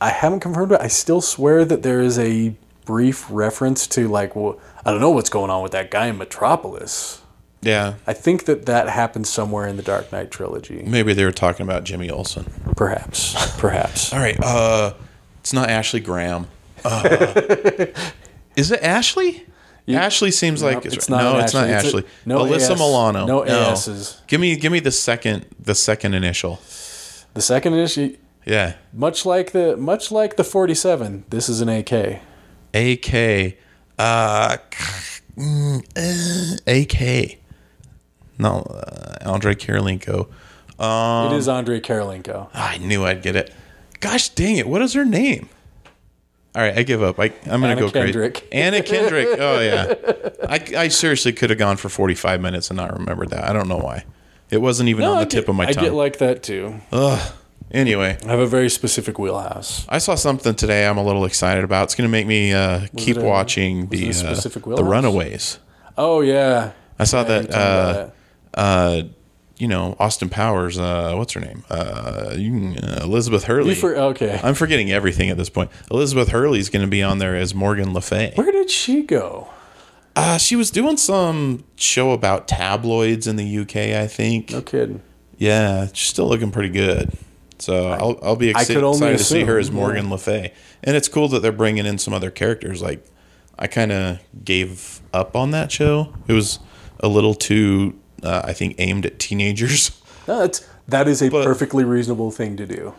[SPEAKER 1] I haven't confirmed it. I still swear that there is a brief reference to like well, I don't know what's going on with that guy in Metropolis.
[SPEAKER 2] Yeah,
[SPEAKER 1] I think that that happened somewhere in the Dark Knight trilogy.
[SPEAKER 2] Maybe they were talking about Jimmy Olsen.
[SPEAKER 1] Perhaps. Perhaps.
[SPEAKER 2] All right. Uh, it's not Ashley Graham. Uh, is it Ashley? Ashley seems like
[SPEAKER 1] it's
[SPEAKER 2] it's
[SPEAKER 1] not
[SPEAKER 2] no,
[SPEAKER 1] an
[SPEAKER 2] it's not
[SPEAKER 1] Ashley. It's a-
[SPEAKER 2] Ashley.
[SPEAKER 1] no
[SPEAKER 2] Alyssa
[SPEAKER 1] AS.
[SPEAKER 2] Milano.
[SPEAKER 1] No ASs.
[SPEAKER 2] Give me, give me the second, the second initial.
[SPEAKER 1] The second issue
[SPEAKER 2] Yeah,
[SPEAKER 1] much like the much like the 47, this is an AK.
[SPEAKER 2] AK. Uh, mm, uh, AK. No, uh, Andre Kirilenko. Um,
[SPEAKER 1] it is Andrei Karolinko.
[SPEAKER 2] I knew I'd get it. Gosh dang it! What is her name? All right, I give up. I, I'm gonna
[SPEAKER 1] Anna
[SPEAKER 2] go
[SPEAKER 1] Kendrick.
[SPEAKER 2] crazy. Anna Kendrick. Oh yeah. I, I seriously could have gone for 45 minutes and not remembered that. I don't know why. It wasn't even on the
[SPEAKER 1] I
[SPEAKER 2] tip
[SPEAKER 1] get-
[SPEAKER 2] of my tongue.
[SPEAKER 1] I get like that too.
[SPEAKER 2] Ugh. Anyway,
[SPEAKER 1] I have a very specific wheelhouse.
[SPEAKER 2] I saw something today. I'm a little excited about. It's gonna make me uh, keep
[SPEAKER 1] it a-
[SPEAKER 2] watching
[SPEAKER 1] was
[SPEAKER 2] the
[SPEAKER 1] it a
[SPEAKER 2] uh,
[SPEAKER 1] specific
[SPEAKER 2] the
[SPEAKER 1] wheelhouse?
[SPEAKER 2] Runaways.
[SPEAKER 1] Oh yeah,
[SPEAKER 2] I
[SPEAKER 1] Yeah,
[SPEAKER 2] saw
[SPEAKER 1] you
[SPEAKER 2] that.
[SPEAKER 1] told me about
[SPEAKER 2] Uh, uh, you know, Austin Powers. Uh, what's her name? Uh, you- uh, Elizabeth Hurley.
[SPEAKER 1] You for- okay.
[SPEAKER 2] I'm forgetting everything at this point. Elizabeth Hurley's going to be on there as Morgan Le Fay.
[SPEAKER 1] Where did she go?
[SPEAKER 2] Uh, she was doing some show about tabloids in the UK, I think.
[SPEAKER 1] No kidding.
[SPEAKER 2] Yeah, she's still looking pretty good. So I, will I'll be exci-
[SPEAKER 1] could only
[SPEAKER 2] excited to see her as
[SPEAKER 1] assume,
[SPEAKER 2] Morgan Le Fay. And it's cool that they're bringing in some other characters. Like, I kind of gave up on that show. It was a little too, uh, I think, aimed at teenagers.
[SPEAKER 1] No, that's that is a
[SPEAKER 2] But-
[SPEAKER 1] perfectly reasonable thing to do.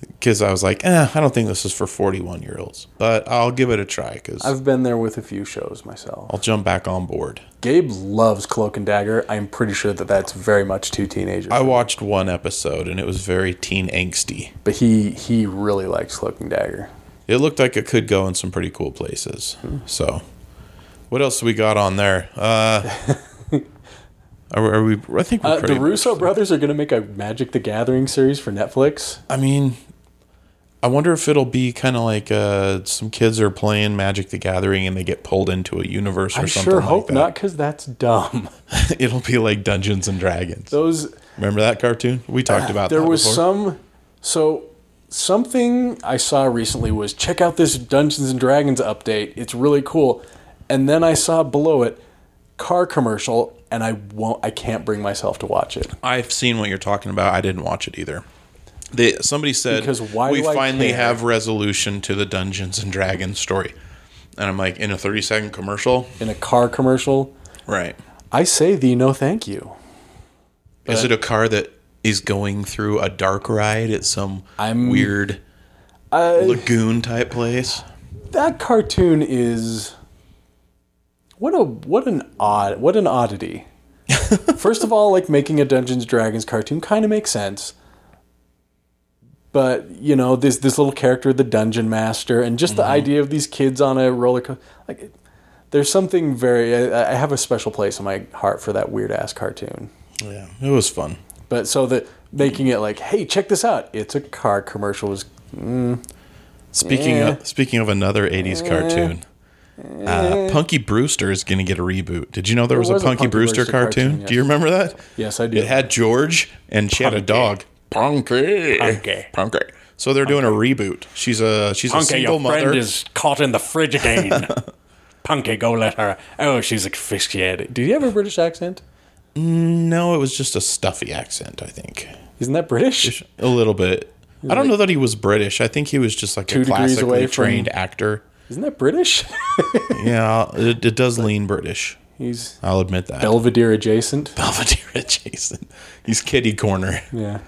[SPEAKER 2] Because I was like, eh, I don't think this is for 41 year olds. But I'll give it a try because I'll
[SPEAKER 1] I've been there with a few shows myself.
[SPEAKER 2] jump back on board.
[SPEAKER 1] Gabe loves Cloak and Dagger. I'm pretty sure that that's very much too teenager.
[SPEAKER 2] I watched one episode and it was very teen angsty.
[SPEAKER 1] but he he really likes Cloak and Dagger.
[SPEAKER 2] It looked like it could go in some pretty cool places. So, what else we got on there? Uh, are, are we? I think we're
[SPEAKER 1] Uh, the
[SPEAKER 2] pretty.
[SPEAKER 1] Russo brothers are going to make a Magic the Gathering series for Netflix.
[SPEAKER 2] I mean, I wonder if it'll be kind of like uh, some kids are playing Magic the Gathering and they get pulled into a universe or
[SPEAKER 1] I
[SPEAKER 2] something.
[SPEAKER 1] sure
[SPEAKER 2] like
[SPEAKER 1] hope
[SPEAKER 2] that.
[SPEAKER 1] not, because that's dumb.
[SPEAKER 2] it'll be like Dungeons and Dragons.
[SPEAKER 1] Those
[SPEAKER 2] Remember that cartoon? We talked about.
[SPEAKER 1] there
[SPEAKER 2] that
[SPEAKER 1] was
[SPEAKER 2] before.
[SPEAKER 1] some so something i saw recently was check out this dungeons and dragons update it's really cool and then i saw below it car commercial and i won't i can't bring myself to watch it
[SPEAKER 2] I've seen what you're talking about. I didn't watch it either. They, somebody said
[SPEAKER 1] Because why
[SPEAKER 2] we
[SPEAKER 1] do I
[SPEAKER 2] finally
[SPEAKER 1] care?
[SPEAKER 2] have resolution to the Dungeons and Dragons story, and I'm like in a 30 second commercial,
[SPEAKER 1] in a car commercial
[SPEAKER 2] right?
[SPEAKER 1] i say thee no thank you
[SPEAKER 2] is it a car that is going through a dark ride at some
[SPEAKER 1] I'm-
[SPEAKER 2] weird lagoon type place?
[SPEAKER 1] that cartoon is what a what an odd what an oddity. First of all, like making a Dungeons and Dragons cartoon kind of makes sense. But, you know, this this little character the dungeon master and just the idea of these kids on a roller coaster like there's something very I, I have a special place in my heart for that weird ass cartoon.
[SPEAKER 2] Yeah, it was fun.
[SPEAKER 1] But so that making it like, "Hey, check this out. It's a car commercial" was
[SPEAKER 2] Speaking of, speaking of another '80s cartoon, uh, Punky Brewster is going to get a reboot. Did you know there was,
[SPEAKER 1] was
[SPEAKER 2] a Punky, Brewster, cartoon?
[SPEAKER 1] yes.
[SPEAKER 2] Do you remember that?
[SPEAKER 1] Yes, I do.
[SPEAKER 2] It had George and she had a dog. Punky. Punky. Punky. So they're doing a reboot. She's a she's a
[SPEAKER 6] Punky,
[SPEAKER 2] single
[SPEAKER 6] your
[SPEAKER 2] mother.
[SPEAKER 6] friend is caught in the fridge again. Punky, go let her. Oh, she's asphyxiated.
[SPEAKER 1] Did he have a British accent?
[SPEAKER 2] no, it was just a stuffy accent, I think.
[SPEAKER 1] Isn't that British?
[SPEAKER 2] A little bit. I don't know that he was British. I think he was just like a
[SPEAKER 1] degrees away
[SPEAKER 2] classically
[SPEAKER 1] from-
[SPEAKER 2] trained actor.
[SPEAKER 1] Isn't that British?
[SPEAKER 2] Yeah, it, it does lean British.
[SPEAKER 1] He's
[SPEAKER 2] I'll admit that.
[SPEAKER 1] Belvedere adjacent.
[SPEAKER 2] Belvedere adjacent. He's kitty corner.
[SPEAKER 1] Yeah.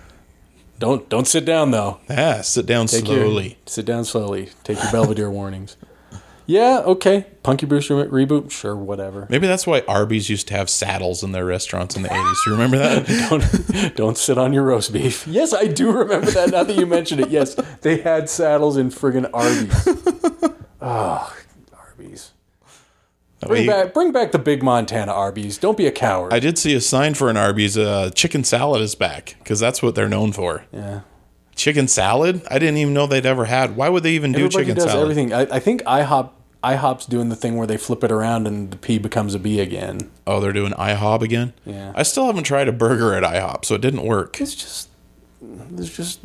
[SPEAKER 6] Don't don't sit down though.
[SPEAKER 2] Yeah, sit down
[SPEAKER 1] Take your-
[SPEAKER 2] slowly.
[SPEAKER 1] sit down slowly. Take your Belvedere warnings. Yeah, okay. Punky Brewster re- reboot? Sure, whatever.
[SPEAKER 2] Maybe that's why Arby's used to have saddles in their restaurants in the 80s. You remember that?
[SPEAKER 1] Don't, don't sit on your roast beef. Yes, I do remember that now that you mention it. Yes, they had saddles in friggin' Arby's. Oh, Arby's. Bring back, bring back the big Montana Arby's. Don't be a coward.
[SPEAKER 2] I did see a sign for an Arby's. Uh, chicken salad is back because that's what they're known for.
[SPEAKER 1] yeah.
[SPEAKER 2] Chicken salad? I didn't even know they'd ever had. Why would they even do
[SPEAKER 1] Everybody
[SPEAKER 2] chicken
[SPEAKER 1] does
[SPEAKER 2] salad?
[SPEAKER 1] everything. I, I think IHOP IHOP's doing the thing where they flip it around and the P becomes a B again.
[SPEAKER 2] Oh, they're doing IHOB again?
[SPEAKER 1] Yeah.
[SPEAKER 2] I still haven't tried a burger at IHOP, so it didn't work.
[SPEAKER 1] It's just it's just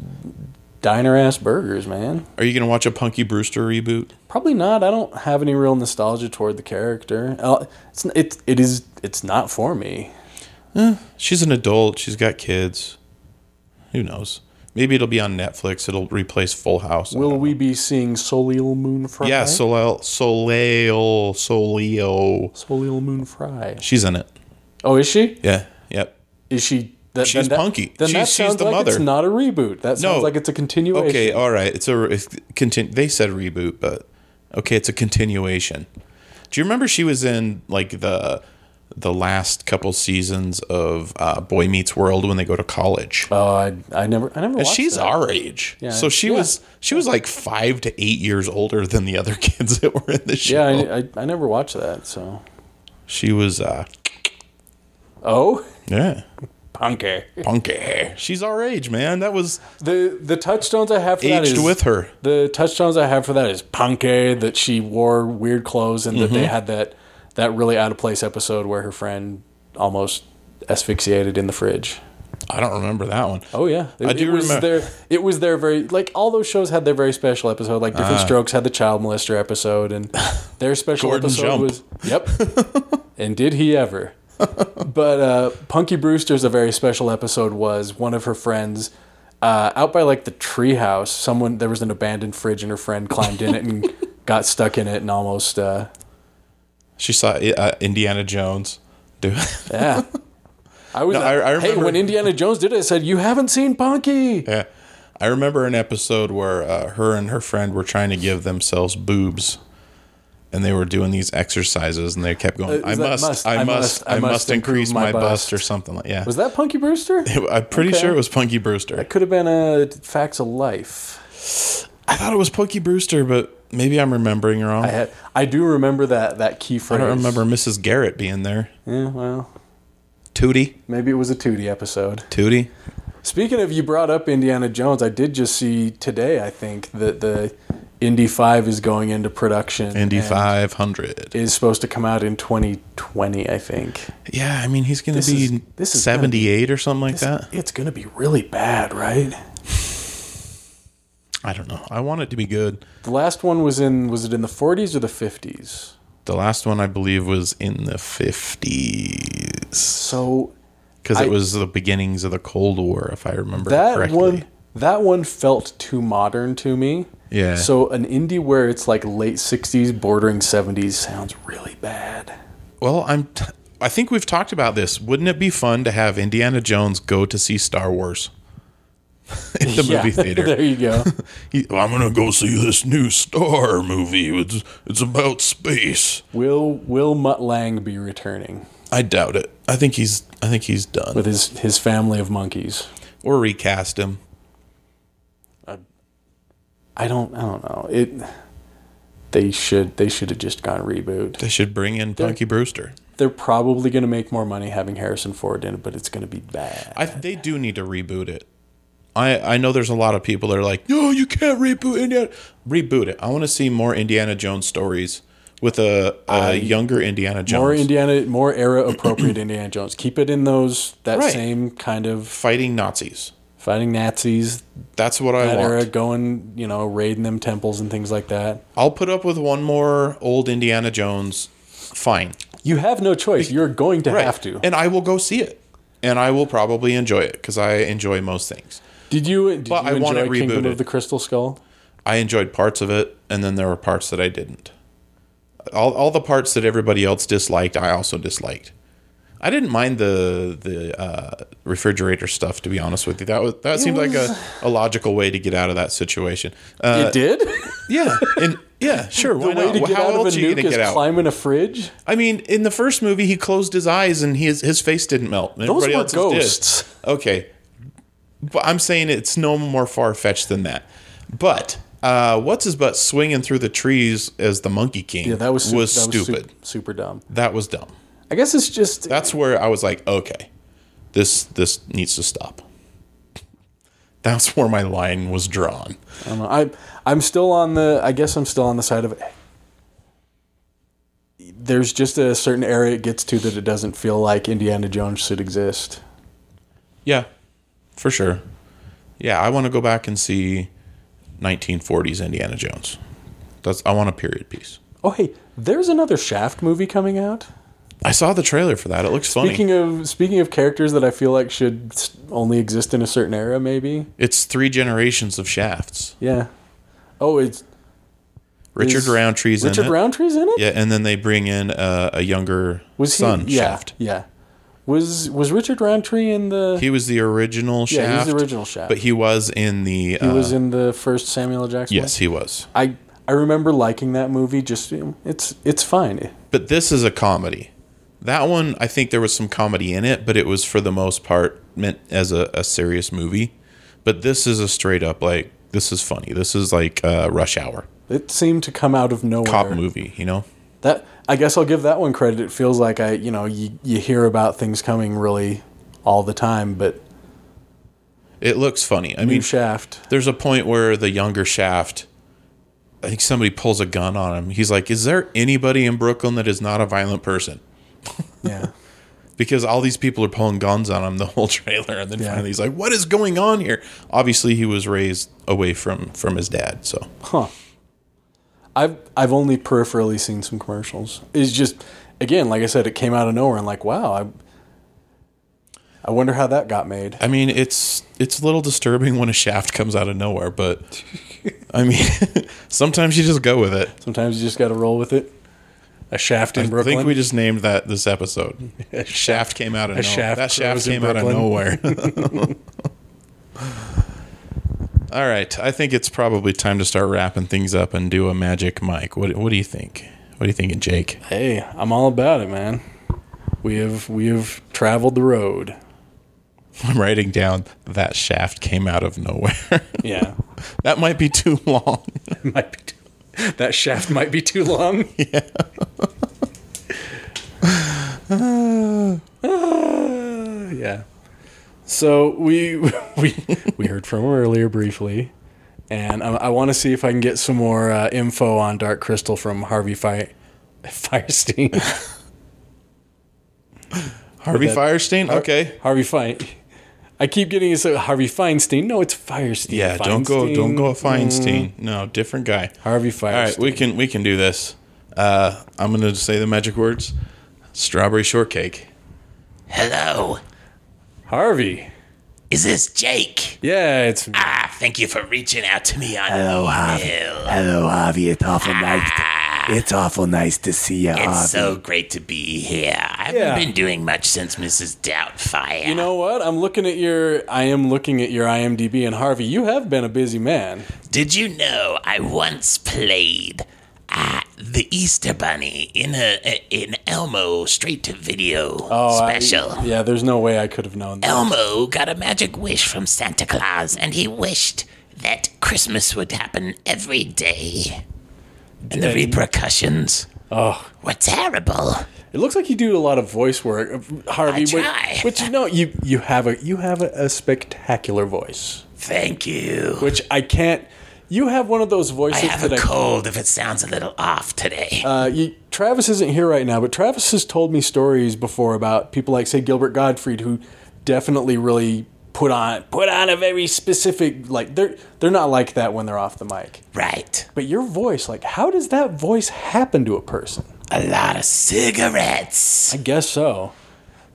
[SPEAKER 1] diner ass burgers, man.
[SPEAKER 2] Are you going to watch a Punky Brewster reboot?
[SPEAKER 1] Probably not. I don't have any real nostalgia toward the character. Uh, It's it it is it's not for me.
[SPEAKER 2] She's an adult. She's got kids. Who knows? Maybe it'll be on Netflix. It'll replace Full House. I
[SPEAKER 1] Will
[SPEAKER 2] don't
[SPEAKER 1] we be seeing Soleil Moon Fry?
[SPEAKER 2] Yeah, Soleil, Soleil, Soleil.
[SPEAKER 1] Soleil Moon Fry.
[SPEAKER 2] She's in it.
[SPEAKER 1] Oh, is she?
[SPEAKER 2] Yeah, yep.
[SPEAKER 1] Is she? That,
[SPEAKER 2] She's
[SPEAKER 1] then that-
[SPEAKER 2] Punky.
[SPEAKER 1] Then
[SPEAKER 2] She-
[SPEAKER 1] that
[SPEAKER 2] she's
[SPEAKER 1] sounds
[SPEAKER 2] the
[SPEAKER 1] like it's
[SPEAKER 2] mother.
[SPEAKER 1] not a reboot. That sounds
[SPEAKER 2] No.
[SPEAKER 1] like it's a continuation.
[SPEAKER 2] Okay, all right. It's a it's continu- They said reboot, but okay, it's a continuation. Do you remember she was in like the the last couple seasons of uh, Boy Meets World when they go to college?
[SPEAKER 1] Oh, I, I never I never.
[SPEAKER 2] And
[SPEAKER 1] Watched
[SPEAKER 2] Uh, she's
[SPEAKER 1] that.
[SPEAKER 2] our age,
[SPEAKER 1] Yeah.
[SPEAKER 2] so she
[SPEAKER 1] Yeah.
[SPEAKER 2] was she was like five to eight years older than the other kids that were in the show.
[SPEAKER 1] Yeah, I, I, I never watched that. So.
[SPEAKER 2] she was. Uh,
[SPEAKER 1] Oh.
[SPEAKER 2] yeah,
[SPEAKER 6] Punky.
[SPEAKER 2] punky. She's our age, man. That was
[SPEAKER 1] The the touchstones I have for that
[SPEAKER 2] aged
[SPEAKER 1] is
[SPEAKER 2] with her.
[SPEAKER 1] the touchstones I have for that is Punky that she wore weird clothes and that they had that that really out of place episode where her friend almost asphyxiated in the fridge.
[SPEAKER 2] I don't remember that one.
[SPEAKER 1] Oh yeah, it,
[SPEAKER 2] I do
[SPEAKER 1] it was
[SPEAKER 2] remember-
[SPEAKER 1] Their, it was their very like all those shows had their very special episode. Like different strokes had the child molester episode, and their special
[SPEAKER 2] Uh-huh. Gordon
[SPEAKER 1] episode
[SPEAKER 2] Jump.
[SPEAKER 1] was yep. and did he ever? but uh, Punky Brewster's a very special episode was one of her friends. Uh, out by like the treehouse, someone there was an abandoned fridge, and her friend climbed in it and got stuck in it and almost uh,
[SPEAKER 2] She saw uh, Indiana Jones do.
[SPEAKER 1] yeah. I was
[SPEAKER 2] No, I-
[SPEAKER 1] like,
[SPEAKER 2] I
[SPEAKER 1] hey
[SPEAKER 2] remember-
[SPEAKER 1] when Indiana Jones did it, I said you haven't seen Punky.
[SPEAKER 2] Yeah. I remember an episode where uh, her and her friend were trying to give themselves boobs. And they were doing these exercises, and they kept going.
[SPEAKER 1] Uh,
[SPEAKER 2] I
[SPEAKER 1] is that
[SPEAKER 2] must, I must, I must,
[SPEAKER 1] improve
[SPEAKER 2] increase
[SPEAKER 1] my
[SPEAKER 2] my bust.
[SPEAKER 1] bust."
[SPEAKER 2] or something like yeah.
[SPEAKER 1] Was that Punky Brewster?
[SPEAKER 2] I'm pretty
[SPEAKER 1] Okay.
[SPEAKER 2] sure it was Punky Brewster.
[SPEAKER 1] Could have been a Facts of Life.
[SPEAKER 2] I thought it was Punky Brewster, but maybe I'm remembering wrong.
[SPEAKER 1] I had, I do remember that that key
[SPEAKER 2] I
[SPEAKER 1] phrase.
[SPEAKER 2] don't remember Mrs. Garrett being there.
[SPEAKER 1] Yeah, well,
[SPEAKER 2] Tootie,
[SPEAKER 1] maybe it was a Tootie episode.
[SPEAKER 2] Tootie.
[SPEAKER 1] Speaking of, you brought up Indiana Jones. I did just see today. I think that the Indy Five is going into production.
[SPEAKER 2] Indy
[SPEAKER 1] and
[SPEAKER 2] 500.
[SPEAKER 1] is supposed to come out in 2020. I think
[SPEAKER 2] Yeah, I mean he's gonna
[SPEAKER 1] This
[SPEAKER 2] be
[SPEAKER 1] is- this is gonna be-
[SPEAKER 2] 78 or something like that.
[SPEAKER 1] it's going to be really bad, right?
[SPEAKER 2] I don't know. I want it to be good.
[SPEAKER 1] The last one was in was it in the 40s or the 50s?
[SPEAKER 2] The last one I believe was in the 50s
[SPEAKER 1] So
[SPEAKER 2] because
[SPEAKER 1] I-
[SPEAKER 2] it was the beginnings of the Cold War, if I remember
[SPEAKER 1] that
[SPEAKER 2] correctly.
[SPEAKER 1] one that one felt too modern to me
[SPEAKER 2] Yeah.
[SPEAKER 1] so an indie where it's like late 60s bordering 70s sounds really bad
[SPEAKER 2] Well, I'm. T- I think we've talked about this. Wouldn't it be fun to have Indiana Jones go to see Star Wars in the
[SPEAKER 1] Yeah,
[SPEAKER 2] movie
[SPEAKER 1] there
[SPEAKER 2] theater?
[SPEAKER 1] you go
[SPEAKER 2] He-
[SPEAKER 3] I'm gonna go see this new Star movie. It's it's about space.
[SPEAKER 1] will will mutt lang be returning
[SPEAKER 2] I doubt it. I think he's. I think he's done.
[SPEAKER 1] with his his family of monkeys
[SPEAKER 2] or recast him.
[SPEAKER 1] i don't i don't know it they should they should have just gone reboot
[SPEAKER 2] They should bring in Punky Brewster.
[SPEAKER 1] they're probably going to make more money having harrison ford in it but it's going to be bad
[SPEAKER 2] I, they do need to reboot it. I, I know there's a lot of people that are like, no, you can't reboot Indiana. Reboot it. I want to see more Indiana Jones stories with a, a younger Indiana Jones.
[SPEAKER 1] More Indiana, more era appropriate Indiana Jones. Keep it in those that
[SPEAKER 2] Right.
[SPEAKER 1] same kind of
[SPEAKER 2] fighting Nazis.
[SPEAKER 1] fighting Nazis
[SPEAKER 2] That's what I
[SPEAKER 1] that
[SPEAKER 2] want.
[SPEAKER 1] era, going you know raiding them temples and things like that.
[SPEAKER 2] I'll put up with one more old Indiana Jones. Fine.
[SPEAKER 1] You have no choice. You're going to
[SPEAKER 2] Right.
[SPEAKER 1] have to.
[SPEAKER 2] And I will go see it. And I will probably enjoy it because I enjoy most things.
[SPEAKER 1] Did you? Did
[SPEAKER 2] Well,
[SPEAKER 1] you
[SPEAKER 2] I
[SPEAKER 1] enjoy
[SPEAKER 2] want it
[SPEAKER 1] Kingdom
[SPEAKER 2] rebooted.
[SPEAKER 1] of the Crystal Skull?
[SPEAKER 2] I enjoyed parts of it, and then there were parts that I didn't. All, all the parts that everybody else disliked, I also disliked. I didn't mind the the uh, refrigerator stuff, to be honest with you. That was that seemed like a, a logical way to get out of that situation. Uh,
[SPEAKER 1] it did.
[SPEAKER 2] yeah, and yeah, sure.
[SPEAKER 1] the
[SPEAKER 2] Why
[SPEAKER 1] way
[SPEAKER 2] not?
[SPEAKER 1] to
[SPEAKER 2] Well,
[SPEAKER 1] get
[SPEAKER 2] How
[SPEAKER 1] out of a
[SPEAKER 2] else are you
[SPEAKER 1] nuke
[SPEAKER 2] gonna
[SPEAKER 1] is
[SPEAKER 2] get out?
[SPEAKER 1] climbing a fridge.
[SPEAKER 2] I mean, in the first movie, he closed his eyes and his his face didn't melt. and
[SPEAKER 1] Those
[SPEAKER 2] everybody
[SPEAKER 1] were
[SPEAKER 2] else's did.
[SPEAKER 1] ghosts.
[SPEAKER 2] Okay, but I'm saying it's no more far fetched than that. But uh, what's his butt swinging through the trees as the Monkey King?
[SPEAKER 1] Yeah, that was su- that was su-
[SPEAKER 2] stupid.
[SPEAKER 1] super dumb.
[SPEAKER 2] that was dumb.
[SPEAKER 1] I guess it's just
[SPEAKER 2] That's where I was like, okay, this this needs to stop. That's where my line was drawn.
[SPEAKER 1] I don't know. I I'm still on the I guess I'm still on the side of There's just a certain area it gets to that it doesn't feel like Indiana Jones should exist.
[SPEAKER 2] Yeah, for sure. Yeah, I want to go back and see 1940s Indiana Jones. That's I want a period piece.
[SPEAKER 1] Oh hey, there's another Shaft movie coming out.
[SPEAKER 2] I saw the trailer for that. It looks funny.
[SPEAKER 1] Speaking of speaking of characters that I feel like should s- only exist in a certain era, maybe.
[SPEAKER 2] it's three generations of shafts.
[SPEAKER 1] Yeah. Oh, it's
[SPEAKER 2] Richard
[SPEAKER 1] Is
[SPEAKER 2] Roundtree's
[SPEAKER 1] Richard
[SPEAKER 2] in it.
[SPEAKER 1] Roundtree's in it.
[SPEAKER 2] yeah, and then they bring in a, a younger
[SPEAKER 1] Was he?
[SPEAKER 2] son
[SPEAKER 1] yeah,
[SPEAKER 2] shaft.
[SPEAKER 1] Yeah. Was was Richard Roundtree in the?
[SPEAKER 2] He was the original
[SPEAKER 1] yeah,
[SPEAKER 2] shaft.
[SPEAKER 1] he was the original Shaft.
[SPEAKER 2] But he was in the
[SPEAKER 1] he
[SPEAKER 2] uh,
[SPEAKER 1] was in the first Samuel L. Jackson. one?
[SPEAKER 2] Yes, he was.
[SPEAKER 1] I I remember liking that movie. Just it's it's fine.
[SPEAKER 2] But this is a comedy. That one I think there was some comedy in it, but it was for the most part meant as a, a serious movie. But this is a straight up like this is funny. This is like uh, rush hour
[SPEAKER 1] It seemed to come out of nowhere.
[SPEAKER 2] cop movie, you know?
[SPEAKER 1] That I guess I'll give that one credit. It feels like I you know you you hear about things coming really all the time, but
[SPEAKER 2] It looks funny. I mean
[SPEAKER 1] New Shaft.
[SPEAKER 2] there's a point where the younger Shaft, I think somebody pulls a gun on him. He's like, "Is there anybody in Brooklyn that is not a violent person?"
[SPEAKER 1] Yeah.
[SPEAKER 2] Because all these people are pulling guns on him the whole trailer, and then
[SPEAKER 1] Yeah.
[SPEAKER 2] finally he's like, "What is going on here?" Obviously, he was raised away from from his dad, so
[SPEAKER 1] Huh. I've I've only peripherally seen some commercials. It's just again, like I said, it came out of nowhere and like wow, I I wonder how that got made.
[SPEAKER 2] I mean, it's it's a little disturbing when a Shaft comes out of nowhere, but I mean, sometimes you just go with it.
[SPEAKER 1] Sometimes you just got to roll with it.
[SPEAKER 6] A shaft in
[SPEAKER 2] I
[SPEAKER 6] Brooklyn.
[SPEAKER 2] think we just named that this episode. Shaft came out of nowhere.
[SPEAKER 6] shaft
[SPEAKER 2] that shaft
[SPEAKER 6] grows in
[SPEAKER 2] came out of
[SPEAKER 6] Brooklyn.
[SPEAKER 2] nowhere. All right, I think it's probably time to start wrapping things up and do a magic mic. What What do you think? What are you thinking, Jake?
[SPEAKER 1] Hey, I'm all about it, man. We have we have traveled the road.
[SPEAKER 2] I'm writing down that shaft came out of nowhere.
[SPEAKER 1] Yeah.
[SPEAKER 2] that might be too long.
[SPEAKER 6] might be too, that shaft might be too long. Yeah. yeah.
[SPEAKER 1] So we we we heard from him earlier briefly, and I, I want to see if I can get some more uh, info on Dark Crystal from Harvey Fire Firestein.
[SPEAKER 2] Harvey
[SPEAKER 1] that-
[SPEAKER 2] Firestein. Okay.
[SPEAKER 1] Harvey Fine. I keep getting it so Harvey Feinstein. No, it's Firestein.
[SPEAKER 2] Yeah, don't go, don't
[SPEAKER 1] Feinstein.
[SPEAKER 2] go Feinstein. No, different guy.
[SPEAKER 1] Harvey
[SPEAKER 2] All right,
[SPEAKER 1] Firestein.
[SPEAKER 2] we can we can do this. Uh, I'm gonna say the magic words: strawberry shortcake.
[SPEAKER 5] Hello.
[SPEAKER 1] Harvey.
[SPEAKER 5] Is this Jake?
[SPEAKER 1] Yeah, it's
[SPEAKER 5] Ah, thank you for reaching out to me on
[SPEAKER 1] Oh,
[SPEAKER 4] Hello, Harvey.
[SPEAKER 5] email.
[SPEAKER 4] Hello, Harvey. It's awful nice. It's awful nice to see you, Harvey.
[SPEAKER 5] Ah. It's so great to be here. I haven't
[SPEAKER 1] Yeah.
[SPEAKER 5] been doing much since Mrs. Doubtfire.
[SPEAKER 1] You know what? I'm looking at your. I am looking at your IMDb, and Harvey, you have been a busy man.
[SPEAKER 5] Did you know I once played uh, the Easter Bunny in a, a in Elmo straight to video
[SPEAKER 1] Oh, I-
[SPEAKER 5] special?
[SPEAKER 1] yeah, there's no way I could have known that.
[SPEAKER 5] Elmo got a magic wish from Santa Claus, and he wished that Christmas would happen every day. And the repercussions
[SPEAKER 1] Oh.
[SPEAKER 5] were terrible.
[SPEAKER 1] It looks like you do a lot of voice work, uh, Harvey.
[SPEAKER 5] I
[SPEAKER 1] which-
[SPEAKER 5] try.
[SPEAKER 1] Which, you know, you you have a you have a, a spectacular voice.
[SPEAKER 5] Thank you.
[SPEAKER 1] which I can't. You have one of those
[SPEAKER 5] I
[SPEAKER 1] voices
[SPEAKER 5] have
[SPEAKER 1] that
[SPEAKER 5] a
[SPEAKER 1] I.
[SPEAKER 5] cold if it sounds a little off today.
[SPEAKER 1] Uh, you, Travis isn't here right now, but Travis has told me stories before about people like, say, Gilbert Gottfried, who definitely really put on put on a very specific like they're they're not like that when they're off the mic.
[SPEAKER 5] right.
[SPEAKER 1] But your voice, like, how does that voice happen to a person?
[SPEAKER 5] A lot of cigarettes.
[SPEAKER 1] I guess so.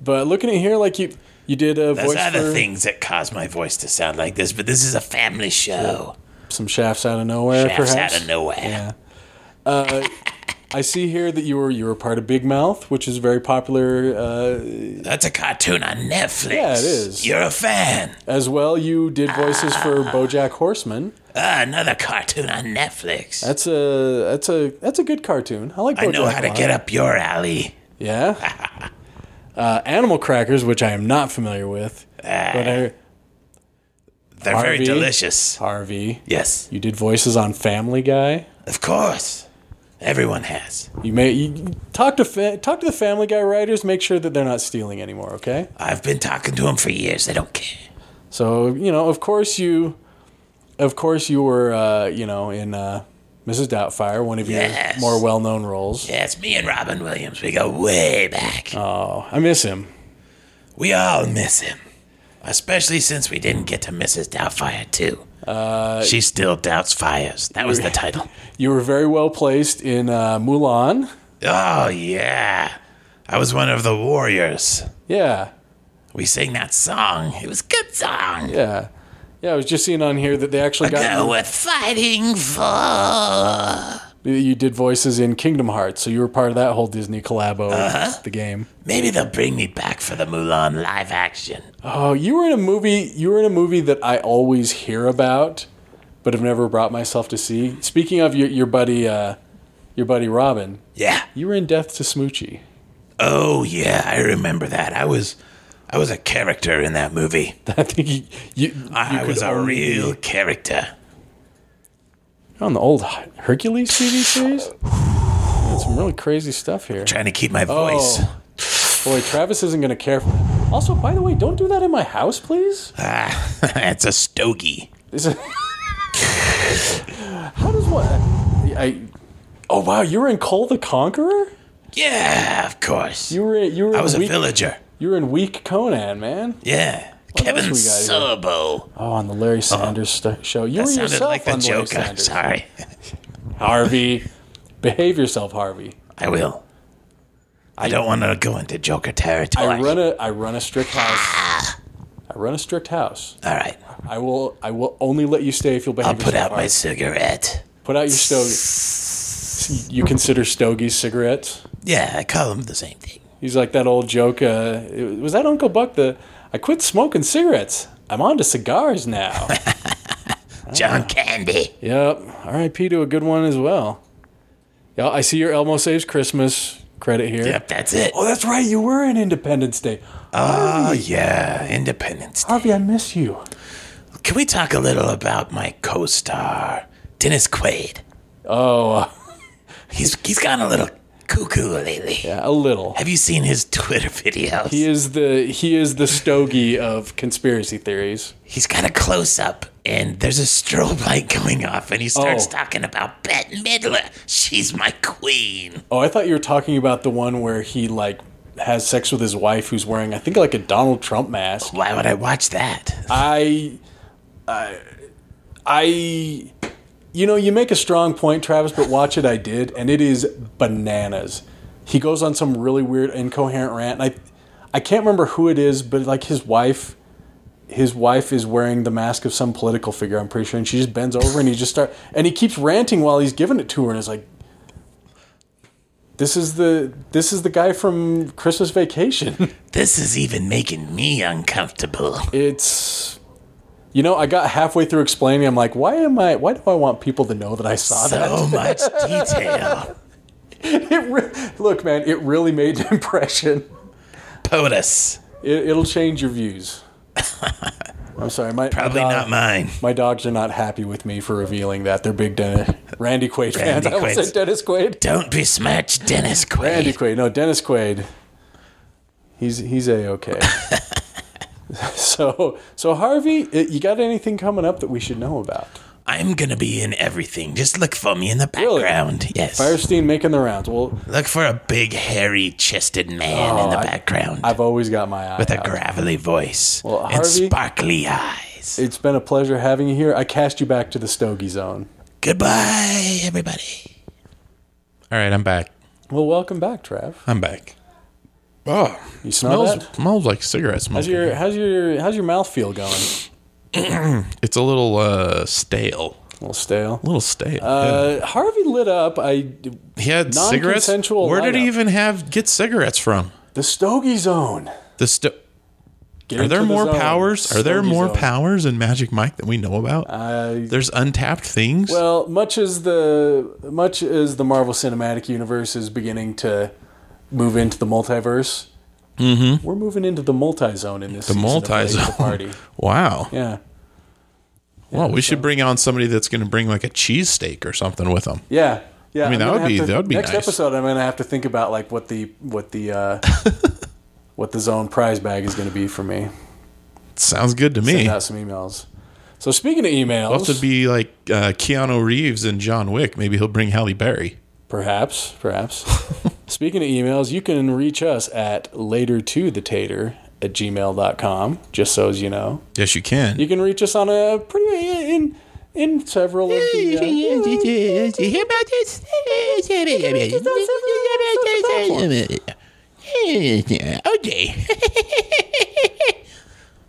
[SPEAKER 1] But looking at here, like you you did a
[SPEAKER 5] There's
[SPEAKER 1] voice
[SPEAKER 5] other
[SPEAKER 1] for
[SPEAKER 5] things that cause my voice to sound like this, but this is a family show.
[SPEAKER 1] some shafts out of nowhere.
[SPEAKER 5] Shafts
[SPEAKER 1] Uh, perhaps.
[SPEAKER 5] out of nowhere.
[SPEAKER 1] I see here that you were you were part of Big Mouth, which is very popular uh,
[SPEAKER 5] That's a cartoon on Netflix.
[SPEAKER 1] Yeah, it is.
[SPEAKER 5] You're a fan.
[SPEAKER 1] as well. You did voices for BoJack Horseman.
[SPEAKER 5] Ah, another cartoon on Netflix.
[SPEAKER 1] That's a that's a that's a good cartoon. I like.
[SPEAKER 5] I know
[SPEAKER 1] BoJack
[SPEAKER 5] how to
[SPEAKER 1] a
[SPEAKER 5] get
[SPEAKER 1] lot.
[SPEAKER 5] up your alley.
[SPEAKER 1] Yeah. uh, Animal crackers, which I am not familiar with,
[SPEAKER 5] Ah.
[SPEAKER 1] but I,
[SPEAKER 5] They're very
[SPEAKER 1] RV?
[SPEAKER 5] delicious.
[SPEAKER 1] Harvey,
[SPEAKER 5] Yes,
[SPEAKER 1] you did voices on Family Guy.
[SPEAKER 5] of course. Everyone has.
[SPEAKER 1] You may you, talk to fa- talk to the Family Guy writers. Make sure that they're not stealing anymore. Okay.
[SPEAKER 5] I've been talking to them for years. They don't care.
[SPEAKER 1] So you know, of course you, of course you were, uh, you know, in uh, Mrs. Doubtfire, one of your
[SPEAKER 5] Yes.
[SPEAKER 1] more well-known roles.
[SPEAKER 5] Yeah, it's me and Robin Williams. We go way back.
[SPEAKER 1] I miss him.
[SPEAKER 5] We all miss him. Especially since we didn't get to Mrs. Doubtfire, too. Uh, she still doubts fires. That was the title.
[SPEAKER 1] You were very well placed in uh, Mulan.
[SPEAKER 5] Oh, yeah. I was one of the warriors.
[SPEAKER 1] Yeah,
[SPEAKER 5] We sang that song. It was a good song.
[SPEAKER 1] yeah, yeah. I was just seeing on here that they actually
[SPEAKER 5] Go
[SPEAKER 1] got
[SPEAKER 5] with fighting for.
[SPEAKER 1] you, you did voices in Kingdom Hearts, so you were part of that whole Disney collabo,
[SPEAKER 5] Uh-huh.
[SPEAKER 1] with the game.
[SPEAKER 5] Maybe they'll bring me back for the Mulan live action.
[SPEAKER 1] Oh, you were in a movie. You were in a movie that I always hear about, but have never brought myself to see. Speaking of your your buddy, uh, your buddy Robin.
[SPEAKER 5] Yeah.
[SPEAKER 1] You were in Death to Smoochie.
[SPEAKER 5] Oh yeah, I remember that. I was, I was a character in that movie.
[SPEAKER 1] I think you, you, you
[SPEAKER 5] I
[SPEAKER 1] could
[SPEAKER 5] was a
[SPEAKER 1] only
[SPEAKER 5] real character.
[SPEAKER 1] be on the old Hercules TV series. Got some really crazy stuff here.
[SPEAKER 5] Trying to keep my voice.
[SPEAKER 1] Oh. Boy, Travis isn't going to care. For- also, by the way, don't do that in my house, please.
[SPEAKER 5] Ah, it's a stogie.
[SPEAKER 1] Is it- How does one? I, I- Oh wow, you were in Cole the Conqueror.
[SPEAKER 5] Yeah, of course.
[SPEAKER 1] You were in- you were
[SPEAKER 5] I was
[SPEAKER 1] in
[SPEAKER 5] a
[SPEAKER 1] weak,
[SPEAKER 5] villager.
[SPEAKER 1] you were in Weak Conan, man.
[SPEAKER 5] Yeah, Kevin
[SPEAKER 1] else we got
[SPEAKER 5] Sorbo.
[SPEAKER 1] Oh, on the
[SPEAKER 2] Uh-huh.
[SPEAKER 1] Larry Sanders st- show, you were
[SPEAKER 5] That sounded
[SPEAKER 1] yourself
[SPEAKER 5] like the
[SPEAKER 1] on Larry
[SPEAKER 5] Joker.
[SPEAKER 1] Sanders.
[SPEAKER 5] Sorry,
[SPEAKER 1] Harvey, behave yourself, Harvey.
[SPEAKER 5] I will. I, don't want to go into Joker territory.
[SPEAKER 1] I run a I run a strict house.
[SPEAKER 5] Ah.
[SPEAKER 1] I run a strict house.
[SPEAKER 5] All right,
[SPEAKER 1] I will I will only let you stay if you'll behave
[SPEAKER 5] I'll put out
[SPEAKER 1] yourself.
[SPEAKER 5] my cigarette.
[SPEAKER 1] put out your stogie. You consider stogies cigarettes?
[SPEAKER 5] Yeah, I call them the same thing.
[SPEAKER 1] He's like that old joke. Uh, it- was that Uncle Buck? The I quit smoking cigarettes. I'm on to cigars now. Ah.
[SPEAKER 5] John Candy.
[SPEAKER 1] yep. R.I.P. to a good one as well. Yeah, I see your Elmo saves Christmas credit here.
[SPEAKER 5] Yep, that's it.
[SPEAKER 1] Oh, that's right. You were in Independence Day.
[SPEAKER 5] Oh yeah, Independence. Day.
[SPEAKER 1] Harvey, I miss you.
[SPEAKER 5] Can we talk a little about my co-star, Dennis Quaid?
[SPEAKER 1] Oh, uh,
[SPEAKER 5] He's he's gone a little cuckoo lately.
[SPEAKER 1] yeah, a little.
[SPEAKER 5] Have you seen his Twitter videos?
[SPEAKER 1] He is the he is the stogie of conspiracy theories.
[SPEAKER 5] he's got a close-up, and there's a strobe light going off, and he starts
[SPEAKER 1] Oh.
[SPEAKER 5] talking about Bette Midler. She's my queen.
[SPEAKER 1] Oh, I thought you were talking about the one where he like has sex with his wife who's wearing I think like a Donald Trump mask.
[SPEAKER 5] Why would I watch that?
[SPEAKER 1] I I I you know, you make a strong point, Travis, but watch it I did and it is bananas. He goes on some really weird incoherent rant. And I I can't remember who it is, but like his wife his wife is wearing the mask of some political figure, I'm pretty sure, and she just bends over and he just start and he keeps ranting while he's giving it to her and it's like this is the this is the guy from Christmas Vacation.
[SPEAKER 5] This is even making me uncomfortable.
[SPEAKER 1] It's you know, I got halfway through explaining, I'm like, why am I why do I want people to know that I saw that?
[SPEAKER 5] So much detail.
[SPEAKER 1] It re- look, man, it really made an impression.
[SPEAKER 5] POTUS.
[SPEAKER 1] It, it'll change your views. I'm sorry, my
[SPEAKER 5] Probably
[SPEAKER 1] my, dog-
[SPEAKER 5] not mine.
[SPEAKER 1] My dogs are not happy with me for revealing that. They're big Dennis Randy Quaid fans.
[SPEAKER 5] Randy
[SPEAKER 1] I almost
[SPEAKER 5] Quaid's-
[SPEAKER 1] said Dennis Quaid.
[SPEAKER 5] Don't besmirch Dennis Quaid.
[SPEAKER 1] Randy Quaid. No, Dennis Quaid. He's he's a okay. So, so Harvey, i- you got anything coming up that we should know about?
[SPEAKER 5] I'm gonna be in everything. Just look for me in the
[SPEAKER 1] Really?
[SPEAKER 5] background. Yes.
[SPEAKER 1] Firestein making the rounds. Well,
[SPEAKER 5] Look for a big, hairy chested man in the background
[SPEAKER 1] Oh, I've always got my eye.
[SPEAKER 5] with a
[SPEAKER 1] out.
[SPEAKER 5] gravelly voice
[SPEAKER 1] Well,
[SPEAKER 5] and
[SPEAKER 1] Harvey-
[SPEAKER 5] sparkly eyes.
[SPEAKER 1] It's been a pleasure having you here. I cast you back to the Stogie Zone.
[SPEAKER 5] Goodbye, everybody.
[SPEAKER 2] All right, I'm back.
[SPEAKER 1] Well, welcome back, Trav.
[SPEAKER 2] I'm back. Oh,
[SPEAKER 1] You smell
[SPEAKER 2] Uh, smells
[SPEAKER 1] that?
[SPEAKER 2] smells like cigarette smoke.
[SPEAKER 1] How's your how's your how's your mouth feel going?
[SPEAKER 2] It's a little uh, stale.
[SPEAKER 1] A little stale.
[SPEAKER 2] A little stale.
[SPEAKER 1] Uh, Harvey lit up. I
[SPEAKER 2] yeah. He had cigarettes.
[SPEAKER 1] non-consensual
[SPEAKER 2] Where did he
[SPEAKER 1] lineup.
[SPEAKER 2] even have get cigarettes from?
[SPEAKER 1] the Stogie Zone.
[SPEAKER 2] The sto-
[SPEAKER 1] Get
[SPEAKER 2] Are there
[SPEAKER 1] into the
[SPEAKER 2] more
[SPEAKER 1] zone.
[SPEAKER 2] powers? Are there
[SPEAKER 1] Stogie
[SPEAKER 2] more
[SPEAKER 1] Zone.
[SPEAKER 2] powers in Magic Mike that we know about?
[SPEAKER 1] Uh,
[SPEAKER 2] There's untapped things.
[SPEAKER 1] Well, much as the much as the Marvel Cinematic Universe is beginning to move into the multiverse, mm-hmm. we're moving into the multi-zone in this
[SPEAKER 2] the
[SPEAKER 1] season of Late to
[SPEAKER 2] multi-zone
[SPEAKER 1] the party.
[SPEAKER 2] Wow.
[SPEAKER 1] Yeah,
[SPEAKER 2] well, we should bring on somebody that's going to bring like a cheesesteak or something with them.
[SPEAKER 1] yeah, yeah. I
[SPEAKER 2] mean, that would be- that would be
[SPEAKER 1] next
[SPEAKER 2] nice.
[SPEAKER 1] episode. I'm gonna have to think about like what the what the uh, what the zone prize bag is gonna be for me.
[SPEAKER 2] Sounds good to me.
[SPEAKER 1] Send out some emails. So speaking of emails,
[SPEAKER 2] We'll have to be like uh, Keanu Reeves and John Wick. Maybe he'll bring Halle Berry.
[SPEAKER 1] Perhaps, perhaps. Speaking of emails, you can reach us at later to the tater at gmail.com, just so as you know.
[SPEAKER 2] Yes, you can.
[SPEAKER 1] You can reach us on a pretty in in several of the uh,
[SPEAKER 5] Okay.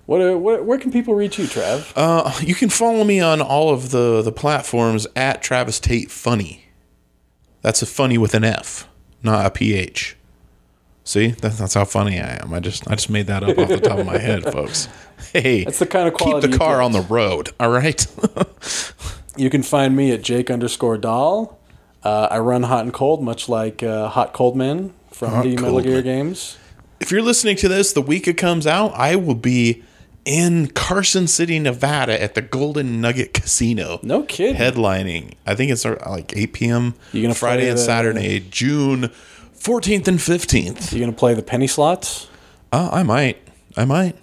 [SPEAKER 1] what, what where can people reach you, Trav?
[SPEAKER 2] Uh, you can follow me on all of the the platforms at Travis Tate Funny. That's a funny with an F, not a PH. See, that's, that's how funny I am. I just I just made that up off the top of my head, folks. Hey,
[SPEAKER 1] That's the kind of
[SPEAKER 2] keep
[SPEAKER 1] quality
[SPEAKER 2] the
[SPEAKER 1] you
[SPEAKER 2] car
[SPEAKER 1] get.
[SPEAKER 2] on the road. All right.
[SPEAKER 1] You can find me at Jake underscore doll. Uh, I run Hot and Cold, much like uh, Hot Cold Men from the Metal
[SPEAKER 2] Cold
[SPEAKER 1] Gear
[SPEAKER 2] Men.
[SPEAKER 1] games.
[SPEAKER 2] if you're listening to this the week it comes out, I will be in Carson City, Nevada, at the Golden Nugget Casino.
[SPEAKER 1] No kidding.
[SPEAKER 2] headlining. I think it's ar- like 8 p.m.
[SPEAKER 1] You gonna
[SPEAKER 2] Friday
[SPEAKER 1] play
[SPEAKER 2] and
[SPEAKER 1] the-
[SPEAKER 2] Saturday, June 14th and 15th.
[SPEAKER 1] You gonna play the penny slots?
[SPEAKER 2] Uh, I might. I might.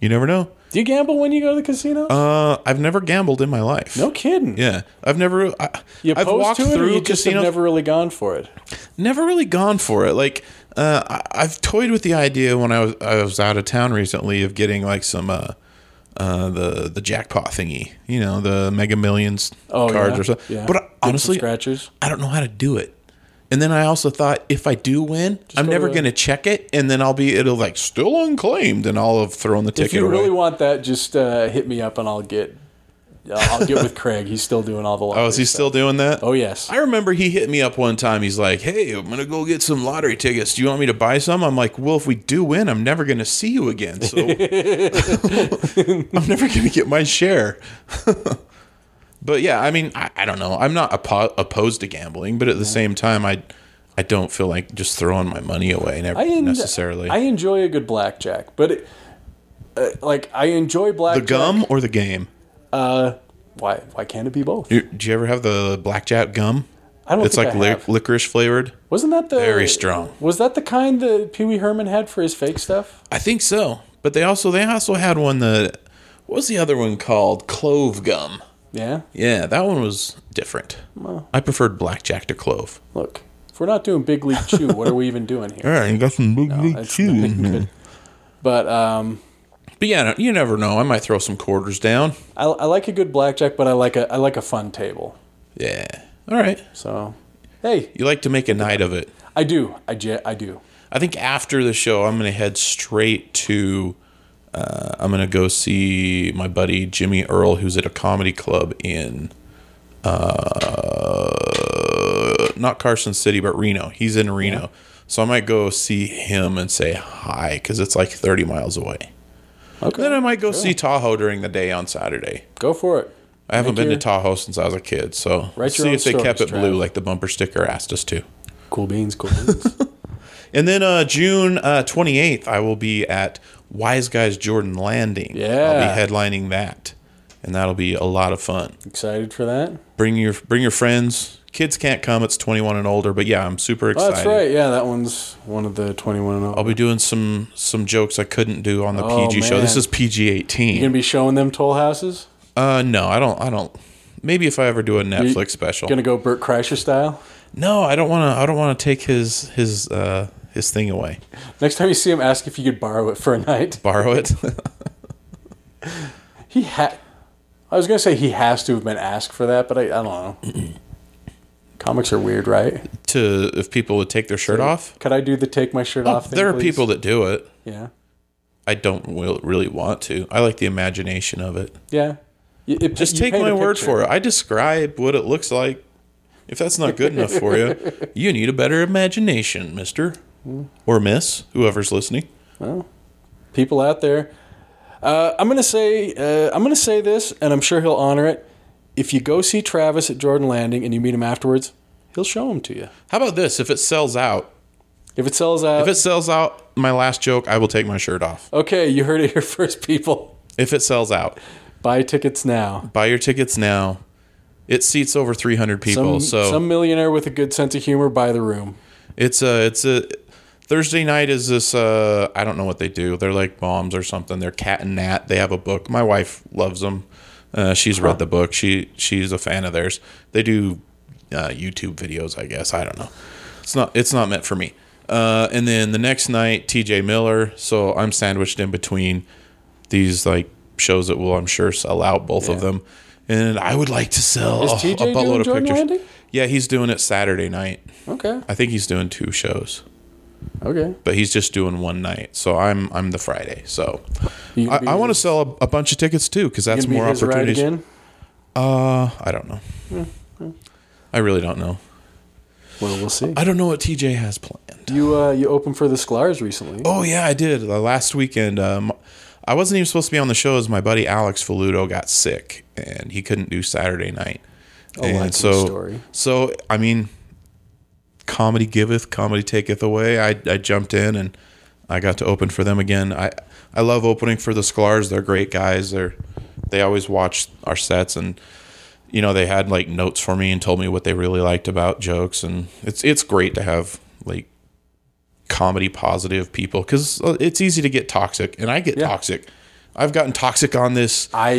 [SPEAKER 2] You never know.
[SPEAKER 1] Do you gamble when you go to the casino?
[SPEAKER 2] Uh, I've never gambled in my life.
[SPEAKER 1] no kidding.
[SPEAKER 2] Yeah, I've never. I,
[SPEAKER 1] You
[SPEAKER 2] I've
[SPEAKER 1] opposed
[SPEAKER 2] walked
[SPEAKER 1] to it, or
[SPEAKER 2] through
[SPEAKER 1] you just have
[SPEAKER 2] casinos-
[SPEAKER 1] never really gone for it.
[SPEAKER 2] never really gone for it. Like uh, I, I've toyed with the idea when I was I was out of town recently of getting like some uh, uh, the the jackpot thingy, you know, the Mega Millions
[SPEAKER 1] Oh,
[SPEAKER 2] cards
[SPEAKER 1] yeah,
[SPEAKER 2] or something.
[SPEAKER 1] yeah.
[SPEAKER 2] But I-
[SPEAKER 1] Get some
[SPEAKER 2] honestly,
[SPEAKER 1] scratchers.
[SPEAKER 2] I don't know how to do it. And then I also thought if I do win, I'm
[SPEAKER 1] go
[SPEAKER 2] never
[SPEAKER 1] to-
[SPEAKER 2] going to check it, and then I'll be it'll like still unclaimed, and I'll have thrown the ticket
[SPEAKER 1] If you
[SPEAKER 2] away.
[SPEAKER 1] really want that, just uh, hit me up and I'll get. I'll get with Craig. He's still doing all the.
[SPEAKER 2] oh, is he
[SPEAKER 1] lotteries.
[SPEAKER 2] still doing that?
[SPEAKER 1] Oh yes.
[SPEAKER 2] I remember he hit me up one time. He's like, "Hey, I'm gonna go get some lottery tickets. Do you want me to buy some?" I'm like, "Well, if we do win, I'm never gonna see you again, so I'm never gonna get my share." but yeah, I mean, I, I don't know. I'm not oppo- opposed to gambling, but at the same time, I I don't feel like just throwing my money away never,
[SPEAKER 1] I en-
[SPEAKER 2] necessarily.
[SPEAKER 1] I enjoy a good blackjack, but it, uh, like I enjoy
[SPEAKER 2] the
[SPEAKER 1] blackjack.
[SPEAKER 2] gum or the game?
[SPEAKER 1] Why? Why can't it be both?
[SPEAKER 2] You, do you ever have the blackjack gum?
[SPEAKER 1] I don't.
[SPEAKER 2] It's
[SPEAKER 1] think
[SPEAKER 2] like
[SPEAKER 1] I
[SPEAKER 2] li-
[SPEAKER 1] have.
[SPEAKER 2] licorice flavored.
[SPEAKER 1] Wasn't that the
[SPEAKER 2] very strong.
[SPEAKER 1] Was that the kind that Pee Wee Herman had for his fake stuff?
[SPEAKER 2] I think so. But they also they also had one that what was the other one called? Clove gum.
[SPEAKER 1] Yeah.
[SPEAKER 2] Yeah, that one was different. I preferred blackjack to clove.
[SPEAKER 1] Look, if we're not doing Big League Chew, what are we even doing here?
[SPEAKER 2] Yeah, you got some big
[SPEAKER 1] That's not good. But um,
[SPEAKER 2] But yeah, no- you never know. I might throw some quarters down.
[SPEAKER 1] I, I like a good blackjack, but I like a I like a fun table.
[SPEAKER 2] Yeah. All right.
[SPEAKER 1] So, hey,
[SPEAKER 2] You like to make a night of it.
[SPEAKER 1] I do, I, ge- I do.
[SPEAKER 2] I think after the show, I'm gonna head straight to. Uh, I'm gonna go see my buddy Jimmy Earl, who's at a comedy club in, uh, not Carson City, but Reno. He's in Reno, so I might go see him and say hi because it's like 30 miles away.
[SPEAKER 1] Okay,
[SPEAKER 2] Then I might go see Tahoe during the day on Saturday.
[SPEAKER 1] go for it.
[SPEAKER 2] I haven't
[SPEAKER 1] Make
[SPEAKER 2] been
[SPEAKER 1] your-
[SPEAKER 2] to Tahoe since I was a kid, so
[SPEAKER 1] Write your
[SPEAKER 2] see
[SPEAKER 1] own
[SPEAKER 2] if they kept it
[SPEAKER 1] stories,
[SPEAKER 2] blue
[SPEAKER 1] Trav.
[SPEAKER 2] like the bumper sticker asked us to.
[SPEAKER 1] Cool beans, cool beans.
[SPEAKER 2] And then uh, June uh, 28th, I will be at Wise Guys Jordan Landing.
[SPEAKER 1] Yeah.
[SPEAKER 2] I'll be headlining that, and that'll be a lot of fun.
[SPEAKER 1] Excited for that?
[SPEAKER 2] Bring your bring your friends, Kids can't come. It's 21 and older. But yeah, I'm super
[SPEAKER 1] Oh,
[SPEAKER 2] excited. Oh.
[SPEAKER 1] that's right. Yeah, that one's one of the 21 and
[SPEAKER 2] I'll
[SPEAKER 1] up.
[SPEAKER 2] be doing some some jokes I couldn't do on the
[SPEAKER 1] Oh,
[SPEAKER 2] PG show. This
[SPEAKER 1] man.
[SPEAKER 2] is PG
[SPEAKER 1] You gonna
[SPEAKER 2] 18.
[SPEAKER 1] be showing them toll houses?
[SPEAKER 2] uh, no, I don't. I don't. Maybe if I ever do a Netflix special.
[SPEAKER 1] Gonna go Burt Kreischer style?
[SPEAKER 2] no, I don't want to. I don't want to take his his uh, his thing away.
[SPEAKER 1] Next time you see him, ask if you could borrow it for a night.
[SPEAKER 2] Borrow it.
[SPEAKER 1] He ha I was gonna say he has to have been asked for that, but I, I don't know. Comics are weird, right?
[SPEAKER 2] to if people would take their shirt off.
[SPEAKER 1] Could I do the take my shirt off thing?
[SPEAKER 2] Oh, there are
[SPEAKER 1] please?
[SPEAKER 2] people that do it.
[SPEAKER 1] Yeah.
[SPEAKER 2] I don't will, really want to. I like the imagination of it.
[SPEAKER 1] Yeah. Y- it-
[SPEAKER 2] Just
[SPEAKER 1] you
[SPEAKER 2] take
[SPEAKER 1] paint
[SPEAKER 2] my
[SPEAKER 1] a
[SPEAKER 2] word
[SPEAKER 1] picture.
[SPEAKER 2] for it. I describe what it looks like. If that's not good enough for you, you need a better imagination, mister
[SPEAKER 1] Hmm.
[SPEAKER 2] or miss, whoever's listening.
[SPEAKER 1] People out there. Uh, I'm gonna say uh, I'm gonna say this, and I'm sure he'll honor it. If you go see Travis at Jordan Landing and you meet him afterwards, he'll show him to you.
[SPEAKER 2] How about this? If it sells out,
[SPEAKER 1] If it sells out,
[SPEAKER 2] if it sells out, my last joke, I will take my shirt off.
[SPEAKER 1] okay, you heard it here first, people.
[SPEAKER 2] If it sells out,
[SPEAKER 1] Buy tickets now.
[SPEAKER 2] buy your tickets now. It seats over 300
[SPEAKER 1] Some,
[SPEAKER 2] people, so
[SPEAKER 1] some millionaire with a good sense of humor buy the room.
[SPEAKER 2] It's a it's a Thursday night is this uh I don't know what they do. They're like moms or something. They're cat and nat. They have a book. My wife loves them. Uh, she's read the book. She she's a fan of theirs. They do uh, YouTube videos, I guess. I don't know. It's not it's not meant for me. Uh, and then the next night, T.J. Miller. So I'm sandwiched in between these like shows that will I'm sure sell out both of them. And I would like to sell
[SPEAKER 1] Is
[SPEAKER 2] a,
[SPEAKER 1] TJ
[SPEAKER 2] a buttload
[SPEAKER 1] doing
[SPEAKER 2] of
[SPEAKER 1] Jordan
[SPEAKER 2] pictures.
[SPEAKER 1] Landing?
[SPEAKER 2] Yeah, he's doing it Saturday night.
[SPEAKER 1] Okay.
[SPEAKER 2] I think he's doing two shows,
[SPEAKER 1] Okay.
[SPEAKER 2] but he's just doing one night. So I'm I'm the Friday. So
[SPEAKER 1] You gonna
[SPEAKER 2] I,
[SPEAKER 1] be
[SPEAKER 2] I want to
[SPEAKER 1] his-
[SPEAKER 2] sell a, a bunch of tickets too because
[SPEAKER 1] you
[SPEAKER 2] that's
[SPEAKER 1] gonna be
[SPEAKER 2] more
[SPEAKER 1] his ride
[SPEAKER 2] opportunities.
[SPEAKER 1] again?
[SPEAKER 2] Uh, I don't know. I really don't know.
[SPEAKER 1] Well, we'll see.
[SPEAKER 2] I don't know what TJ has planned.
[SPEAKER 1] You uh, you opened for the Sklars recently.
[SPEAKER 2] Oh yeah, I did uh, last weekend. Um, I wasn't even supposed to be on the show as my buddy Alex Faluto got sick and he couldn't do Saturday night.
[SPEAKER 1] likely
[SPEAKER 2] and so,
[SPEAKER 1] story.
[SPEAKER 2] so I mean, comedy giveth, comedy taketh away. I, I jumped in and I got to open for them again. I I love opening for the Sklars. They're great guys. They're they always watch our sets and you know they had like notes for me and told me what they really liked about jokes and it's it's great to have like comedy positive people because it's easy to get toxic and I get toxic. I've gotten toxic on this
[SPEAKER 1] I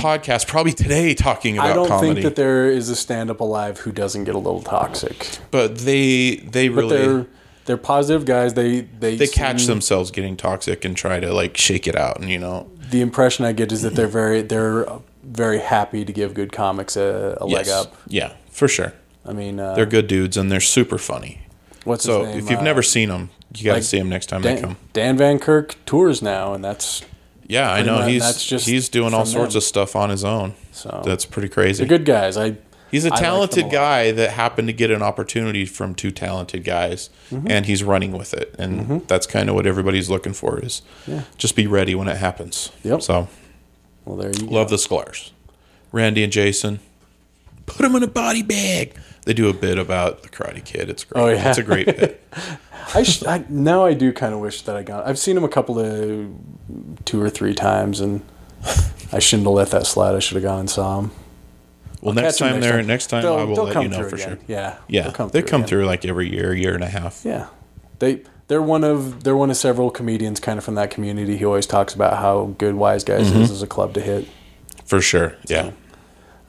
[SPEAKER 2] podcast probably today talking about
[SPEAKER 1] I don't
[SPEAKER 2] comedy.
[SPEAKER 1] think that there is a stand up alive who doesn't get a little toxic.
[SPEAKER 2] but they they
[SPEAKER 1] But
[SPEAKER 2] really
[SPEAKER 1] they're they're positive guys. They they
[SPEAKER 2] they catch themselves getting toxic and try to like shake it out and you know
[SPEAKER 1] The impression I get is that they're very they're uh, very happy to give good comics a, a leg
[SPEAKER 2] yes.
[SPEAKER 1] up.
[SPEAKER 2] yeah for sure
[SPEAKER 1] I mean, uh,
[SPEAKER 2] they're good dudes and they're super funny
[SPEAKER 1] what's
[SPEAKER 2] so
[SPEAKER 1] his name?
[SPEAKER 2] if you've
[SPEAKER 1] Uh,
[SPEAKER 2] never seen them you got to
[SPEAKER 1] like
[SPEAKER 2] 'em see them next time they
[SPEAKER 1] Dan,
[SPEAKER 2] come
[SPEAKER 1] Dan Van Kirk tours now, and that's
[SPEAKER 2] yeah I
[SPEAKER 1] pretty
[SPEAKER 2] know
[SPEAKER 1] much-
[SPEAKER 2] he's
[SPEAKER 1] that's just
[SPEAKER 2] he's doing all
[SPEAKER 1] from
[SPEAKER 2] sorts
[SPEAKER 1] them.
[SPEAKER 2] of stuff on his own
[SPEAKER 1] So-
[SPEAKER 2] that's pretty crazy
[SPEAKER 1] they're good guys. I
[SPEAKER 2] he's a
[SPEAKER 1] I like them a
[SPEAKER 2] talented
[SPEAKER 1] lot.
[SPEAKER 2] guy that happened to get an opportunity from two talented guys
[SPEAKER 1] Mm-hmm.
[SPEAKER 2] and he's running with it and that's kind of what everybody's looking for is just be ready when it happens
[SPEAKER 1] Yep.
[SPEAKER 2] so
[SPEAKER 1] well there you go.
[SPEAKER 2] Love the Sklars. Randy and Jason. Put them in a body bag. They do a bit about the Karate Kid. It's great.
[SPEAKER 1] Oh, yeah.
[SPEAKER 2] It's a great bit.
[SPEAKER 1] I, sh- I now I do kind of wish that I got. I've seen him a couple of two or three times, and I shouldn't have let that slide. I should have gone and saw him.
[SPEAKER 2] Well, next
[SPEAKER 1] Catch 'em
[SPEAKER 2] time there, next time
[SPEAKER 1] They'll-
[SPEAKER 2] I will
[SPEAKER 1] they'll
[SPEAKER 2] let
[SPEAKER 1] come
[SPEAKER 2] you know
[SPEAKER 1] through
[SPEAKER 2] for
[SPEAKER 1] again.
[SPEAKER 2] sure.
[SPEAKER 1] Yeah,
[SPEAKER 2] Yeah,
[SPEAKER 1] they'll
[SPEAKER 2] they come
[SPEAKER 1] again.
[SPEAKER 2] through like every year, year and a half.
[SPEAKER 1] Yeah, they they're one of they're one of several comedians kind of from that community. He always talks about how good Wise Guys
[SPEAKER 2] Mm-hmm.
[SPEAKER 1] is as a club to hit.
[SPEAKER 2] For sure. Yeah.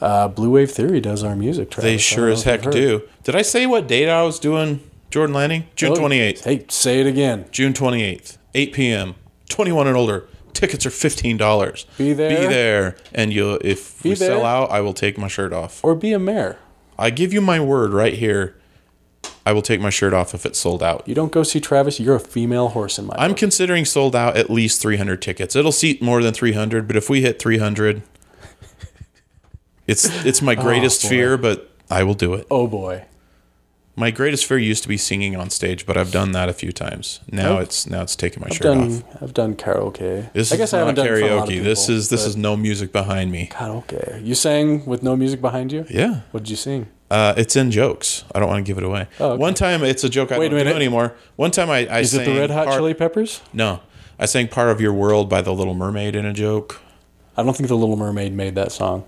[SPEAKER 1] Uh, Blue Wave Theory does our music. Travis. I
[SPEAKER 2] They
[SPEAKER 1] don't
[SPEAKER 2] sure
[SPEAKER 1] know
[SPEAKER 2] as
[SPEAKER 1] if you've
[SPEAKER 2] heck
[SPEAKER 1] heard.
[SPEAKER 2] do. Did I say what date I was doing Jordan Landing? June
[SPEAKER 1] Oh,
[SPEAKER 2] 28th.
[SPEAKER 1] Hey, say it again.
[SPEAKER 2] June 28th, 8 p.m. 21 and older. Tickets are $15.
[SPEAKER 1] Be there.
[SPEAKER 2] Be there. And you'll if we
[SPEAKER 1] there.
[SPEAKER 2] sell out, I will take my shirt off.
[SPEAKER 1] Or be a mayor.
[SPEAKER 2] I give you my word right here. I will take my shirt off if it's sold out.
[SPEAKER 1] You don't go see Travis. You're a female horse in my.
[SPEAKER 2] I'm
[SPEAKER 1] book.
[SPEAKER 2] considering sold out at least 300 tickets. It'll seat more than 300, but if we hit 300, it's it's my greatest
[SPEAKER 1] Oh, boy.
[SPEAKER 2] fear, but I will do it.
[SPEAKER 1] oh boy.
[SPEAKER 2] My greatest fear used to be singing on stage, but I've done that a few times. Now it's now it's taking my
[SPEAKER 1] I've
[SPEAKER 2] shirt
[SPEAKER 1] done.
[SPEAKER 2] off.
[SPEAKER 1] I've done karaoke.
[SPEAKER 2] This
[SPEAKER 1] I guess
[SPEAKER 2] is
[SPEAKER 1] I haven't
[SPEAKER 2] not
[SPEAKER 1] done it for a lot of
[SPEAKER 2] karaoke. This
[SPEAKER 1] people,
[SPEAKER 2] is this
[SPEAKER 1] but-
[SPEAKER 2] is no music behind me.
[SPEAKER 1] karaoke. You sang with no music behind you.
[SPEAKER 2] Yeah.
[SPEAKER 1] What did you sing?
[SPEAKER 2] Uh, it's in jokes. I don't want to give it away.
[SPEAKER 1] Oh, okay.
[SPEAKER 2] One time it's a joke I
[SPEAKER 1] Wait a
[SPEAKER 2] don't do
[SPEAKER 1] minute.
[SPEAKER 2] anymore. One time I, I
[SPEAKER 1] Is it the
[SPEAKER 2] sang
[SPEAKER 1] Red Hot
[SPEAKER 2] part-
[SPEAKER 1] Chili Peppers?
[SPEAKER 2] No, I sang "Part of Your World" by the Little Mermaid in a joke.
[SPEAKER 1] I don't think the Little Mermaid made that song.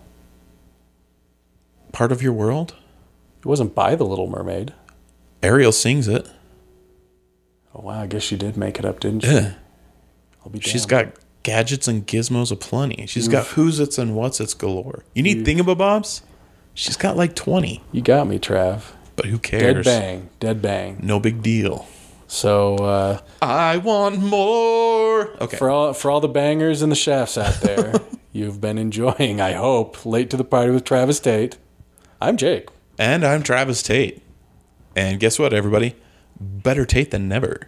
[SPEAKER 2] Part of your world?
[SPEAKER 1] It wasn't by The Little Mermaid.
[SPEAKER 2] Ariel sings it.
[SPEAKER 1] Oh, wow. I guess she did make it up, didn't she?
[SPEAKER 2] Yeah.
[SPEAKER 1] I'll be
[SPEAKER 2] She's
[SPEAKER 1] damned.
[SPEAKER 2] got gadgets and gizmos aplenty. She's got who's its and what's its galore. You need thingamabobs? She's got like 20,
[SPEAKER 1] You got me, Trav.
[SPEAKER 2] but who
[SPEAKER 1] Dead
[SPEAKER 2] cares?
[SPEAKER 1] bang. Dead bang.
[SPEAKER 2] No big deal.
[SPEAKER 1] So, uh,
[SPEAKER 2] I want more. Okay.
[SPEAKER 1] for, all, for all the bangers and the shafts out there, you've been enjoying, I hope, Late to the Party with Travis Tate. I'm Jake.
[SPEAKER 2] and I'm Travis Tate. And guess what, everybody? Better Tate than never.